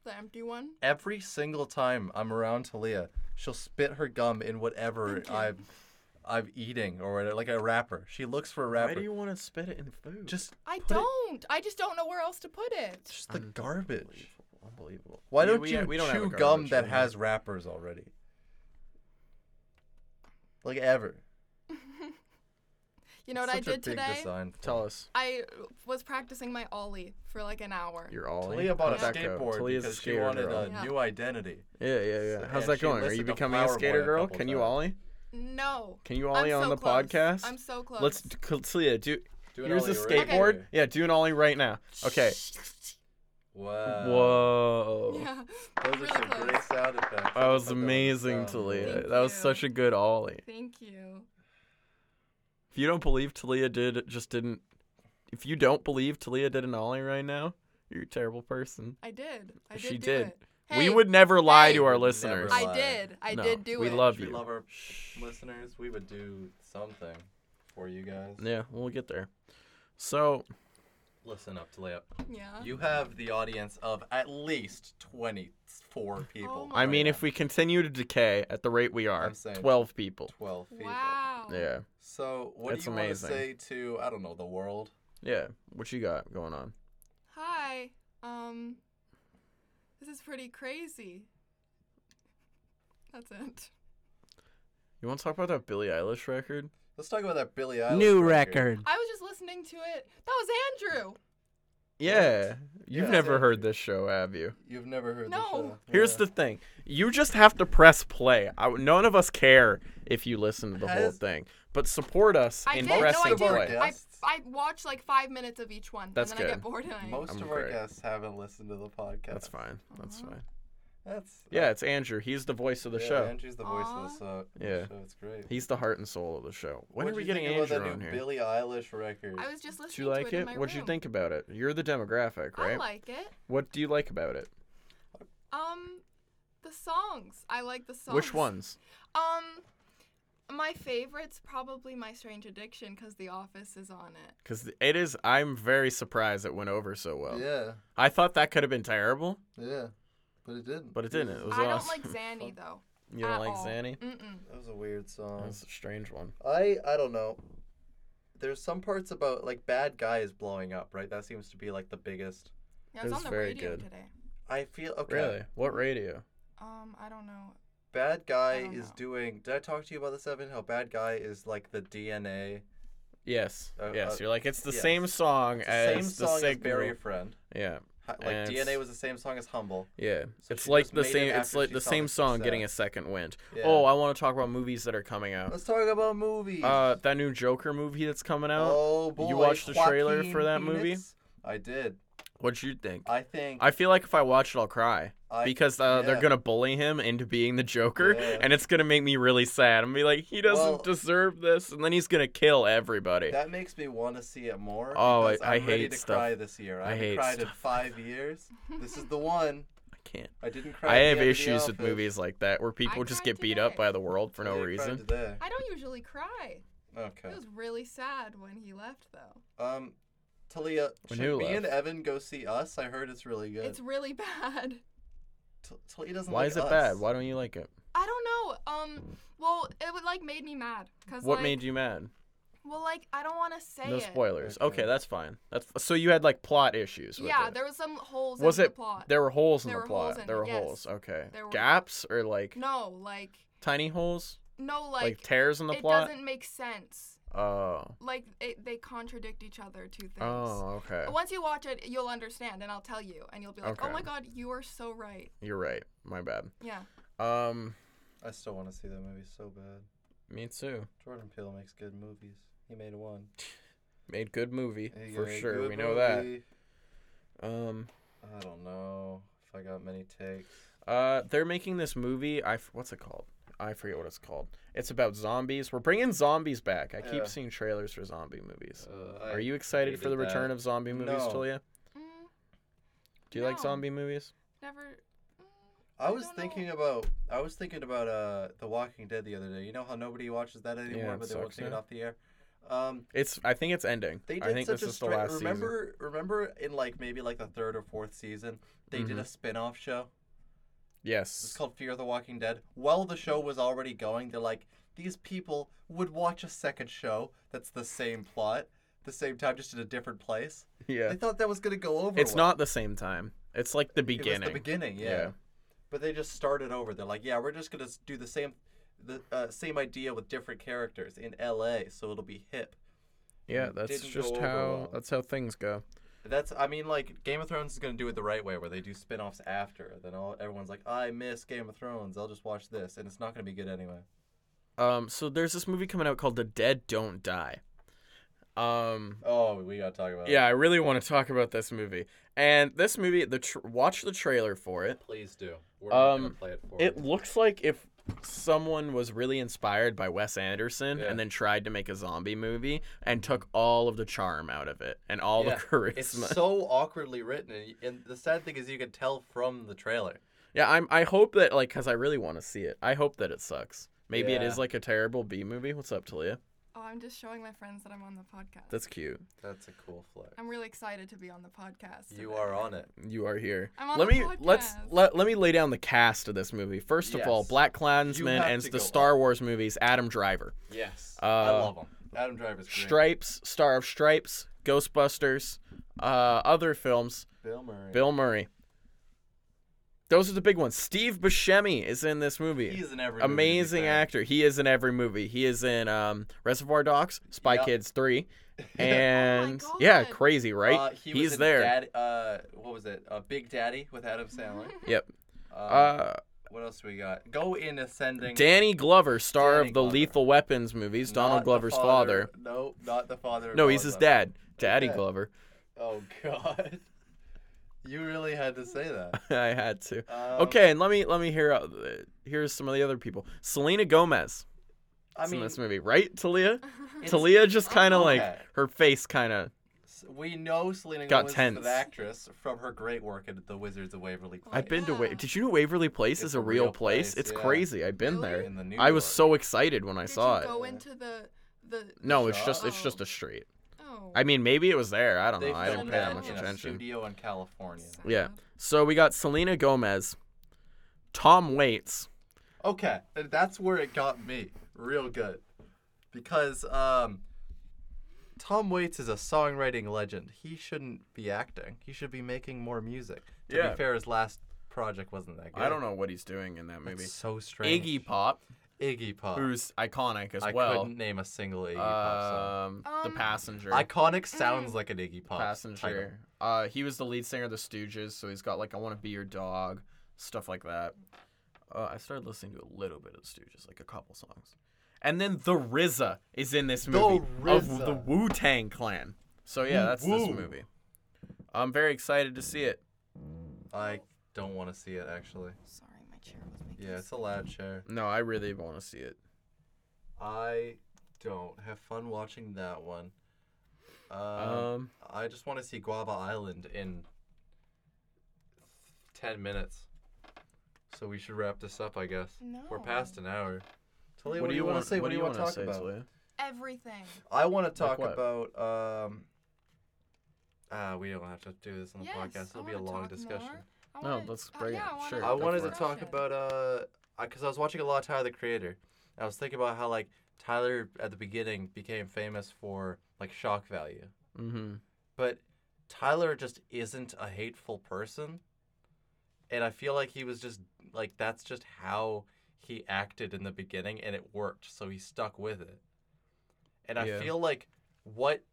[SPEAKER 11] The empty one.
[SPEAKER 2] every single time I'm around Talia, she'll spit her gum in whatever I'm I'm eating or whatever, like a wrapper. She looks for a
[SPEAKER 1] Why
[SPEAKER 2] wrapper.
[SPEAKER 1] do you want to spit it in food?
[SPEAKER 2] Just
[SPEAKER 11] I
[SPEAKER 2] put it-
[SPEAKER 11] don't. I just don't know where else to put it.
[SPEAKER 2] just the garbage.
[SPEAKER 1] unbelievable.
[SPEAKER 2] Why
[SPEAKER 1] We-
[SPEAKER 2] don't
[SPEAKER 1] we-
[SPEAKER 2] you
[SPEAKER 1] we don't have a
[SPEAKER 2] chew
[SPEAKER 1] garbage
[SPEAKER 2] gum that
[SPEAKER 1] room.
[SPEAKER 2] has wrappers already? Like ever.
[SPEAKER 11] You know what I
[SPEAKER 2] Such a
[SPEAKER 11] did
[SPEAKER 2] big
[SPEAKER 11] today?
[SPEAKER 2] Design
[SPEAKER 1] Tell us.
[SPEAKER 11] I was practicing my ollie for like an hour.
[SPEAKER 1] You're all.
[SPEAKER 2] Talia bought a
[SPEAKER 1] How'd that go?
[SPEAKER 2] skateboard
[SPEAKER 1] Talia's a
[SPEAKER 2] because she
[SPEAKER 1] skater
[SPEAKER 2] wanted
[SPEAKER 1] girl.
[SPEAKER 2] a
[SPEAKER 11] Yeah.
[SPEAKER 2] new identity.
[SPEAKER 1] Yeah, yeah, yeah.
[SPEAKER 2] Yeah,
[SPEAKER 1] How's that
[SPEAKER 2] she
[SPEAKER 1] going? Are you
[SPEAKER 2] listened to
[SPEAKER 1] becoming a
[SPEAKER 2] Flower Boy
[SPEAKER 1] skater
[SPEAKER 2] a
[SPEAKER 1] girl?
[SPEAKER 2] couple
[SPEAKER 1] Can you
[SPEAKER 2] times.
[SPEAKER 1] ollie?
[SPEAKER 11] No.
[SPEAKER 1] Can you
[SPEAKER 11] I'm
[SPEAKER 1] ollie on
[SPEAKER 11] so
[SPEAKER 1] the
[SPEAKER 11] close.
[SPEAKER 1] podcast?
[SPEAKER 11] I'm so close.
[SPEAKER 1] Let's, d- c- Talia, do.
[SPEAKER 2] Do an
[SPEAKER 1] here's a
[SPEAKER 2] ollie right
[SPEAKER 1] skateboard.
[SPEAKER 2] here.
[SPEAKER 1] Yeah, do an ollie right now. Okay.
[SPEAKER 2] Wow.
[SPEAKER 1] Whoa.
[SPEAKER 11] Yeah.
[SPEAKER 2] Those
[SPEAKER 11] Really
[SPEAKER 2] are some
[SPEAKER 11] close.
[SPEAKER 2] great sound effects. I
[SPEAKER 1] That was
[SPEAKER 2] thought
[SPEAKER 1] amazing,
[SPEAKER 2] sound.
[SPEAKER 1] Talia.
[SPEAKER 11] Thank
[SPEAKER 1] That was
[SPEAKER 11] you.
[SPEAKER 1] such a good ollie.
[SPEAKER 11] Thank you.
[SPEAKER 1] If you don't believe Talia did, just didn't. If you don't believe Talia did an ollie right now, you're a terrible person.
[SPEAKER 11] I did. I did.
[SPEAKER 1] she
[SPEAKER 11] do
[SPEAKER 1] did.
[SPEAKER 11] It.
[SPEAKER 1] we
[SPEAKER 11] Hey,
[SPEAKER 1] would never lie
[SPEAKER 11] hey.
[SPEAKER 1] to our
[SPEAKER 11] Never
[SPEAKER 1] listeners.
[SPEAKER 11] I did. I
[SPEAKER 1] No,
[SPEAKER 11] did do
[SPEAKER 1] we
[SPEAKER 11] it.
[SPEAKER 1] love
[SPEAKER 2] We
[SPEAKER 1] you.
[SPEAKER 2] love our listeners. We would do something for you guys.
[SPEAKER 1] Yeah, we'll get there. So
[SPEAKER 11] Oh
[SPEAKER 2] Listen up, Talia.
[SPEAKER 11] Yeah.
[SPEAKER 2] You have the audience of at least 24 people.
[SPEAKER 1] Oh I mean, if we continue to decay at the rate we are,
[SPEAKER 2] saying
[SPEAKER 1] twelve people.
[SPEAKER 2] 12 people.
[SPEAKER 1] Yeah.
[SPEAKER 2] So, what
[SPEAKER 1] That's
[SPEAKER 2] do you want to
[SPEAKER 1] amazing.
[SPEAKER 2] say to, I don't know, the world?
[SPEAKER 1] Yeah. What you got going on?
[SPEAKER 11] Hi. Um. This is pretty crazy. That's it.
[SPEAKER 1] You want to talk about that Billie Eilish record?
[SPEAKER 2] Let's talk about that Billie
[SPEAKER 1] Eilish
[SPEAKER 3] New record.
[SPEAKER 11] I was just listening to it. That was Andrew.
[SPEAKER 1] Yeah. You've
[SPEAKER 2] Yeah.
[SPEAKER 1] never heard this show, have you?
[SPEAKER 2] You've never heard
[SPEAKER 11] No.
[SPEAKER 1] Here's the thing. You just have to press play. I, none of us care if you listen to the whole
[SPEAKER 11] Has-
[SPEAKER 1] thing, but support us
[SPEAKER 11] I
[SPEAKER 1] in
[SPEAKER 11] did. No, I
[SPEAKER 1] pressing
[SPEAKER 11] did.
[SPEAKER 1] play.
[SPEAKER 11] I, I watched like five minutes of each one,
[SPEAKER 1] That's
[SPEAKER 11] and then I
[SPEAKER 1] good.
[SPEAKER 11] get bored and I.
[SPEAKER 2] Most
[SPEAKER 1] I'm
[SPEAKER 2] of our
[SPEAKER 1] great.
[SPEAKER 2] guests haven't listened to the podcast.
[SPEAKER 1] That's fine. That's fine.
[SPEAKER 2] That's
[SPEAKER 1] Yeah, it's Andrew. He's the voice of the
[SPEAKER 2] yeah,
[SPEAKER 1] show.
[SPEAKER 2] Andrew's the voice of the show.
[SPEAKER 1] yeah,
[SPEAKER 2] show. It's great.
[SPEAKER 1] He's the heart and soul of the show. When
[SPEAKER 2] What'd
[SPEAKER 1] are we
[SPEAKER 2] you
[SPEAKER 1] getting
[SPEAKER 2] think about
[SPEAKER 1] Andrew
[SPEAKER 2] that
[SPEAKER 1] on
[SPEAKER 2] new
[SPEAKER 1] here?
[SPEAKER 2] Billie Eilish record.
[SPEAKER 11] I was just
[SPEAKER 1] Do
[SPEAKER 11] listening
[SPEAKER 1] you like
[SPEAKER 11] to it, in
[SPEAKER 1] it?
[SPEAKER 11] my
[SPEAKER 1] What'd you
[SPEAKER 11] room.
[SPEAKER 1] think about it? You're the demographic, right?
[SPEAKER 11] I like it.
[SPEAKER 1] What do you like about it?
[SPEAKER 11] Um, the songs. I like the songs.
[SPEAKER 1] Which ones?
[SPEAKER 11] Um, my favorite's probably My Strange Addiction because The Office is on it.
[SPEAKER 1] Because it is. I'm very surprised it went over so well.
[SPEAKER 2] Yeah.
[SPEAKER 1] I thought that could have been terrible,
[SPEAKER 2] Yeah, but it didn't.
[SPEAKER 1] but it didn't. It was
[SPEAKER 11] I don't
[SPEAKER 1] awesome.
[SPEAKER 11] like Zanny though.
[SPEAKER 1] you don't
[SPEAKER 11] at
[SPEAKER 1] like
[SPEAKER 11] all.
[SPEAKER 1] Zanny?
[SPEAKER 11] Mm-mm.
[SPEAKER 2] That was a weird song.
[SPEAKER 1] That's a strange one.
[SPEAKER 2] I I don't know. There's some parts about like bad guy is blowing up, right? That seems to be like the biggest.
[SPEAKER 11] Yeah, it was
[SPEAKER 1] It's
[SPEAKER 11] on the
[SPEAKER 1] very
[SPEAKER 11] radio
[SPEAKER 1] good.
[SPEAKER 11] today.
[SPEAKER 2] I feel okay.
[SPEAKER 1] Really? What radio?
[SPEAKER 11] Um, I don't know.
[SPEAKER 2] Bad guy is doing. Did I talk to you about this, Evan? How bad guy is like the DNA.
[SPEAKER 1] Yes.
[SPEAKER 2] Uh,
[SPEAKER 1] yes.
[SPEAKER 2] uh,
[SPEAKER 1] You're like it's the
[SPEAKER 2] yes.
[SPEAKER 1] same song
[SPEAKER 2] It's the
[SPEAKER 1] as
[SPEAKER 2] same song
[SPEAKER 1] the
[SPEAKER 2] as
[SPEAKER 1] signal.
[SPEAKER 2] Bury Your Friend.
[SPEAKER 1] Yeah.
[SPEAKER 2] Hi- Like
[SPEAKER 1] And it's-
[SPEAKER 2] DNA was the same song as Humble.
[SPEAKER 1] Yeah,
[SPEAKER 2] So
[SPEAKER 1] it's
[SPEAKER 2] she
[SPEAKER 1] like
[SPEAKER 2] just
[SPEAKER 1] the
[SPEAKER 2] made it
[SPEAKER 1] same. It's
[SPEAKER 2] after
[SPEAKER 1] like
[SPEAKER 2] she
[SPEAKER 1] the
[SPEAKER 2] saw
[SPEAKER 1] same
[SPEAKER 2] the
[SPEAKER 1] song
[SPEAKER 2] success.
[SPEAKER 1] getting a second wind.
[SPEAKER 2] Yeah.
[SPEAKER 1] Oh, I want to talk about movies that are coming out.
[SPEAKER 2] Let's talk about movies.
[SPEAKER 1] Uh, that new Joker movie that's coming out.
[SPEAKER 2] oh boy!
[SPEAKER 1] you watched the trailer
[SPEAKER 2] Joaquin
[SPEAKER 1] for that movie?
[SPEAKER 2] Phoenix? I did.
[SPEAKER 1] What'd you think?
[SPEAKER 2] I think
[SPEAKER 1] I feel like if I watch it, I'll cry
[SPEAKER 2] I-
[SPEAKER 1] because uh, they're
[SPEAKER 2] yeah.
[SPEAKER 1] gonna bully him into being the Joker,
[SPEAKER 2] Yeah.
[SPEAKER 1] and it's gonna make me really sad. I'm gonna be like, he doesn't
[SPEAKER 2] Well-
[SPEAKER 1] deserve this, and then he's gonna kill everybody.
[SPEAKER 2] That makes me want to see it more.
[SPEAKER 1] Oh, I-
[SPEAKER 2] because
[SPEAKER 1] I
[SPEAKER 2] I'm ready
[SPEAKER 1] hate
[SPEAKER 2] to
[SPEAKER 1] stuff.
[SPEAKER 2] cry this year.
[SPEAKER 1] I
[SPEAKER 2] I, haven't
[SPEAKER 1] hate
[SPEAKER 2] cried in
[SPEAKER 1] stuff.
[SPEAKER 2] five years. This is the one.
[SPEAKER 1] I can't.
[SPEAKER 2] I didn't cry.
[SPEAKER 1] I
[SPEAKER 2] at the
[SPEAKER 1] have
[SPEAKER 2] end of The
[SPEAKER 1] issues with
[SPEAKER 2] Office.
[SPEAKER 1] movies like that where people just
[SPEAKER 11] cried
[SPEAKER 1] get beat up
[SPEAKER 11] today.
[SPEAKER 1] by the world for no
[SPEAKER 2] Yeah, I cried
[SPEAKER 1] reason.
[SPEAKER 2] today.
[SPEAKER 11] I don't usually cry.
[SPEAKER 2] Okay.
[SPEAKER 11] It was really sad when he left though.
[SPEAKER 2] Um, Talia,
[SPEAKER 1] When
[SPEAKER 2] should
[SPEAKER 1] who
[SPEAKER 2] me
[SPEAKER 1] left?
[SPEAKER 2] and Evan go see Us? I heard it's really good.
[SPEAKER 11] It's really bad.
[SPEAKER 2] T- Talia doesn't.
[SPEAKER 1] Why
[SPEAKER 2] like
[SPEAKER 1] is it
[SPEAKER 2] Us.
[SPEAKER 1] bad? Why don't you like it?
[SPEAKER 11] I don't know. Um, well, it would like made me mad because
[SPEAKER 1] What
[SPEAKER 11] like,
[SPEAKER 1] made you mad?
[SPEAKER 11] Well, like I don't want to say
[SPEAKER 1] No
[SPEAKER 11] it.
[SPEAKER 1] spoilers. Okay, that's fine. That's f- so you had like plot issues. With
[SPEAKER 11] Yeah,
[SPEAKER 1] it.
[SPEAKER 11] there was some holes
[SPEAKER 1] was
[SPEAKER 11] in
[SPEAKER 1] it.
[SPEAKER 11] the plot.
[SPEAKER 1] There were holes in
[SPEAKER 11] There
[SPEAKER 1] the
[SPEAKER 11] were holes
[SPEAKER 1] plot.
[SPEAKER 11] in
[SPEAKER 1] there
[SPEAKER 11] it,
[SPEAKER 1] were
[SPEAKER 11] yes.
[SPEAKER 1] holes. Okay,
[SPEAKER 11] There were-
[SPEAKER 1] gaps or like
[SPEAKER 11] No, like
[SPEAKER 1] tiny holes,
[SPEAKER 11] no, like,
[SPEAKER 1] like, tears in the
[SPEAKER 11] it
[SPEAKER 1] plot.
[SPEAKER 11] doesn't make sense.
[SPEAKER 1] Oh,
[SPEAKER 11] Like it, they contradict each other. Two things.
[SPEAKER 1] oh, okay.
[SPEAKER 11] But Once you watch it, you'll understand, and I'll tell you, and you'll be like, "Oh
[SPEAKER 1] Okay.
[SPEAKER 11] my god, you are so right."
[SPEAKER 1] You're right. My bad.
[SPEAKER 11] Yeah.
[SPEAKER 1] Um,
[SPEAKER 2] I still want to see that movie so bad.
[SPEAKER 1] me too.
[SPEAKER 2] Jordan Peele makes good movies. He made one.
[SPEAKER 1] Made good movie
[SPEAKER 2] He
[SPEAKER 1] for
[SPEAKER 2] made a
[SPEAKER 1] sure.
[SPEAKER 2] good
[SPEAKER 1] We know
[SPEAKER 2] movie.
[SPEAKER 1] that. Um,
[SPEAKER 2] I don't know if I got many takes.
[SPEAKER 1] uh, they're making this movie. I f- what's it called? I forget what it's called. It's about zombies. We're bringing zombies back. I
[SPEAKER 2] Yeah.
[SPEAKER 1] keep seeing trailers for zombie movies.
[SPEAKER 2] Uh, I
[SPEAKER 1] Are you excited for the
[SPEAKER 2] hated
[SPEAKER 1] return
[SPEAKER 2] that.
[SPEAKER 1] of zombie movies,
[SPEAKER 2] No.
[SPEAKER 1] Talia?
[SPEAKER 11] Mm,
[SPEAKER 1] Do you like
[SPEAKER 11] No.
[SPEAKER 1] zombie movies?
[SPEAKER 11] never.
[SPEAKER 2] I was thinking about I was thinking about uh The Walking Dead the other day. You know how nobody watches that anymore,
[SPEAKER 1] it
[SPEAKER 2] but they won't
[SPEAKER 1] sucks
[SPEAKER 2] take it
[SPEAKER 1] now.
[SPEAKER 2] off the air. Um,
[SPEAKER 1] It's. I think it's ending.
[SPEAKER 2] they did
[SPEAKER 1] I think
[SPEAKER 2] such
[SPEAKER 1] this
[SPEAKER 2] a
[SPEAKER 1] is the
[SPEAKER 2] stra-
[SPEAKER 1] last season.
[SPEAKER 2] remember remember in like maybe like the third or fourth season they did a
[SPEAKER 1] Mhm.
[SPEAKER 2] spin-off show. It's
[SPEAKER 1] Yes.
[SPEAKER 2] called Fear of the Walking Dead. While the show was already going, they're like these people would watch a second show that's the same plot, the same time, just in a different place.
[SPEAKER 1] Yeah.
[SPEAKER 2] They thought that was gonna go over.
[SPEAKER 1] It's
[SPEAKER 2] well.
[SPEAKER 1] not the same time. It's like the beginning.
[SPEAKER 2] It was the beginning, yeah. But they just started over. They're like, yeah, we're just gonna s- do the same, the uh, same idea with different characters in L.A. So it'll be hip.
[SPEAKER 1] Yeah,
[SPEAKER 2] And it
[SPEAKER 1] that's
[SPEAKER 2] didn't go
[SPEAKER 1] just
[SPEAKER 2] over
[SPEAKER 1] how
[SPEAKER 2] well.
[SPEAKER 1] that's how things go.
[SPEAKER 2] That's I mean, like Game of Thrones is gonna do it the right way, where they do spin-offs after. Then all everyone's like, I miss Game of Thrones. I'll just watch this, and it's not gonna be good anyway.
[SPEAKER 1] Um, so there's this movie coming out called The Dead Don't Die. Um,
[SPEAKER 2] Oh, we gotta talk about.
[SPEAKER 1] yeah, I
[SPEAKER 2] it.
[SPEAKER 1] really want to talk about this movie. And this movie, the tr- watch the trailer for it.
[SPEAKER 2] Please do. We're not gonna
[SPEAKER 1] Um,
[SPEAKER 2] play it for
[SPEAKER 1] it
[SPEAKER 2] you.
[SPEAKER 1] looks like if someone was really inspired by Wes Anderson and then tried to make a zombie movie and took all of the charm out of it and all
[SPEAKER 2] Yeah.
[SPEAKER 1] the charisma.
[SPEAKER 2] It's so awkwardly written, and, and the sad thing is you can tell from the trailer.
[SPEAKER 1] Yeah, I'm. I hope that like, cause I really want to see it. I hope that it sucks. Maybe it is
[SPEAKER 2] Yeah.
[SPEAKER 1] like a terrible B movie. What's up, Talia?
[SPEAKER 11] Oh, I'm just showing my friends that I'm on the podcast.
[SPEAKER 1] That's cute.
[SPEAKER 2] That's a cool flick.
[SPEAKER 11] I'm really excited to be on the podcast.
[SPEAKER 2] You are on it.
[SPEAKER 1] You are here.
[SPEAKER 11] I'm on
[SPEAKER 1] let
[SPEAKER 11] the
[SPEAKER 1] me let's let, let me lay down the cast of this movie. First of all,
[SPEAKER 2] Yes.
[SPEAKER 1] Black Klansman
[SPEAKER 2] have
[SPEAKER 1] and
[SPEAKER 2] to
[SPEAKER 1] the
[SPEAKER 2] go
[SPEAKER 1] Star Wars movies. Adam Driver.
[SPEAKER 2] Yes,
[SPEAKER 1] uh,
[SPEAKER 2] I love him. Adam Driver's great.
[SPEAKER 1] Stripes, Star of Stripes, Ghostbusters, uh, other films.
[SPEAKER 2] Bill Murray.
[SPEAKER 1] Bill Murray. Those are the big ones. Steve Buscemi is in this movie.
[SPEAKER 2] He's in every movie, to be
[SPEAKER 1] amazing
[SPEAKER 2] fair.
[SPEAKER 1] actor. He is in every movie. He is in um, Reservoir Dogs, Spy
[SPEAKER 2] Yep. Oh
[SPEAKER 1] Kids Three, and yeah, crazy, right?
[SPEAKER 2] Uh, he was
[SPEAKER 1] He's
[SPEAKER 2] in
[SPEAKER 1] there.
[SPEAKER 2] Dad- uh, what was it? Uh, Big Daddy with Adam Sandler.
[SPEAKER 1] Yep.
[SPEAKER 2] Um,
[SPEAKER 1] Uh,
[SPEAKER 2] what else we got? Go in ascending.
[SPEAKER 1] Danny Glover, star
[SPEAKER 2] Danny
[SPEAKER 1] of the
[SPEAKER 2] Glover.
[SPEAKER 1] Lethal Weapons movies,
[SPEAKER 2] Not
[SPEAKER 1] Donald
[SPEAKER 2] the
[SPEAKER 1] Glover's father.
[SPEAKER 2] No, not the father. of
[SPEAKER 1] No, he's
[SPEAKER 2] God's
[SPEAKER 1] his
[SPEAKER 2] Honor.
[SPEAKER 1] dad, Daddy
[SPEAKER 2] Okay.
[SPEAKER 1] Glover.
[SPEAKER 2] Oh God. You really had to say that.
[SPEAKER 1] I had to.
[SPEAKER 2] Um,
[SPEAKER 1] okay, and let me let me hear. Uh, here's some of the other people. Selena Gomez.
[SPEAKER 2] I
[SPEAKER 1] is in this
[SPEAKER 2] mean-
[SPEAKER 1] movie, right, Talia?
[SPEAKER 2] It's-
[SPEAKER 1] Talia just kind of like
[SPEAKER 2] Okay.
[SPEAKER 1] her face kind of.
[SPEAKER 2] S- We know Selena
[SPEAKER 1] Got
[SPEAKER 2] Gomez
[SPEAKER 1] tense.
[SPEAKER 2] is an actress from her great work at the Wizards of Waverly Place.
[SPEAKER 1] I've been to. Wa- Did you know Waverly Place is a real, place?
[SPEAKER 2] place,
[SPEAKER 1] It's
[SPEAKER 2] yeah.
[SPEAKER 1] crazy. I've been
[SPEAKER 2] Really?
[SPEAKER 1] there.
[SPEAKER 2] In the New
[SPEAKER 1] I was
[SPEAKER 2] York.
[SPEAKER 1] so excited when I
[SPEAKER 11] Did
[SPEAKER 1] saw
[SPEAKER 11] you
[SPEAKER 1] it.
[SPEAKER 11] go into the the?
[SPEAKER 1] No,
[SPEAKER 11] the
[SPEAKER 1] it's just it's
[SPEAKER 11] shop?
[SPEAKER 1] just a street.
[SPEAKER 11] Oh.
[SPEAKER 1] I mean, maybe it was there. I don't
[SPEAKER 2] They
[SPEAKER 1] know. I didn't
[SPEAKER 2] filmed
[SPEAKER 1] pay that
[SPEAKER 2] that
[SPEAKER 1] much
[SPEAKER 2] in a
[SPEAKER 1] attention.
[SPEAKER 2] Studio in California.
[SPEAKER 1] Yeah. So we got Selena Gomez, Tom Waits.
[SPEAKER 2] Okay, th- that's where it got me real good, because um, Tom Waits is a songwriting legend. He shouldn't be acting. He should be making more music. To
[SPEAKER 1] Yeah.
[SPEAKER 2] be fair, his last project wasn't that good.
[SPEAKER 1] I don't know what he's doing in that movie.
[SPEAKER 2] That's so strange.
[SPEAKER 1] Iggy Pop,
[SPEAKER 2] Iggy Pop.
[SPEAKER 1] who's iconic as
[SPEAKER 2] I
[SPEAKER 1] well.
[SPEAKER 2] couldn't name a single Iggy Pop
[SPEAKER 1] um, the passenger.
[SPEAKER 2] song. Iconic sounds like an Iggy Pop title.
[SPEAKER 1] passenger. Uh, he was the lead singer of the Stooges, so he's got like "I Want to Be Your Dog," stuff like that. Uh, I started listening to a little bit of the Stooges, like a couple songs, and then the RZA is in this movie of the
[SPEAKER 2] RZA.
[SPEAKER 1] Wu Tang Clan. So yeah, that's this
[SPEAKER 2] Woo.
[SPEAKER 1] movie. I'm very excited to see it.
[SPEAKER 2] I don't want to see it actually.
[SPEAKER 11] Sorry, my chair was making.
[SPEAKER 2] Yeah, it's a loud chair.
[SPEAKER 1] No, I really want to see it.
[SPEAKER 2] I don't have fun watching that one. Um,
[SPEAKER 1] Um,
[SPEAKER 2] I just want to see Guava Island in ten minutes. So we should wrap this up, I guess. We're past an hour. Talia, what, do you want to say? What do you want to
[SPEAKER 1] wanna
[SPEAKER 2] talk
[SPEAKER 1] say,
[SPEAKER 2] about?
[SPEAKER 1] Talia?
[SPEAKER 11] Everything.
[SPEAKER 2] I want to talk
[SPEAKER 1] what?
[SPEAKER 2] about. Um, uh, we don't have to do this on the
[SPEAKER 11] Yes,
[SPEAKER 2] podcast. It'll
[SPEAKER 11] I
[SPEAKER 2] be a
[SPEAKER 11] wanna
[SPEAKER 2] long
[SPEAKER 11] talk
[SPEAKER 2] discussion.
[SPEAKER 11] more. I
[SPEAKER 1] No,
[SPEAKER 11] wanna-
[SPEAKER 1] let's
[SPEAKER 11] uh,
[SPEAKER 1] bring
[SPEAKER 11] yeah,
[SPEAKER 1] it.
[SPEAKER 11] I wanna
[SPEAKER 1] Sure.
[SPEAKER 2] I
[SPEAKER 1] go
[SPEAKER 2] wanted
[SPEAKER 1] for
[SPEAKER 2] to
[SPEAKER 1] it.
[SPEAKER 2] talk about uh, because I was watching a lot of Tyler the Creator. I was thinking about how like Tyler at the beginning became famous for like shock value,
[SPEAKER 1] Mm-hmm.
[SPEAKER 2] but Tyler just isn't a hateful person, and I feel like he was just like that's just how he acted in the beginning, and it worked, so he stuck with it. And I
[SPEAKER 1] Yeah.
[SPEAKER 2] feel like what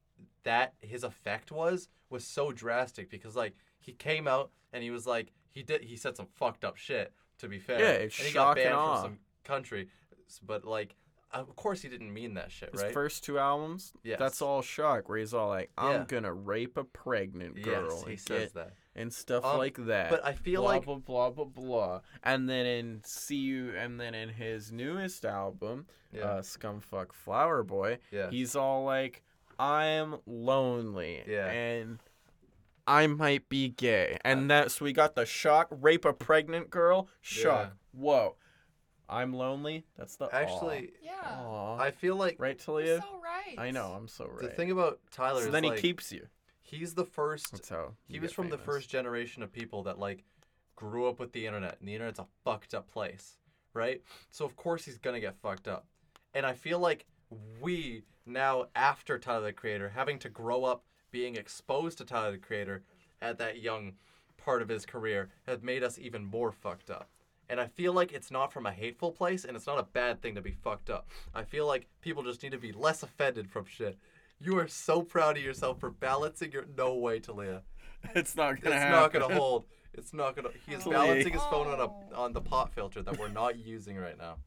[SPEAKER 2] that his effect was was so drastic because like he came out and he was like he did he said some fucked up shit to be fair.
[SPEAKER 1] Yeah, it's
[SPEAKER 2] and he
[SPEAKER 1] shock
[SPEAKER 2] got
[SPEAKER 1] and
[SPEAKER 2] banned
[SPEAKER 1] awe.
[SPEAKER 2] from some country, s- but like of course he didn't mean that shit,
[SPEAKER 1] His
[SPEAKER 2] right?
[SPEAKER 1] first two albums, that's
[SPEAKER 2] Yes.
[SPEAKER 1] all shock, where he's all like, "I'm
[SPEAKER 2] Yeah.
[SPEAKER 1] gonna rape a pregnant
[SPEAKER 2] Yes,
[SPEAKER 1] girl,"
[SPEAKER 2] he
[SPEAKER 1] and get-
[SPEAKER 2] says that.
[SPEAKER 1] and stuff
[SPEAKER 2] Um,
[SPEAKER 1] like that.
[SPEAKER 2] but I feel
[SPEAKER 1] blah,
[SPEAKER 2] like-
[SPEAKER 1] blah blah blah blah, and then in see you, and then in his newest album,
[SPEAKER 2] Yeah.
[SPEAKER 1] uh, Scumfuck Flower Boy,
[SPEAKER 2] Yeah.
[SPEAKER 1] he's all like, "I'm lonely,"
[SPEAKER 2] Yeah.
[SPEAKER 1] and I might be gay, and that's we got the shock, rape a pregnant girl, shock,
[SPEAKER 2] Yeah.
[SPEAKER 1] whoa. I'm lonely. That's the aw.
[SPEAKER 2] Actually,
[SPEAKER 11] Yeah.
[SPEAKER 1] Aw.
[SPEAKER 2] I feel like
[SPEAKER 1] right,
[SPEAKER 11] You're
[SPEAKER 1] Talia?
[SPEAKER 11] so right.
[SPEAKER 1] I know. I'm so right.
[SPEAKER 2] the thing about Tyler
[SPEAKER 1] so
[SPEAKER 2] is
[SPEAKER 1] then
[SPEAKER 2] like,
[SPEAKER 1] he keeps you.
[SPEAKER 2] he's the first
[SPEAKER 1] That's how
[SPEAKER 2] he
[SPEAKER 1] you
[SPEAKER 2] was
[SPEAKER 1] get
[SPEAKER 2] from the
[SPEAKER 1] famous.
[SPEAKER 2] first generation of people that like grew up with the internet and the internet's a fucked up place right so of course he's gonna get fucked up and i feel like we now after tyler the creator having to grow up being exposed to tyler the creator at that young part of his career has made us even more fucked up and i feel like it's not from a hateful place and it's not a bad thing to be fucked up i feel like people just need to be less offended from shit you are so proud of yourself for balancing your no way talia
[SPEAKER 1] It's not
[SPEAKER 2] it's not gonna hold. It's not gonna. He is
[SPEAKER 1] Please.
[SPEAKER 2] balancing his phone on a on the pop filter that we're not using right now.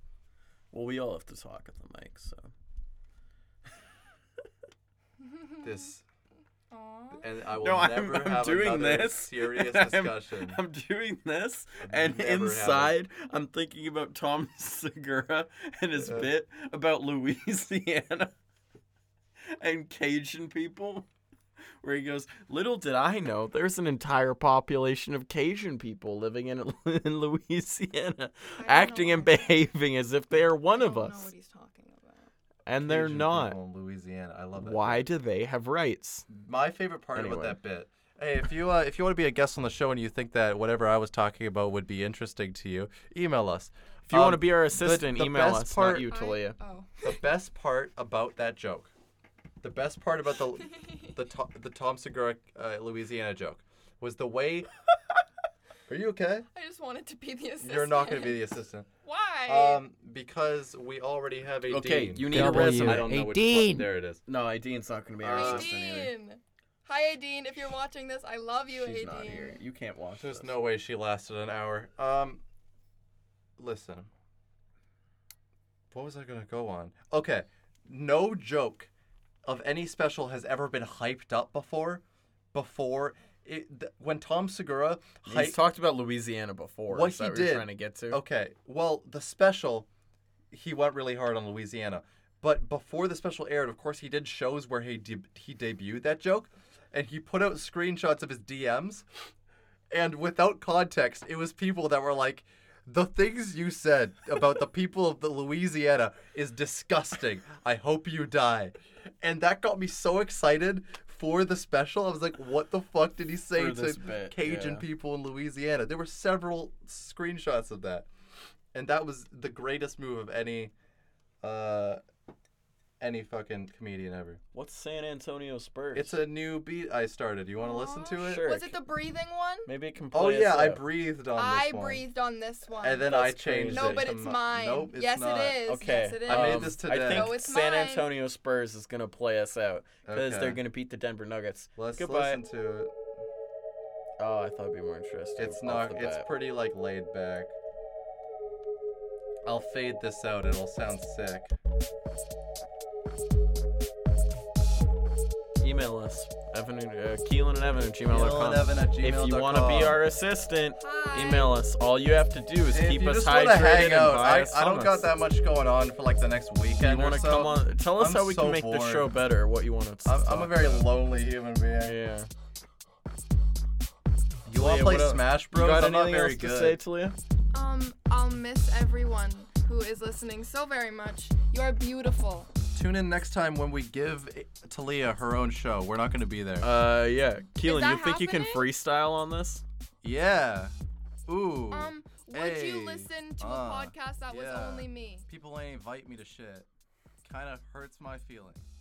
[SPEAKER 1] Well, we all have to talk at the mic, so.
[SPEAKER 2] This
[SPEAKER 11] Aw.
[SPEAKER 5] and I will
[SPEAKER 1] no, I'm,
[SPEAKER 5] never
[SPEAKER 1] I'm
[SPEAKER 5] have
[SPEAKER 1] doing
[SPEAKER 5] another
[SPEAKER 1] this.
[SPEAKER 5] serious
[SPEAKER 1] and I'm-
[SPEAKER 5] discussion.
[SPEAKER 1] I'm, doing this, and
[SPEAKER 5] never have it.
[SPEAKER 1] inside I'm thinking about Tom Segura and his
[SPEAKER 5] Yeah.
[SPEAKER 1] bit about Louisiana and Cajun people, where he goes, "Little did I know, there's an entire population of Cajun people living in in Louisiana, acting and behaving as if they are one of us." And they're
[SPEAKER 2] Cajun
[SPEAKER 1] not.
[SPEAKER 2] people in Louisiana. I love that.
[SPEAKER 1] Why do they have rights?
[SPEAKER 2] My favorite part about
[SPEAKER 1] Anyway.
[SPEAKER 2] that bit. Hey, if you uh, if you want to be a guest on the show and you think that whatever I was talking about would be interesting to you, email us.
[SPEAKER 1] If you wanna be our
[SPEAKER 2] Um, the-
[SPEAKER 1] assistant,
[SPEAKER 2] the
[SPEAKER 1] email
[SPEAKER 2] best
[SPEAKER 1] us, not you, I- Talia.
[SPEAKER 11] oh,
[SPEAKER 2] The best part about that joke, the best part about the the to, the Tom Segura uh, Louisiana joke, was the way. Are you okay?
[SPEAKER 11] I just wanted to be the assistant.
[SPEAKER 2] You're not going to be the assistant.
[SPEAKER 11] Why?
[SPEAKER 2] Um, because we already have a
[SPEAKER 1] Okay,
[SPEAKER 2] dean.
[SPEAKER 1] you need a
[SPEAKER 2] W.
[SPEAKER 1] resume.
[SPEAKER 2] I don't know which
[SPEAKER 1] Dean.
[SPEAKER 2] button. There it is.
[SPEAKER 1] No, Adeen's not going to be our
[SPEAKER 2] Uh,
[SPEAKER 1] assistant either.
[SPEAKER 11] Aideen. Hi, Aideen. If you're watching this, I love you,
[SPEAKER 1] She's
[SPEAKER 11] Aideen.
[SPEAKER 1] not here. You can't watch
[SPEAKER 2] There's
[SPEAKER 1] this.
[SPEAKER 2] no way she lasted an hour. Um, listen. What was I gonna go on? Okay, no joke of any special has ever been hyped up before. Before it, th- when Tom Segura
[SPEAKER 1] He's
[SPEAKER 2] hyped
[SPEAKER 1] talked about Louisiana before.
[SPEAKER 2] what
[SPEAKER 1] is
[SPEAKER 2] he
[SPEAKER 1] that what
[SPEAKER 2] did
[SPEAKER 1] you're trying to get to?
[SPEAKER 2] Okay, well the special, he went really hard on Louisiana, but before the special aired, of course he did shows where he de- he debuted that joke, and he put out screenshots of his DMs and without context, it was people that were like, "The things you said about the people of the Louisiana is disgusting. I hope you die," and that got me so excited for the special. I was like, "What the fuck did he say
[SPEAKER 1] For this
[SPEAKER 2] to
[SPEAKER 1] bit,
[SPEAKER 2] Cajun
[SPEAKER 1] yeah.
[SPEAKER 2] people in Louisiana?" There were several screenshots of that, and that was the greatest move of any, uh, any fucking comedian ever.
[SPEAKER 1] What's San Antonio Spurs?
[SPEAKER 2] It's a new beat I started. You want to listen to it?
[SPEAKER 1] Sure.
[SPEAKER 11] Was it the breathing one?
[SPEAKER 1] Maybe it can play
[SPEAKER 2] Oh
[SPEAKER 1] us
[SPEAKER 2] yeah, I
[SPEAKER 1] out.
[SPEAKER 2] breathed on this
[SPEAKER 11] I
[SPEAKER 2] one.
[SPEAKER 11] breathed on this one.
[SPEAKER 2] And then I
[SPEAKER 1] That's crazy.
[SPEAKER 2] changed
[SPEAKER 11] No,
[SPEAKER 2] it.
[SPEAKER 11] but
[SPEAKER 2] to
[SPEAKER 11] it's
[SPEAKER 2] mi-
[SPEAKER 11] mine.
[SPEAKER 2] Nope, it's
[SPEAKER 11] Yes, it
[SPEAKER 2] not.
[SPEAKER 11] is.
[SPEAKER 1] Okay.
[SPEAKER 11] Yes, it
[SPEAKER 2] I made
[SPEAKER 11] is.
[SPEAKER 2] this
[SPEAKER 1] I
[SPEAKER 2] today.
[SPEAKER 1] think
[SPEAKER 11] No, it's
[SPEAKER 1] San
[SPEAKER 11] mine.
[SPEAKER 1] Antonio Spurs is going to play us out because
[SPEAKER 2] Okay.
[SPEAKER 1] they're going to beat the Denver Nuggets.
[SPEAKER 2] Let's
[SPEAKER 1] Goodbye.
[SPEAKER 2] listen to it.
[SPEAKER 1] Oh, I thought it'd be more interesting.
[SPEAKER 2] It's
[SPEAKER 1] off
[SPEAKER 2] not.
[SPEAKER 1] the
[SPEAKER 2] It's
[SPEAKER 1] bat.
[SPEAKER 2] pretty like laid back. I'll fade this out. It'll sound sick.
[SPEAKER 1] Email us. Evan, and- uh, Keelan and Evan at
[SPEAKER 2] Keelan
[SPEAKER 1] gmail.com.
[SPEAKER 2] and Evan at
[SPEAKER 1] If you want to
[SPEAKER 2] gmail.com.
[SPEAKER 1] be our assistant, email us. All you have to do is
[SPEAKER 2] If
[SPEAKER 1] keep
[SPEAKER 2] you
[SPEAKER 1] us
[SPEAKER 2] just
[SPEAKER 1] hydrated
[SPEAKER 2] wanna hang
[SPEAKER 1] and
[SPEAKER 2] out,
[SPEAKER 1] buy
[SPEAKER 2] I,
[SPEAKER 1] us
[SPEAKER 2] I don't
[SPEAKER 1] donuts.
[SPEAKER 2] got that much going on for like the next
[SPEAKER 1] If
[SPEAKER 2] weekend.
[SPEAKER 1] you
[SPEAKER 2] want
[SPEAKER 1] want to
[SPEAKER 2] to
[SPEAKER 1] come on, tell us
[SPEAKER 2] I'm
[SPEAKER 1] how we
[SPEAKER 2] so
[SPEAKER 1] can make the
[SPEAKER 2] bored.
[SPEAKER 1] show better. What you want us to
[SPEAKER 2] I'm, I'm
[SPEAKER 1] talk
[SPEAKER 2] a very
[SPEAKER 1] about.
[SPEAKER 2] lonely human being.
[SPEAKER 1] Yeah.
[SPEAKER 2] You want
[SPEAKER 1] Leah,
[SPEAKER 2] to play
[SPEAKER 1] what else?
[SPEAKER 2] Smash Bros?
[SPEAKER 1] You got
[SPEAKER 2] I'm not
[SPEAKER 1] anything
[SPEAKER 2] very
[SPEAKER 1] else
[SPEAKER 2] good.
[SPEAKER 1] to say, Talia?
[SPEAKER 11] Um, I'll miss everyone who is listening so very much. You are beautiful.
[SPEAKER 2] Tune in next time when we give Talia her own show. We're not going to be there.
[SPEAKER 1] Uh, yeah. Keelan, you
[SPEAKER 11] that
[SPEAKER 1] think you can
[SPEAKER 11] happening?
[SPEAKER 1] freestyle on this?
[SPEAKER 2] yeah. Ooh.
[SPEAKER 11] Um, would
[SPEAKER 2] Hey,
[SPEAKER 11] you listen to
[SPEAKER 2] uh,
[SPEAKER 11] a podcast that was
[SPEAKER 2] yeah.
[SPEAKER 11] only me?
[SPEAKER 2] People ain't invite me to shit. Kind of hurts my feelings.